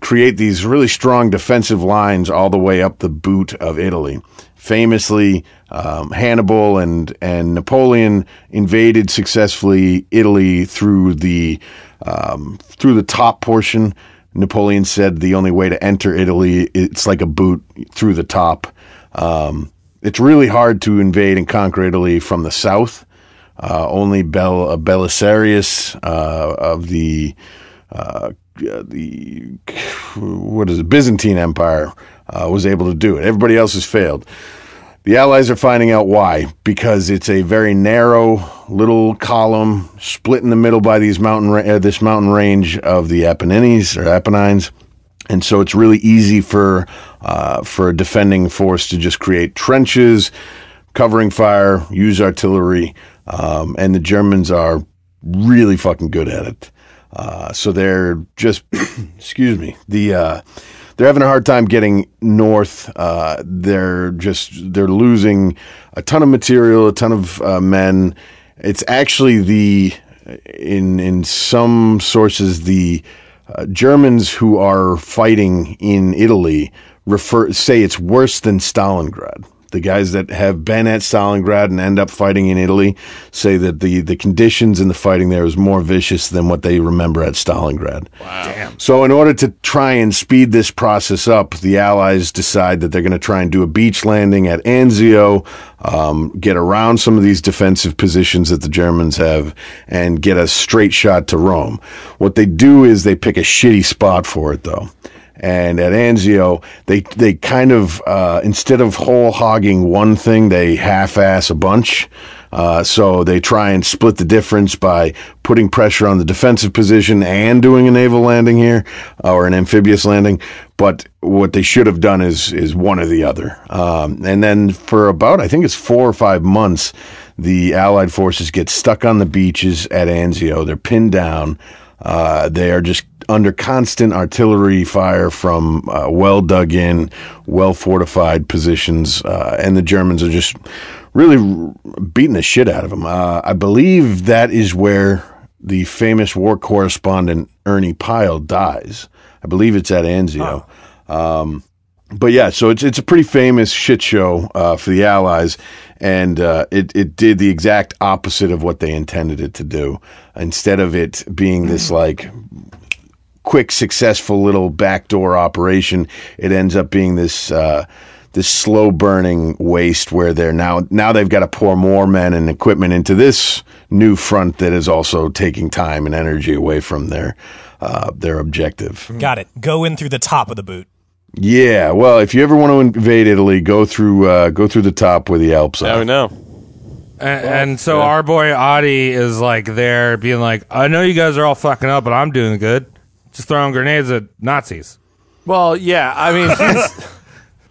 create these really strong defensive lines all the way up the boot of Italy. Famously, um, Hannibal and and Napoleon invaded successfully Italy through the um, through the top portion. Napoleon said the only way to enter Italy it's like a boot through the top. Um, it's really hard to invade and conquer Italy from the south. Uh, only Bel- uh, Belisarius uh, of the uh, the what is it Byzantine Empire uh, was able to do it. Everybody else has failed. The Allies are finding out why because it's a very narrow little column split in the middle by these mountain ra- uh, this mountain range of the Apennines or Apennines, and so it's really easy for uh, for a defending force to just create trenches, covering fire, use artillery, um, and the Germans are really fucking good at it. Uh, so they're just, excuse me, the uh, they're having a hard time getting north. Uh, they're just they're losing a ton of material, a ton of uh, men. It's actually the in in some sources the uh, Germans who are fighting in Italy refer say it's worse than Stalingrad. The guys that have been at Stalingrad and end up fighting in Italy say that the, the conditions in the fighting there is more vicious than what they remember at Stalingrad. So, in order to try and speed this process up, the Allies decide that they're going to try and do a beach landing at Anzio, um, get around some of these defensive positions that the Germans have, and get a straight shot to Rome. What they do is they pick a shitty spot for it, though. And at Anzio, they they kind of uh, instead of whole hogging one thing, they half-ass a bunch. Uh, so they try and split the difference by putting pressure on the defensive position and doing a naval landing here uh, or an amphibious landing. But what they should have done is is one or the other. Um, and then for about I think it's four or five months, the Allied forces get stuck on the beaches at Anzio. They're pinned down. Uh, they are just under constant artillery fire from uh, well dug in, well fortified positions, uh, and the Germans are just really r- beating the shit out of them. Uh, I believe that is where the famous war correspondent Ernie Pyle dies. I believe it's at Anzio. Um, but yeah, so it's it's a pretty famous shit show uh, for the Allies, and uh, it it did the exact opposite of what they intended it to do. Instead of it being this like quick, successful little backdoor operation, it ends up being this uh, this slow burning waste where they're now now they've got to pour more men and equipment into this new front that is also taking time and energy away from their uh, their objective.
Got it. Go in through the top of the boot.
Yeah, well, if you ever want to invade Italy, go through uh, go through the top where the Alps
Now we
are.
know.
And, and so our boy Audie is like there being like, I know you guys are all fucking up, but I'm doing good. Just throwing grenades at Nazis.
Well, yeah. I mean, he's-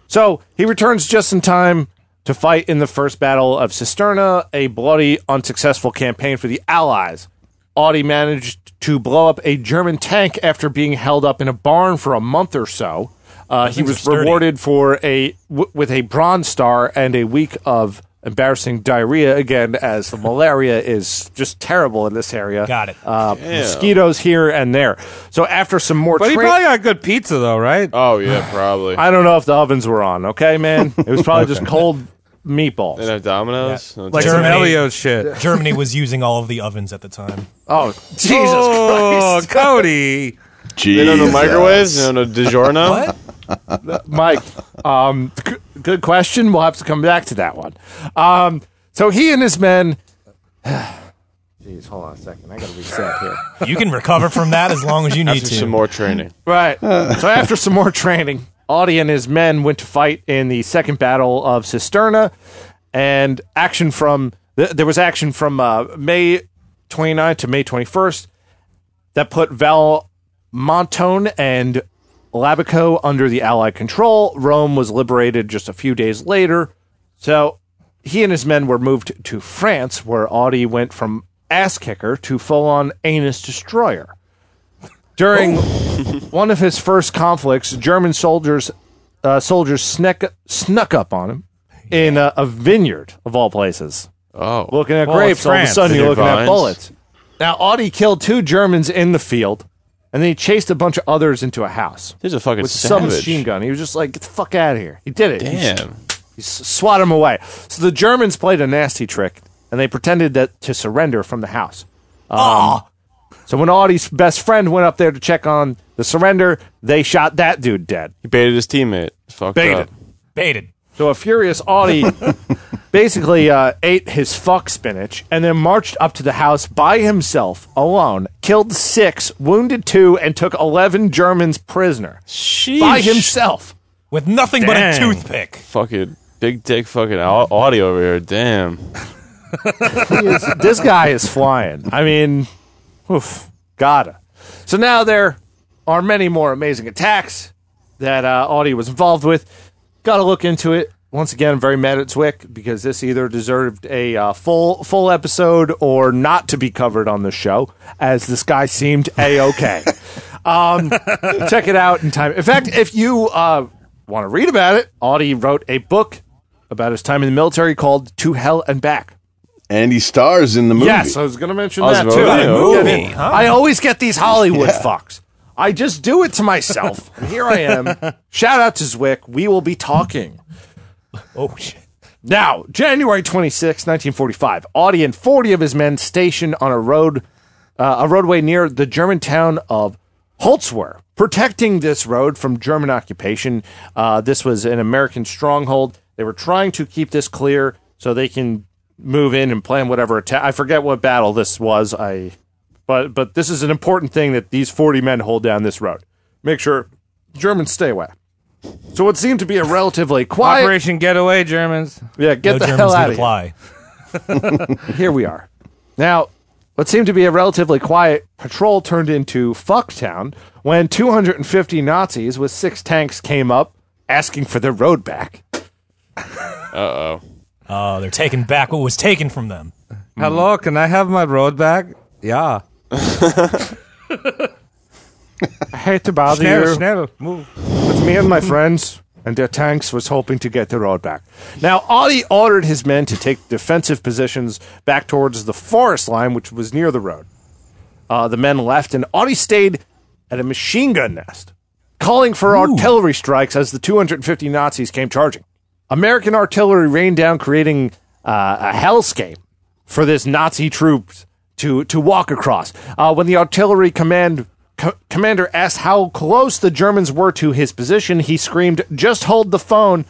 so he returns just in time to fight in the first battle of Cisterna, a bloody, unsuccessful campaign for the Allies. Audi managed to blow up a German tank after being held up in a barn for a month or so. Uh, he
things are
was
sturdy.
rewarded for a w- with a Bronze Star and a week of embarrassing diarrhea again, as the malaria is just terrible in this area.
Got it.
Uh, mosquitoes here and there. So after some more,
But he
tra-
probably got good pizza though, right?
Oh yeah, probably.
I don't know if the ovens were on. Okay, man, it was probably just cold meatballs.
and a Domino's. No,
Like
it's-
Some
Germany.
Elio shit.
Germany was using all of the ovens at the time.
oh Jesus
Oh, Cody.
they don't know
Jesus.
microwaves. They don't know DiGiorno.
What?
Christ, Mike! Um, g- good question. We'll have to come back to that one. Um, so he and his men. Jeez, hold on a second. I got to reset here.
You can recover from that as long as you need
After
to.
some more training.
Right. so after some more training, Audi and his men went to fight in the second battle of Cisterna, and action from th- there was action from uh, May 29 to May 21st that put Val Montone and Labico under the Allied control. Rome was liberated just a few days later. So he and his men were moved to France, where Audi went from ass kicker to full on anus destroyer. During one of his first conflicts, German soldiers uh, soldiers sneck, snuck up on him in a, a vineyard of all places.
Oh.
Looking at
Well,
grapes,
it's
all of a
France.
sudden you're
Vineyard
looking at
vines.
bullets. Now, Audi killed two Germans in the field, and then he chased a bunch of others into a house
There's a fucking
with some
savage.
machine gun. He was just like, "Get the fuck out of here!" He did it. He
Damn.
you s- swat him away. So the Germans played a nasty trick, and they pretended that to surrender from the house. Um, so when Audi's best friend went up there to check on the surrender, they shot that dude dead.
He baited his teammate. It's fucked
Baited.
up.
Baited.
So a furious Audi basically uh, ate his fuck spinach and then marched up to the house by himself, alone, killed six, wounded two, and took 11 Germans prisoner. By himself.
With nothing
Dang.
but a toothpick.
Fucking big dick fucking au- audio over here. Damn.
He is- this guy is flying. I mean, oof, gotta. So now there are many more amazing attacks that uh, Audi was involved with. Got to look into it. Once again, I'm very mad at Zwick because this either deserved a uh, full full episode or not to be covered on the show, as this guy seemed a okay. um, check it out in time. In fact, if you uh, want to read about it, Audi wrote a book about his time in the military called "To Hell and Back."
And he stars in the movie.
Yes, I was going to mention
was
that
about
too.
to
I,
say,
always get
movie,
it.
huh?
I always get these Hollywood fucks. I just do it to myself. And here I am. Shout out to Zwick. We will be talking.
Oh shit.
Now, January 26, 1945, Audi and 40 of his men stationed on a road, uh, a roadway near the German town of Holzwehr, protecting this road from German occupation. Uh, this was an American stronghold. They were trying to keep this clear so they can move in and plan whatever attack. I forget what battle this was. I, but but this is an important thing that these 40 men hold down this road. Make sure Germans stay away. So what seemed to be a relatively quiet
Operation Getaway Germans.
yeah, get
no
the
Germans
hell
would
out of here.
apply.
Here we are. Now, what seemed to be a relatively quiet patrol turned into Fucktown when 250 Nazis with six tanks came up asking for their road back.
Oh, they're taking back what was taken from them.
Hello, can I have my road back? Yeah.
I hate to bother
Schnell,
you.
schnell, move.
It's me and my friends and their tanks was hoping to get the road back. Now, Audi ordered his men to take defensive positions back towards the forest line, which was near the road. Uh, the men left, and Audi stayed at a machine gun nest, calling for artillery strikes as the 250 Nazis came charging. American artillery rained down, creating uh, a hellscape for this Nazi troops to to walk across. Uh, when the artillery command co- commander asked how close the Germans were to his position, he screamed, "Just hold the phone,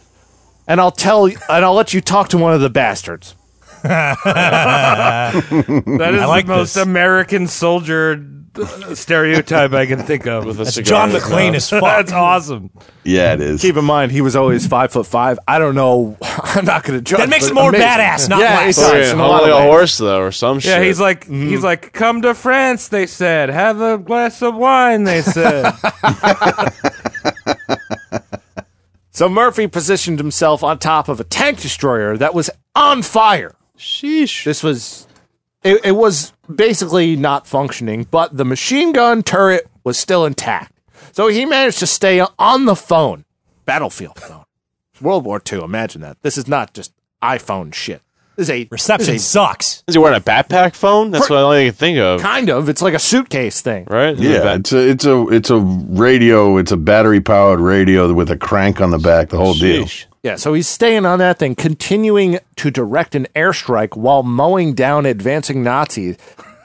and I'll tell and I'll let you talk to one of the bastards."
That is
like
the most
this.
American soldier uh, stereotype I can think of.
With a
That's
cigar
John
in his
McClane
mouth.
is fucked.
awesome.
Yeah, it is.
Keep in mind, he was always five foot five. I don't know. I'm not going to judge.
That makes
but
him more
amazing.
badass, not
Oh, yeah,
less.
it does,
Fucking
in a lot
Only
of
a
ways.
horse though, or some shit.
Yeah, he's like he's
Mm-hmm.
like, come to France, they said. Have a glass of wine, they said.
So Murphy positioned himself on top of a tank destroyer that was on fire.
Sheesh.
This was it, it was basically not functioning, but the machine gun turret was still intact. So he managed to stay on the phone. Battlefield phone. World War II, imagine that. This is not just iPhone shit. This is a
Reception
this is
sucks.
Is he wearing a backpack phone? That's what I only can think
a-
of.
kind of. It's like a suitcase thing.
Right? Isn't it
Yeah,
bad?
it's a it's a it's a radio. It's a battery powered radio with a crank on the back. The whole deal.
Sheesh.
Yeah, so he's staying on that thing, continuing to direct an airstrike while mowing down advancing Nazis,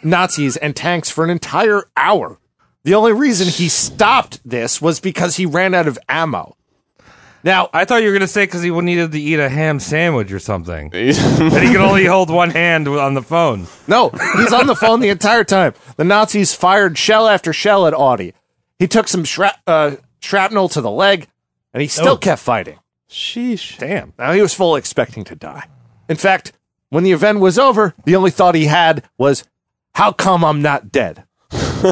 Nazis and tanks for an entire hour. The only reason he stopped this was because he ran out of ammo. Now,
I thought you were gonna say because he needed to eat a ham sandwich or something, and he could only hold one hand on the phone.
no, he's on the phone the entire time. The Nazis fired shell after shell at Audi. He took some shra- uh, shrapnel to the leg, and he still kept fighting.
Sheesh.
Damn. Now he was full expecting to die. In fact, when the event was over, the only thought he had was, how come I'm not dead?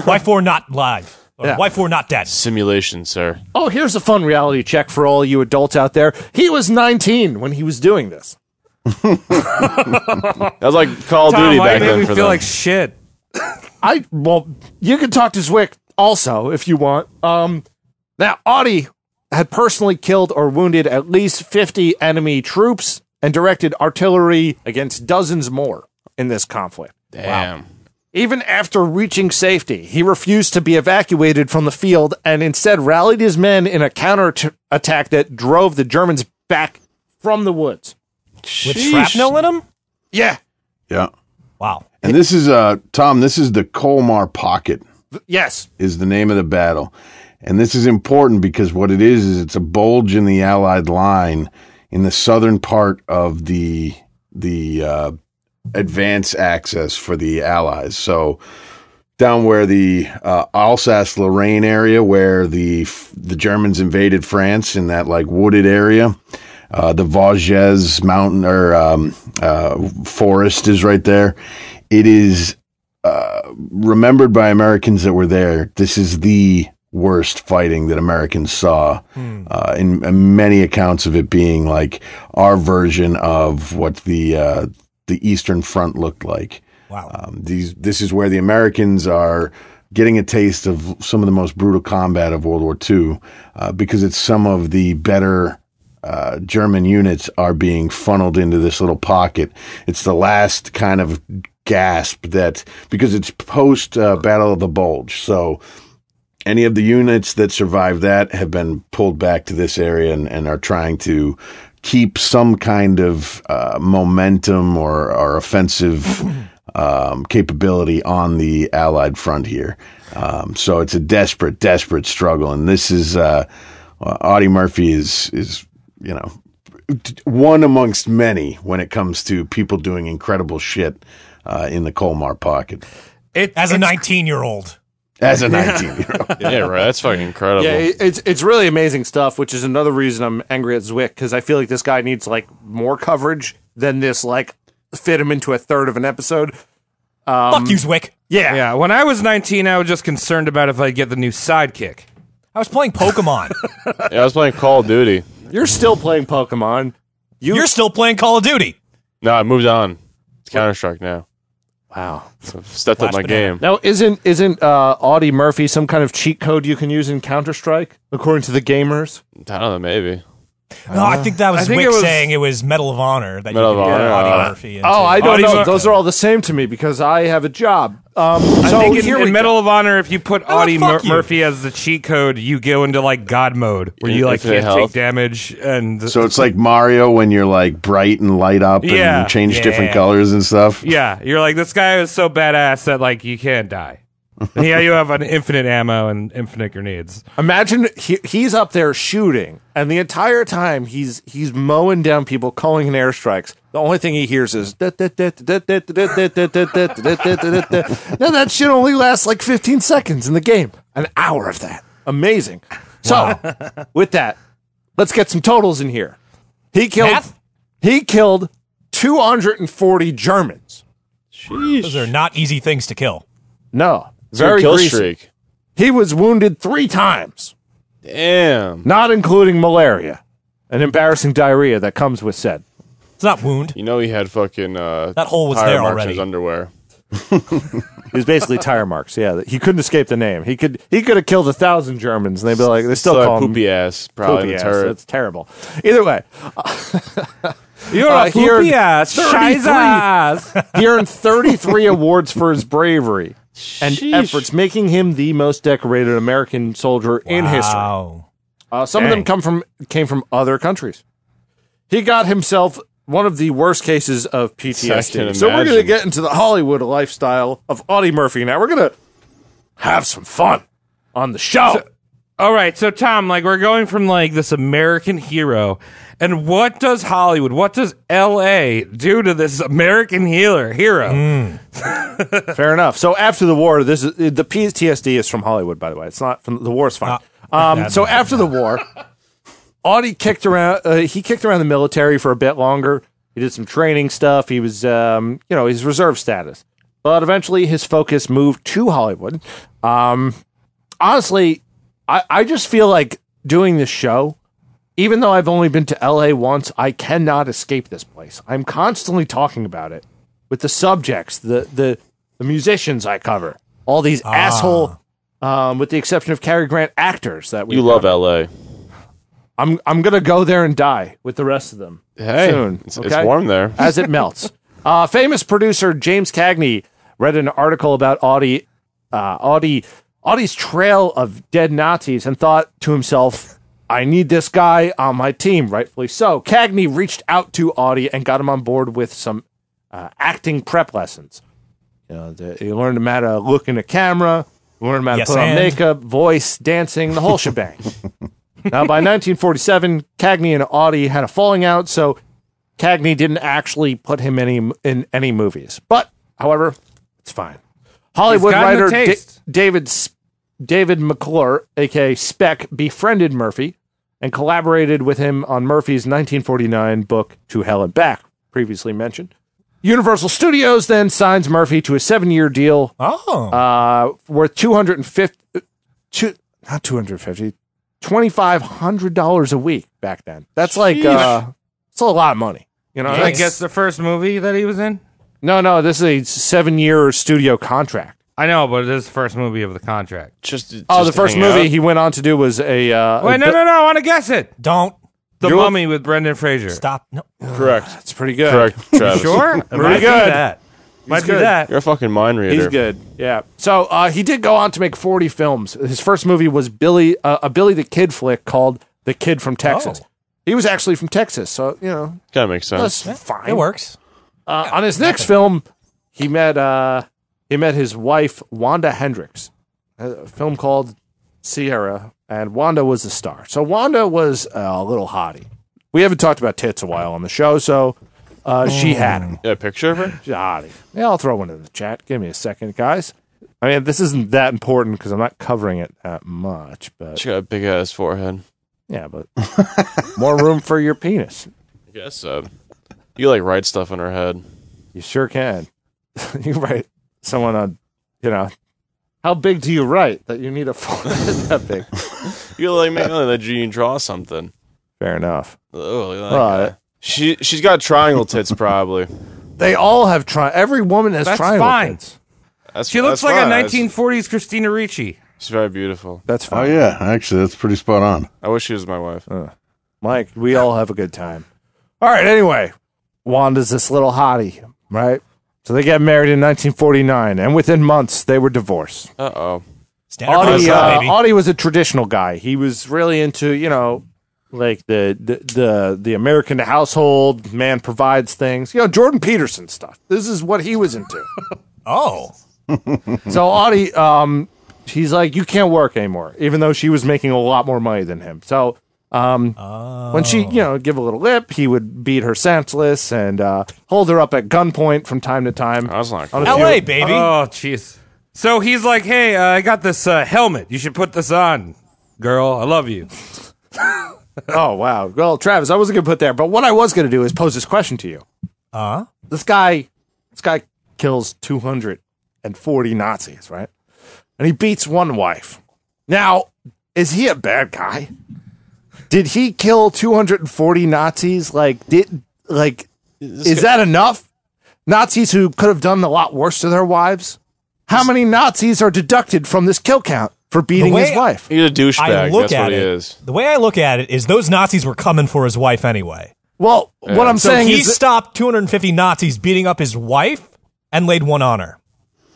Why four not live? Or
Yeah.
Why four not dead?
Simulation, sir.
Oh, here's a fun reality check for all you adults out there. He was 19 when he was doing this.
That was like Call of
Tom,
Duty
why
back
you
then
make me
for
feel
them.
like shit?
I, well, you can talk to Zwick also if you want. Um, now, Audi had personally killed or wounded at least 50 enemy troops and directed artillery against dozens more in this conflict.
Damn.
Even after reaching safety, he refused to be evacuated from the field and instead rallied his men in a counterattack that drove the Germans back from the woods.
With shrapnel in him?
Yeah,
Yeah,
Wow.
and this is uh Tom. This is the Colmar Pocket.
th- yes.
is the name of the battle. And this is important because what it is is it's a bulge in the Allied line in the southern part of the the uh, advance axis for the Allies. So down where the uh, Alsace Lorraine area, where the f- the Germans invaded France in that like wooded area, uh, the Vosges mountain or um, uh, forest is right there. It is remembered by Americans that were there. This is the worst fighting that Americans saw. Uh, in, in many accounts of it being like our version of what the uh, the Eastern Front looked like.
Wow.
Um, these this is where the Americans are getting a taste of some of the most brutal combat of World War II uh, because it's some of the better uh, German units are being funneled into this little pocket. It's the last kind of gasp that because it's post uh, Battle of the Bulge, so. Any of the units that survived that have been pulled back to this area and, and are trying to keep some kind of uh, momentum or, or offensive um, capability on the Allied front here. Um, so it's a desperate, desperate struggle, and this is uh, Audie Murphy is is you know one amongst many when it comes to people doing incredible shit uh, in the Colmar pocket
It
As a 19 year old.
as a nineteen year old.
Yeah, right. That's fucking incredible.
Yeah, it- it's it's really amazing stuff, which is another reason I'm angry at Zwick because I feel like this guy needs like more coverage than this. Like, fit him into a third of an episode.
Fuck you, Zwick.
Yeah,
Yeah, when I was 19, I was just concerned about if I'd get the new sidekick.
I was playing Pokemon.
Yeah, I was playing Call of Duty.
you're still playing Pokemon.
You're still playing Call of Duty.
No, I moved on. It's Counter Strike now.
Wow.
So I've stepped up
Flash
my
banana.
game.
Now, isn't isn't uh, Audie Murphy some kind of cheat code you can use in Counter Strike, according to the gamers?
I don't know, maybe.
No, I think that was
I think
Wick
it was-
saying it was Medal of Honor that
Medal
you could
of
get
Honor,
Audie
uh,
Murphy. into.
Oh, I don't
Audie
know.
Mur-
Those are all the same to me because I have a job. Um, so
I think
here
in, in
we go. Oh,
Medal of Honor, if you put Audie
fuck
Mur-
you.
Murphy as the cheat code, you go into like God mode where you like
Infinite
can't
health.
take damage and
So it's like Mario when you're like bright and light up and
Yeah.
change different
Yeah.
colors and stuff.
yeah, you're like this guy is so badass that like you can't die. And yeah, you have an infinite ammo and infinite grenades.
Imagine he, he's up there shooting, and the entire time he's he's mowing down people, calling in airstrikes. The only thing he hears is "Da, da, da, da, da, da, da, da, da, da, da, da, da, da, da, da." now that shit only lasts like 15 seconds in the game. An hour of that, amazing. So, with that, let's get some totals in here. He killed
Math?
he killed 240 Germans.
Those are not easy things to kill.
No,
Very
very
kill
greasy.
streak.
He was wounded three times,
Damn.
not including malaria. an embarrassing diarrhea that comes with said.
It's not wound.
You know he had fucking uh,
That hole was
tire
there
marks in
already.
his underwear.
It was basically tire marks. Yeah, he couldn't escape the name. He could he could have killed a thousand Germans, and they'd be like, they still
So
call him
poopy ass, probably
poopy
in the
ass.
turret.
That's terrible. Either way,
You're
Uh,
a poopy
here-
ass.
33.
Shiza ass.
he earned 33 awards for his bravery and efforts, making him the most decorated American soldier in history.
Wow.
Uh, some of them come from came from other countries. He got himself one of the worst cases of PTSD.
can
So we're going to
imagine.
get into the Hollywood lifestyle of Audie Murphy now. We're going to have some fun on the show.
All right, so Tom, like we're going from like this American hero, and what does Hollywood, what does L.A. do to this American healer hero?
Mm. Fair enough. So after the war, this is the PTSD is from Hollywood, by the way. It's not from the war's fine. um, so after the war, Audie kicked around. Uh, he kicked around the military for a bit longer. He did some training stuff. He was, um, you know, his reserve status. But eventually, his focus moved to Hollywood. Um, honestly, I, I just feel like doing this show. Even though I've only been to LA once, I cannot escape this place. I'm constantly talking about it with the subjects, the the, the musicians I cover, all these asshole, um, with the exception of Cary Grant actors that we
You love L.A.
I'm I'm gonna go there and die with the rest of them
Hey,
soon.
it's,
okay?
it's warm there.
as it melts. Uh, famous producer James Cagney read an article about Audi, uh, Audi, Audi's trail of dead Nazis, and thought to himself, "I need this guy on my team." Rightfully so, Cagney reached out to Audi and got him on board with some uh, acting prep lessons. You know, the, he learned him how to look in a camera, learned him how
Yes,
to put on
and.
makeup, voice, dancing, the whole shebang. now, by 1947, Cagney and Audi had a falling out, so Cagney didn't actually put him any in any movies. But however, it's fine. Hollywood
gotten a
writer Da-
taste.
David S- David McClure, aka Speck, befriended Murphy and collaborated with him on Murphy's 1949 book To Hell and Back, previously mentioned. Universal Studios then signs Murphy to a seven-year deal
Oh.
uh, worth 250 uh, two, not 250 $2500 a week back then that's like uh it's a lot of money you know
I
that's-
guess the first movie that he was in.
no no this is a seven year studio contract
I know, but it is the first movie of the contract.
Just, just
oh the first
hang
movie
out.
he went on to do was a uh
Wait,
a
no,
bit-
no, no! I want to guess it.
Don't
The
You're-
Mummy with Brendan Fraser.
stop. No.
correct,
that's pretty good
correct, Travis.
Sure, It might be
good.
that. Might be
good.
that.
You're a fucking mind reader.
He's good. Yeah. So uh, he did go on to make 40 films. His first movie was Billy, uh, a Billy the Kid flick called The Kid from Texas.
Oh.
He was actually from Texas, so you know
Kind of makes sense.
that's fine.
It works.
Uh, on his next film, he met uh, he met his wife Wanda Hendricks, a film called Sierra, and Wanda was the star. So Wanda was uh, a little hottie. We haven't talked about tits a while on the show, so uh, she had
Mm.
him.
Yeah, picture of her.
Johnny. Yeah, I'll throw one in the chat. Give me a second, guys. I mean, this isn't that important because I'm not covering it that much, but
She got a big ass forehead.
yeah, but more room for your penis.
I guess so. You like write stuff in her head.
You sure can. you can write someone on, you know, how big do you write that you need a forehead that big?
You like make oh, that you draw something.
Fair enough.
Oh, look at that
Right.
guy. She she's got triangle tits probably.
They all have tri. Every woman has
That's
triangle
fine.
tits.
That's,
She looks
that's
like a
fine.
1940s Christina Ricci.
She's very beautiful.
That's
Oh
fine.
yeah, actually, that's pretty spot on.
I wish she was my wife.
Mike, we all have a good time. All right, anyway, Wanda's this little hottie, right? So they got married in 1949, and within months, they were divorced.
Uh oh.
Standard
Audie,
process,
uh,
baby.
Audie was a traditional guy. He was really into, you know, like the, the the the American household man provides things. You know, Jordan Peterson stuff. This is what he was into.
oh.
so Audie, um, she's like, you can't work anymore, even though she was making a lot more money than him. So um, when she, you know, give a little lip, he would beat her senseless and uh, hold her up at gunpoint from time to time.
That's not
On
cool.
a few-
LA, baby.
Oh, jeez. So he's like, "Hey, uh, I got this uh, helmet. You should put this on, girl. I love you."
Oh wow. Well, Travis, I wasn't gonna put there, but what I was gonna do is pose this question to you.
Uh-huh.
This guy, this guy kills two hundred and forty Nazis, right? And he beats one wife. Now, is he a bad guy? Did he kill 240 Nazis? Like, did like is that enough? Nazis who could have done a lot worse to their wives. How many Nazis are deducted from this kill count for beating
way
his wife?
He's a douchebag.
I look
That's
at
what
it.
he is.
The way I look at it is those Nazis were coming for his wife anyway.
Well, what I'm
So
saying
he
is,
stopped 250 Nazis beating up his wife and laid one on her.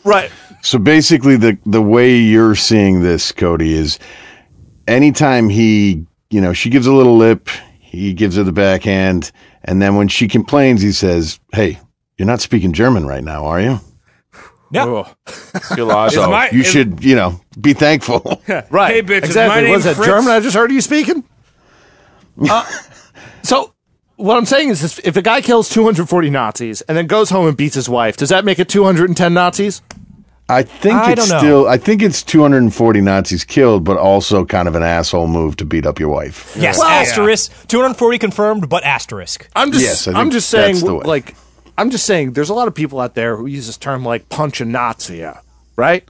right?
So basically, the the way you're seeing this, Cody, is anytime he, you know, she gives a little lip, he gives her the backhand, and then when she complains, he says, "Hey, you're not speaking German right now, are you?
It's good logic.
So
my-
you
is-
should, you know, be thankful."
Right.
Hey, bitches,
Exactly.
my
What is
name's
that
Fritz.
German I just heard you speaking? Uh, so, what I'm saying is, this, if a guy kills 240 Nazis and then goes home and beats his wife, does that make it 210 Nazis?
I think
I
it's
don't know.
still. I think it's 240 Nazis killed, but also kind of an asshole move to beat up your wife.
Yes, asterisk. 240 confirmed, but asterisk.
I'm just,
Yes, I
I'm
think
just saying,
that's the way.
like, I'm just saying, there's a lot of people out there who use this term like punch a Nazi out, right?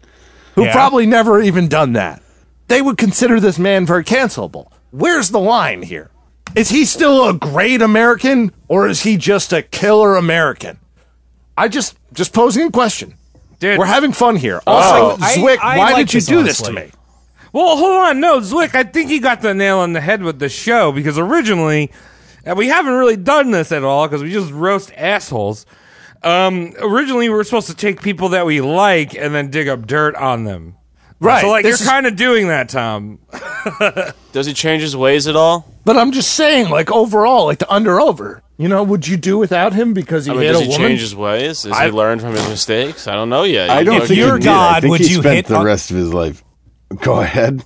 Who
Yeah.
probably never even done that. They would consider this man very cancelable. Where's the line here? Is he still a great American or is he just a killer American? I just just posing a question.
Dude.
We're having fun here. Also,
I-
Zwick,
I
why
like
did you
this,
do this to
honestly.
me?
Well, hold on. No, Zwick, I think you got the nail on the head with the show because originally, and we haven't really done this at all because we just roast assholes. Um, originally, we were supposed to take people that we like and then dig up dirt on them.
Right.
So, like,
this
you're
is-
kind of doing that, Tom.
Does he change his ways at all?
But I'm just saying, like overall, like the under over. You know, would you do without him because he
I mean,
hit
does
a
he
woman?
change his ways? Has
I-
he learned from his mistakes? I don't know yet.
I don't
You
think
know,
you're
he did. I
God,
think
would
he
you
spent
hit
the
on-
rest of his life. Go ahead.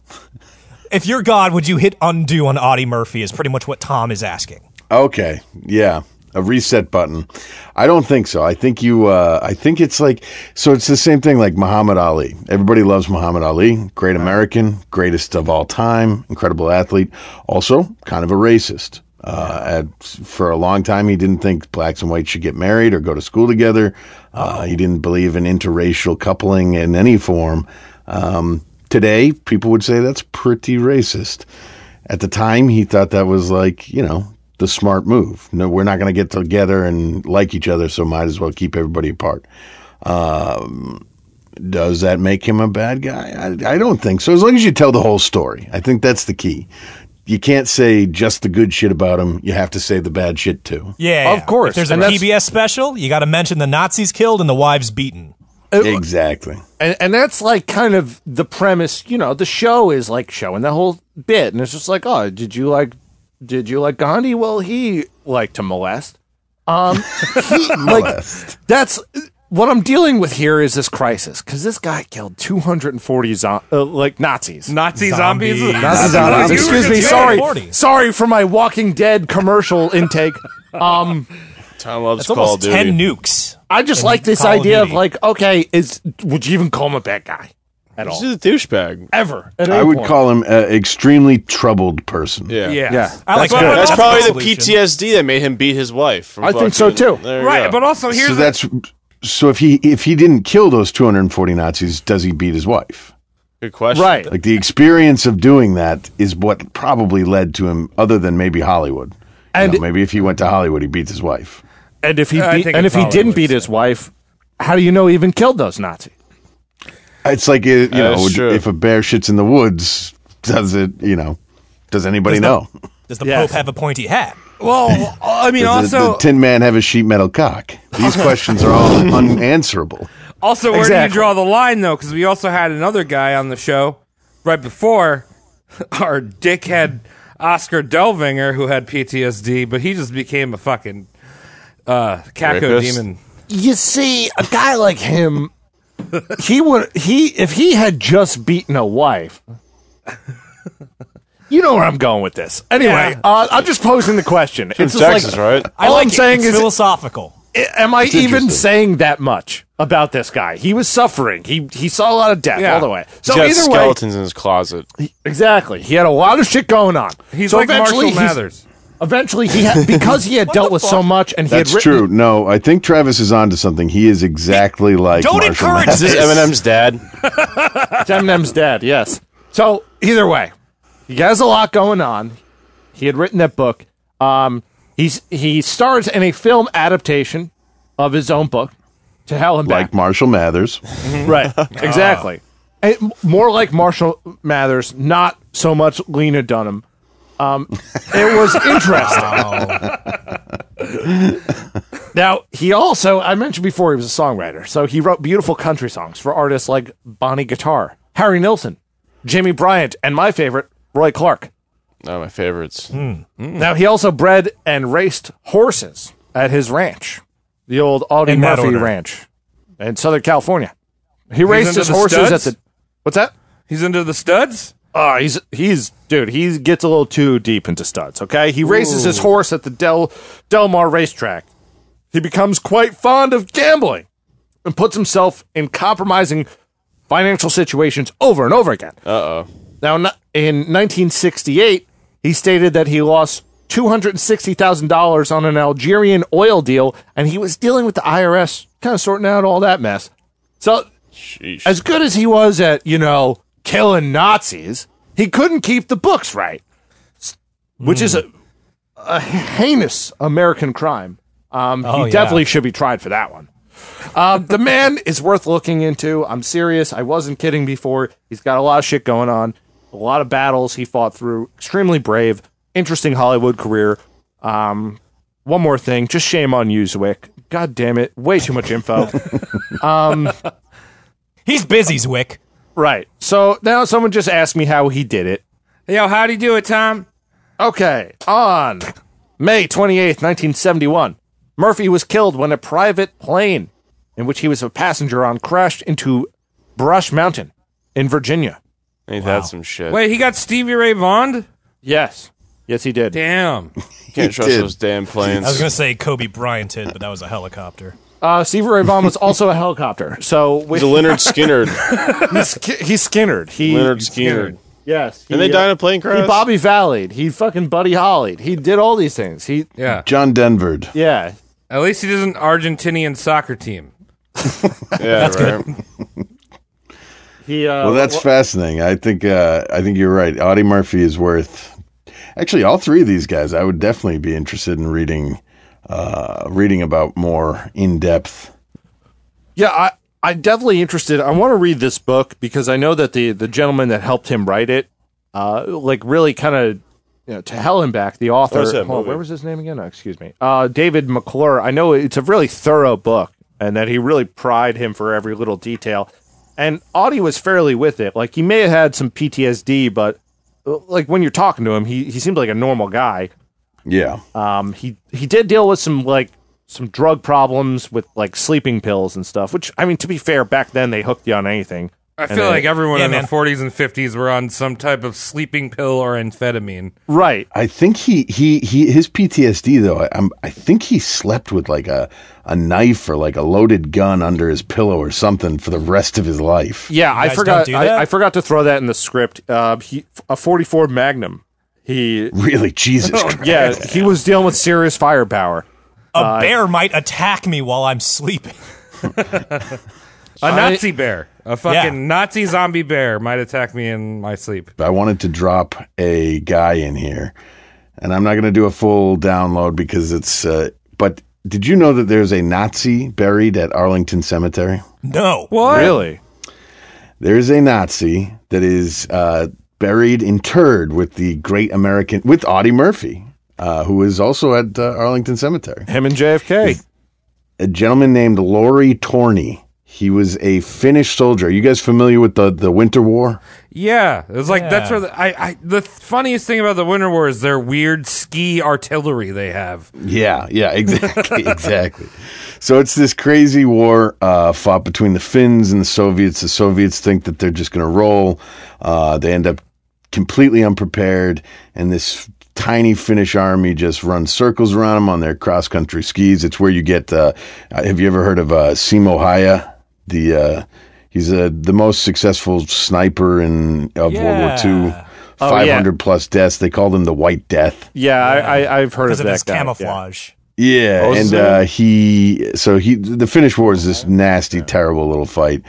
If you're God, would you hit undo on Audie Murphy? Is pretty much what Tom is asking.
Okay. Yeah. A reset button. I don't think so. I think you, uh, I think it's like, so it's the same thing like Muhammad Ali. Everybody loves Muhammad Ali. Great American, greatest of all time, incredible athlete. Also, kind of a racist. Uh, at, for a long time, he didn't think blacks and whites should get married or go to school together. Uh, He didn't believe in interracial coupling in any form. Um, today, people would say that's pretty racist at the time he thought that was like you know the smart move no we're not going to get together and like each other so might as well keep everybody apart um, does that make him a bad guy I, I don't think so as long as you tell the whole story i think that's the key you can't say just the good shit about him you have to say the bad shit too
Yeah,
Of
yeah.
course,
If there's
and
a
that's-
PBS special, you got to mention the Nazis killed and the wives beaten.
Uh,
exactly
and, and that's like kind of the premise you know the show is like showing the whole bit and it's just like oh did you like did you like gandhi well he liked to molest um he, like
Molest.
that's what i'm dealing with here is this crisis because this guy killed 240 zo- uh, like nazis
Nazi
Zombies.
zombies.
Nazis,
You
Nazis.
were
excuse me
just-
sorry
240.
sorry for my walking dead commercial intake um
Tom loves
It's
Call
almost
of Duty.
ten nukes.
i just
And
like this
Call of
idea of
Duty.
like okay is would you even call him a bad guy at all
He's a douchebag.
ever at
i
any
would
point.
call him an extremely troubled person
Yeah.
Yeah.
I like
That's good.
That's
That's
probably the
the solution.
PTSD that made him beat his wife. from
I think so,
fucking-
too.
There you
Right.
go.
But also, here's
so
the
that's so if he if he didn't kill those 240 nazis does he beat his wife
good question.
right
Like the experience of doing that is what probably led to him, other than maybe Hollywood. You
And-
know, maybe if he went to Hollywood, he beats his wife.
And if he
I
beat,
think
and
it
if he
probably
didn't
would
beat his wife, how do you know he even killed those Nazis?
It's like uh, you know,
That's true.
if a bear shits in the woods, does it? You know, does anybody
Does the-
know?
Does the
Yes.
Pope have a pointy hat?
well, Oh, I mean,
Does the,
also,
the Tin Man have a sheet metal cock? These questions are all unanswerable.
Also, where do you
Exactly.
draw the line, though? Because we also had another guy on the show right before our dickhead Oscar Delvinger, who had PTSD, but he just became a fucking uh, caco
Rapist?
demon.
You see, a guy like him, he would he if he had just beaten a wife. You know where I'm going with this. Anyway,
Yeah.
uh, I'm just posing the question. It's, just
Texas,
like,
right?
I
All
like
I'm
it.
saying
It's
is,
philosophical.
i- am I even
interesting.
saying that much about this guy? He was suffering. He he saw a lot of death
Yeah.
all the way. So
He's got
either way,
skeletons in his closet.
exactly, he had a lot of shit going on.
He's
so
like
eventually
Marshall
he's-
Mathers.
Eventually, he had, because he had dealt with so much, and he
That's
had
true.
written,
No, I think Travis is onto something. He is exactly like
Don't
Marshall
encourage
Mathers.
Is this Eminem's dad?
It's Eminem's dad. Yes. So either way, he has a lot going on. He had written that book. Um, he's he stars in a film adaptation of his own book, To Hell and Back.
like Marshall Mathers.
Right. Exactly. Uh, And m- more like Marshall Mathers, not so much Lena Dunham. Um, it was interesting. now, he also, I mentioned before, he was a songwriter. So he wrote beautiful country songs for artists like Bonnie Guitar, Harry Nilsson, Jimmy Bryant, and my favorite, Roy Clark.
No, my favorites.
Now, he also bred and raced horses at his ranch, the old Audie
In that
Murphy
order.
Ranch in Southern California. He raced
into
his
the
horses
studs?
at the. What's that?
He's into the studs.
Oh, he's he's dude. He gets a little too deep into studs. Okay, he races his horse at the Del Del Mar racetrack. He becomes quite fond of gambling and puts himself in compromising financial situations over and over again.
Uh oh.
Now, n- in 1968, he stated that he lost $260,000 on an Algerian oil deal, and he was dealing with the IRS, kind of sorting out all that mess. So, as good as he was at, you know, killing Nazis, he couldn't keep the books right, S- which is a, a heinous American crime. Um,
Oh,
he
yeah.
definitely should be tried for that one. Um, the man is worth looking into. I'm serious. I wasn't kidding before. He's got a lot of shit going on, a lot of battles he fought through. Extremely brave, interesting Hollywood career. Um, one more thing, just shame on you, Zwick. God damn it, way too much info.
He's busy, Zwick.
right. So now someone just asked me how he did it.
Yo, how'd he do it, Tom?
Okay, on May 28th, 1971, Murphy was killed when a private plane in which he was a passenger on crashed into Brush Mountain in Virginia.
Ain't that some shit?
Wait, he got Stevie Ray Vaughan.
Yes. Yes, he did.
Damn.
you can't trust
did.
those damn planes.
I was gonna say Kobe Bryant did, but that was a helicopter.
Uh, Steve Ray Vaughan was also a helicopter. So with,
He's a Leonard Skinner.
he's, sk- he's Skinnered. He,
Leonard Skinner.
Yes.
And they
he,
died in a plane
uh,
crash.
He Bobby Valleyed. He fucking Buddy Hollied. He did all these things. He,
Yeah.
John Denvered.
yeah.
At least he does an Argentinian soccer team.
yeah, right.
He, uh,
Well, that's fascinating. I think uh, I think you're right. Audie Murphy is worth. Actually, all three of these guys, I would definitely be interested in reading, uh, reading about more in depth.
Yeah, I, I'm definitely interested. I want to read this book because I know that the, the gentleman that helped him write it, uh, like really kind of, you know, to hell and back, the author.
was that
Hold on,
movie?
where was his name again? Oh, excuse me. Uh, David McClure. I know it's a really thorough book and that he really pried him for every little detail. And Audie was fairly with it. Like, he may have had some PTSD, but uh, like when you're talking to him, he, he seemed like a normal guy.
Yeah,
Um, he he did deal with some like some drug problems with like sleeping pills and stuff. Which I mean, to be fair, back then they hooked you on anything.
I feel like everyone
Yeah,
in
man.
the 40s and 50s were on some type of sleeping pill or amphetamine.
Right.
I think he he he his PTSD though. I, I'm I think he slept with like a a knife or like a loaded gun under his pillow or something for the rest of his life.
Yeah, I
guys
forgot.
don't do that?
I, I forgot to throw that in the script. Uh, he a forty four Magnum. He
Really, Jesus Christ.
Oh, yeah he was dealing with serious firepower.
A
Uh,
bear might attack me while I'm sleeping.
A Nazi bear. A fucking
Yeah.
Nazi zombie bear might attack me in my sleep.
I wanted to drop a guy in here, and I'm not going to do a full download because it's. Uh, but did you know that there's a Nazi buried at Arlington Cemetery?
No.
What?
Really?
There is a Nazi that is uh, buried, interred with the great American, with Audie Murphy, uh, who is also at uh, Arlington Cemetery.
Him and JFK.
A gentleman named Lori Torney. He was a Finnish soldier. Are you guys familiar with the, the Winter War?
Yeah. It was like that's where
Yeah.
the, I, I the funniest thing about the Winter War is their weird ski artillery they have.
Yeah, yeah, exactly, exactly. So it's this crazy war uh, fought between the Finns and the Soviets. The Soviets think that they're just going to roll. Uh, they end up completely unprepared, and this tiny Finnish army just runs circles around them on their cross country skis. It's where you get. Uh, have you ever heard of uh, Simo Haya? The uh, he's uh, the most successful sniper in of World War II.
Oh,
Five
yeah.
hundred plus deaths. They called him the White Death.
Yeah, I, I I've heard of
Because of
that
his
guy.
camouflage.
Yeah,
Oh,
and
so-
uh, he so he the Finnish War is this nasty, terrible little fight.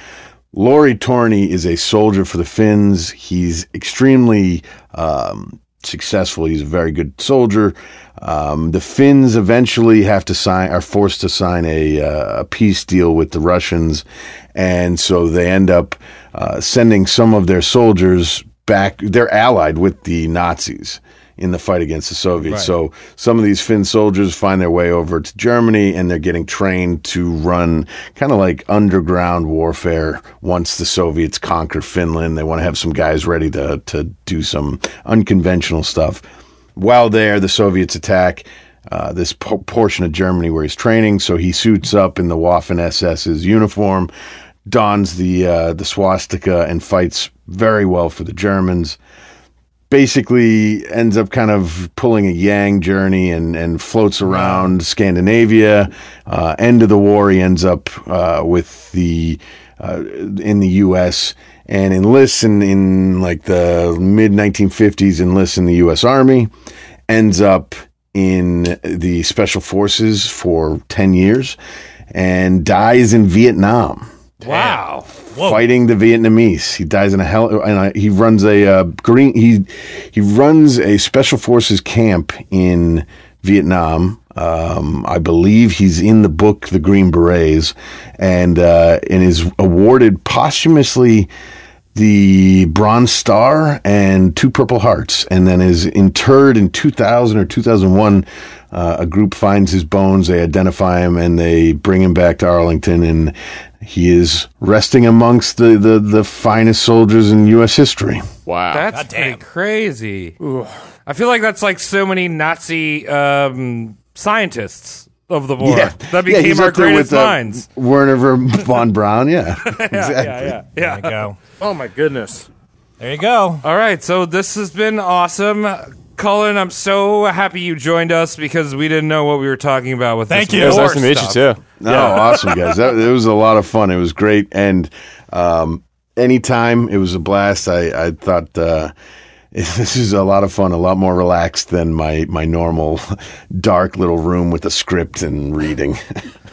Lori Torney is a soldier for the Finns. He's extremely um, successful. He's a very good soldier. Um, the Finns eventually have to sign, are forced to sign a, uh, a peace deal with the Russians, and so they end up uh, sending some of their soldiers back. They're allied with the Nazis in the fight against the Soviets. So some of these Finn soldiers find their way over to Germany and they're getting trained to run kind of like underground warfare once the Soviets conquer Finland. They want to have some guys ready to, to do some unconventional stuff. While there, the Soviets attack uh, this po- portion of Germany where he's training. So he suits up in the Waffen SS's uniform, dons the, uh, the swastika, and fights very well for the Germans basically ends up kind of pulling a yang journey and, and floats around Scandinavia. Uh, end of the war, he ends up uh, with the uh, in the U.S. and enlists in, in like the mid 1950s. Enlists in the U.S. Army. Ends up in the special forces for 10 years and dies in Vietnam
Wow. Whoa.
fighting the Vietnamese. He dies in a hell, and a, he runs a uh, green. He he runs a special forces camp in Vietnam. Um, I believe he's in the book The Green Berets, and uh, and is awarded posthumously the Bronze Star and two Purple Hearts, and then is interred in 2000 or 2001. Uh, a group finds his bones, they identify him, and they bring him back to Arlington, and he is resting amongst the, the, the finest soldiers in U.S. history.
Wow.
That's
Goddamn.
pretty crazy. I feel like that's like so many Nazi um, scientists of the war that
Yeah,
became
he's
our
up there
greatest
with, uh,
minds.
Werner von Braun, yeah. exactly.
Yeah,
There
yeah, yeah.
you go.
Oh my goodness.
There you go.
All right, so this has been awesome. Cullen, I'm so happy you joined us because we didn't know what we were talking about with
Thank
this
you.
It was
war
nice to meet
stuff.
you too.
No, awesome guys. That, it was a lot of fun. It was great, and um, anytime it was a blast. I I thought uh, this is a lot of fun, a lot more relaxed than my my normal dark little room with a script and reading.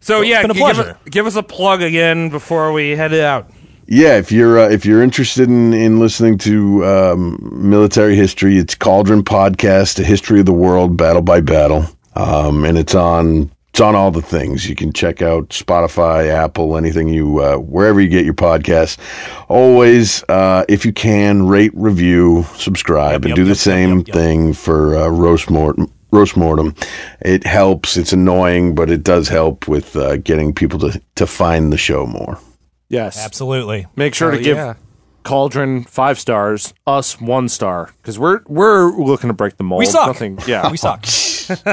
So yeah,
been a
g- give,
pleasure.
us- give us a plug again before we head out.
yeah, if you're uh, if you're interested in in listening to um, military history, it's Cauldron Podcast: A History of the World, Battle by Battle, um, and it's on. It's on all the things. You can check out Spotify, Apple, anything you, uh, wherever you get your podcasts. Always, uh, if you can, rate, review, subscribe, and do the same thing for uh, roast mortem. Roast mortem. It helps. It's annoying, but it does help with uh, getting people to, to find the show more.
Yes.
Absolutely.
Make sure to
Hell
give
yeah.
Cauldron five stars, us one star, because we're we're looking to break the mold.
We suck.
Nothing, yeah.
We suck.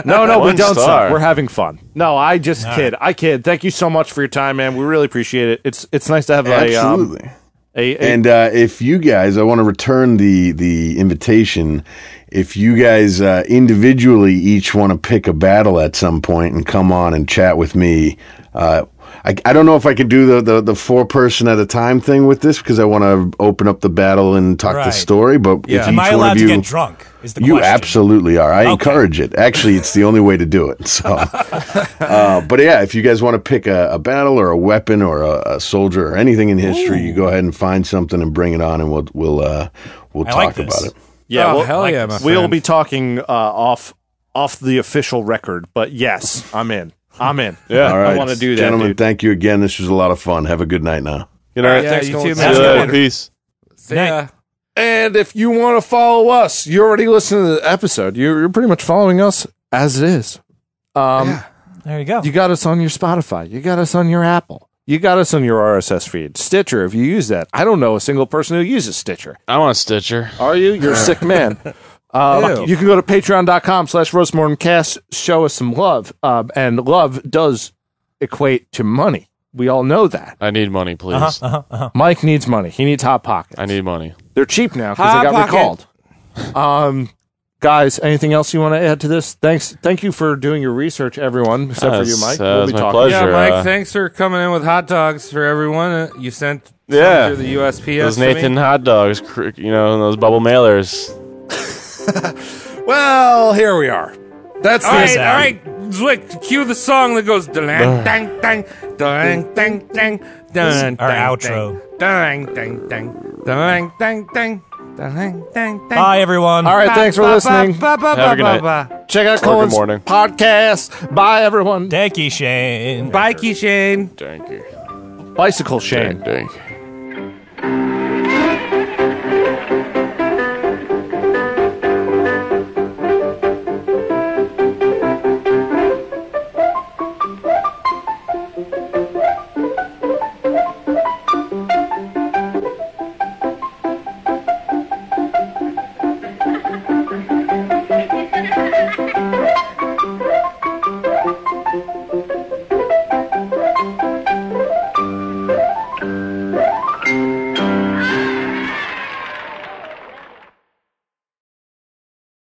no, no, we
One
don't
star.
suck. We're having fun. No, I just kid. I kid. Thank you so much for your time, man. We really appreciate it. It's it's nice to have a um,
Absolutely.
a, a
and uh, if you guys, I want to return the the invitation. If you guys uh, individually each want to pick a battle at some point and come on and chat with me, uh, I, I don't know if I could do the, the, the four person at a time thing with this because I want to open up the battle and talk the
Right.
story. But if
Am
each
I
one
allowed
of
to
you,
get drunk? Is the
you
question.
absolutely are. I
Okay.
encourage it. Actually, it's the only way to do it. So, uh, but yeah, if you guys want to pick a, a battle or a weapon or a, a soldier or anything in history, you go ahead and find something and bring it on, and we'll we'll uh, we'll
I
talk
like
about
this.
it.
yeah.
Oh,
well,
hell
like
yeah,
this.
my
we'll
friend.
be talking uh, off off the official record, but yes, I'm in. I'm in.
Yeah.
All right,
I want to do that,
gentlemen.
dude.
Thank you again. This was a lot of fun. Have a good night now.
You know,
Yeah,
thanks.
you
Colin.
too,
See
man.
you later.
Later.
Peace.
See ya.
And if you want to follow us, you already listened to the episode. You're, you're pretty much following us as it is. Um,
There you go.
You got us on your Spotify. You got us on your Apple. You got us on your RSS feed. Stitcher, if you use that. I don't know a single person who uses Stitcher.
I want a Stitcher.
Are you? You're a sick man. Um, you can go to patreon.com slash roastmortemcast. Show us some love. Um, and love does equate to money. We all know that.
I need money, please.
Uh-huh,
Mike needs money. He needs Hot Pockets.
I need money.
They're cheap now because they got
Hot Pocket.
recalled. Um, guys, anything else you want to add to this? Thanks. Thank you for doing your research, everyone, except for you,
That's-
Mike.
uh,
We'll
that's
be
my
talking.
pleasure.
Yeah,
Sure,
Mike,
uh,
thanks for coming in with hot dogs for everyone. Uh, You sent some
Yeah.
through the USPS.
Those
to me.
Nathan hot dogs, cr- you know, and those bubble mailers. uh,
Well, here we are. That's
All
the-
right, all right. Zwick, cue the song that goes dang dang dang dang dang dang dang.
our outro.
Dang dang dang dang dang dang. Bye.
Bye, everyone.
All right, thanks for listening.
Have a good night.
Check out
Or good
Colin's
morning.
podcast. Bye, everyone.
Thank you, Shane.
Bye, Keychain.
Thank you.
Bicycle Shane.
Thank you.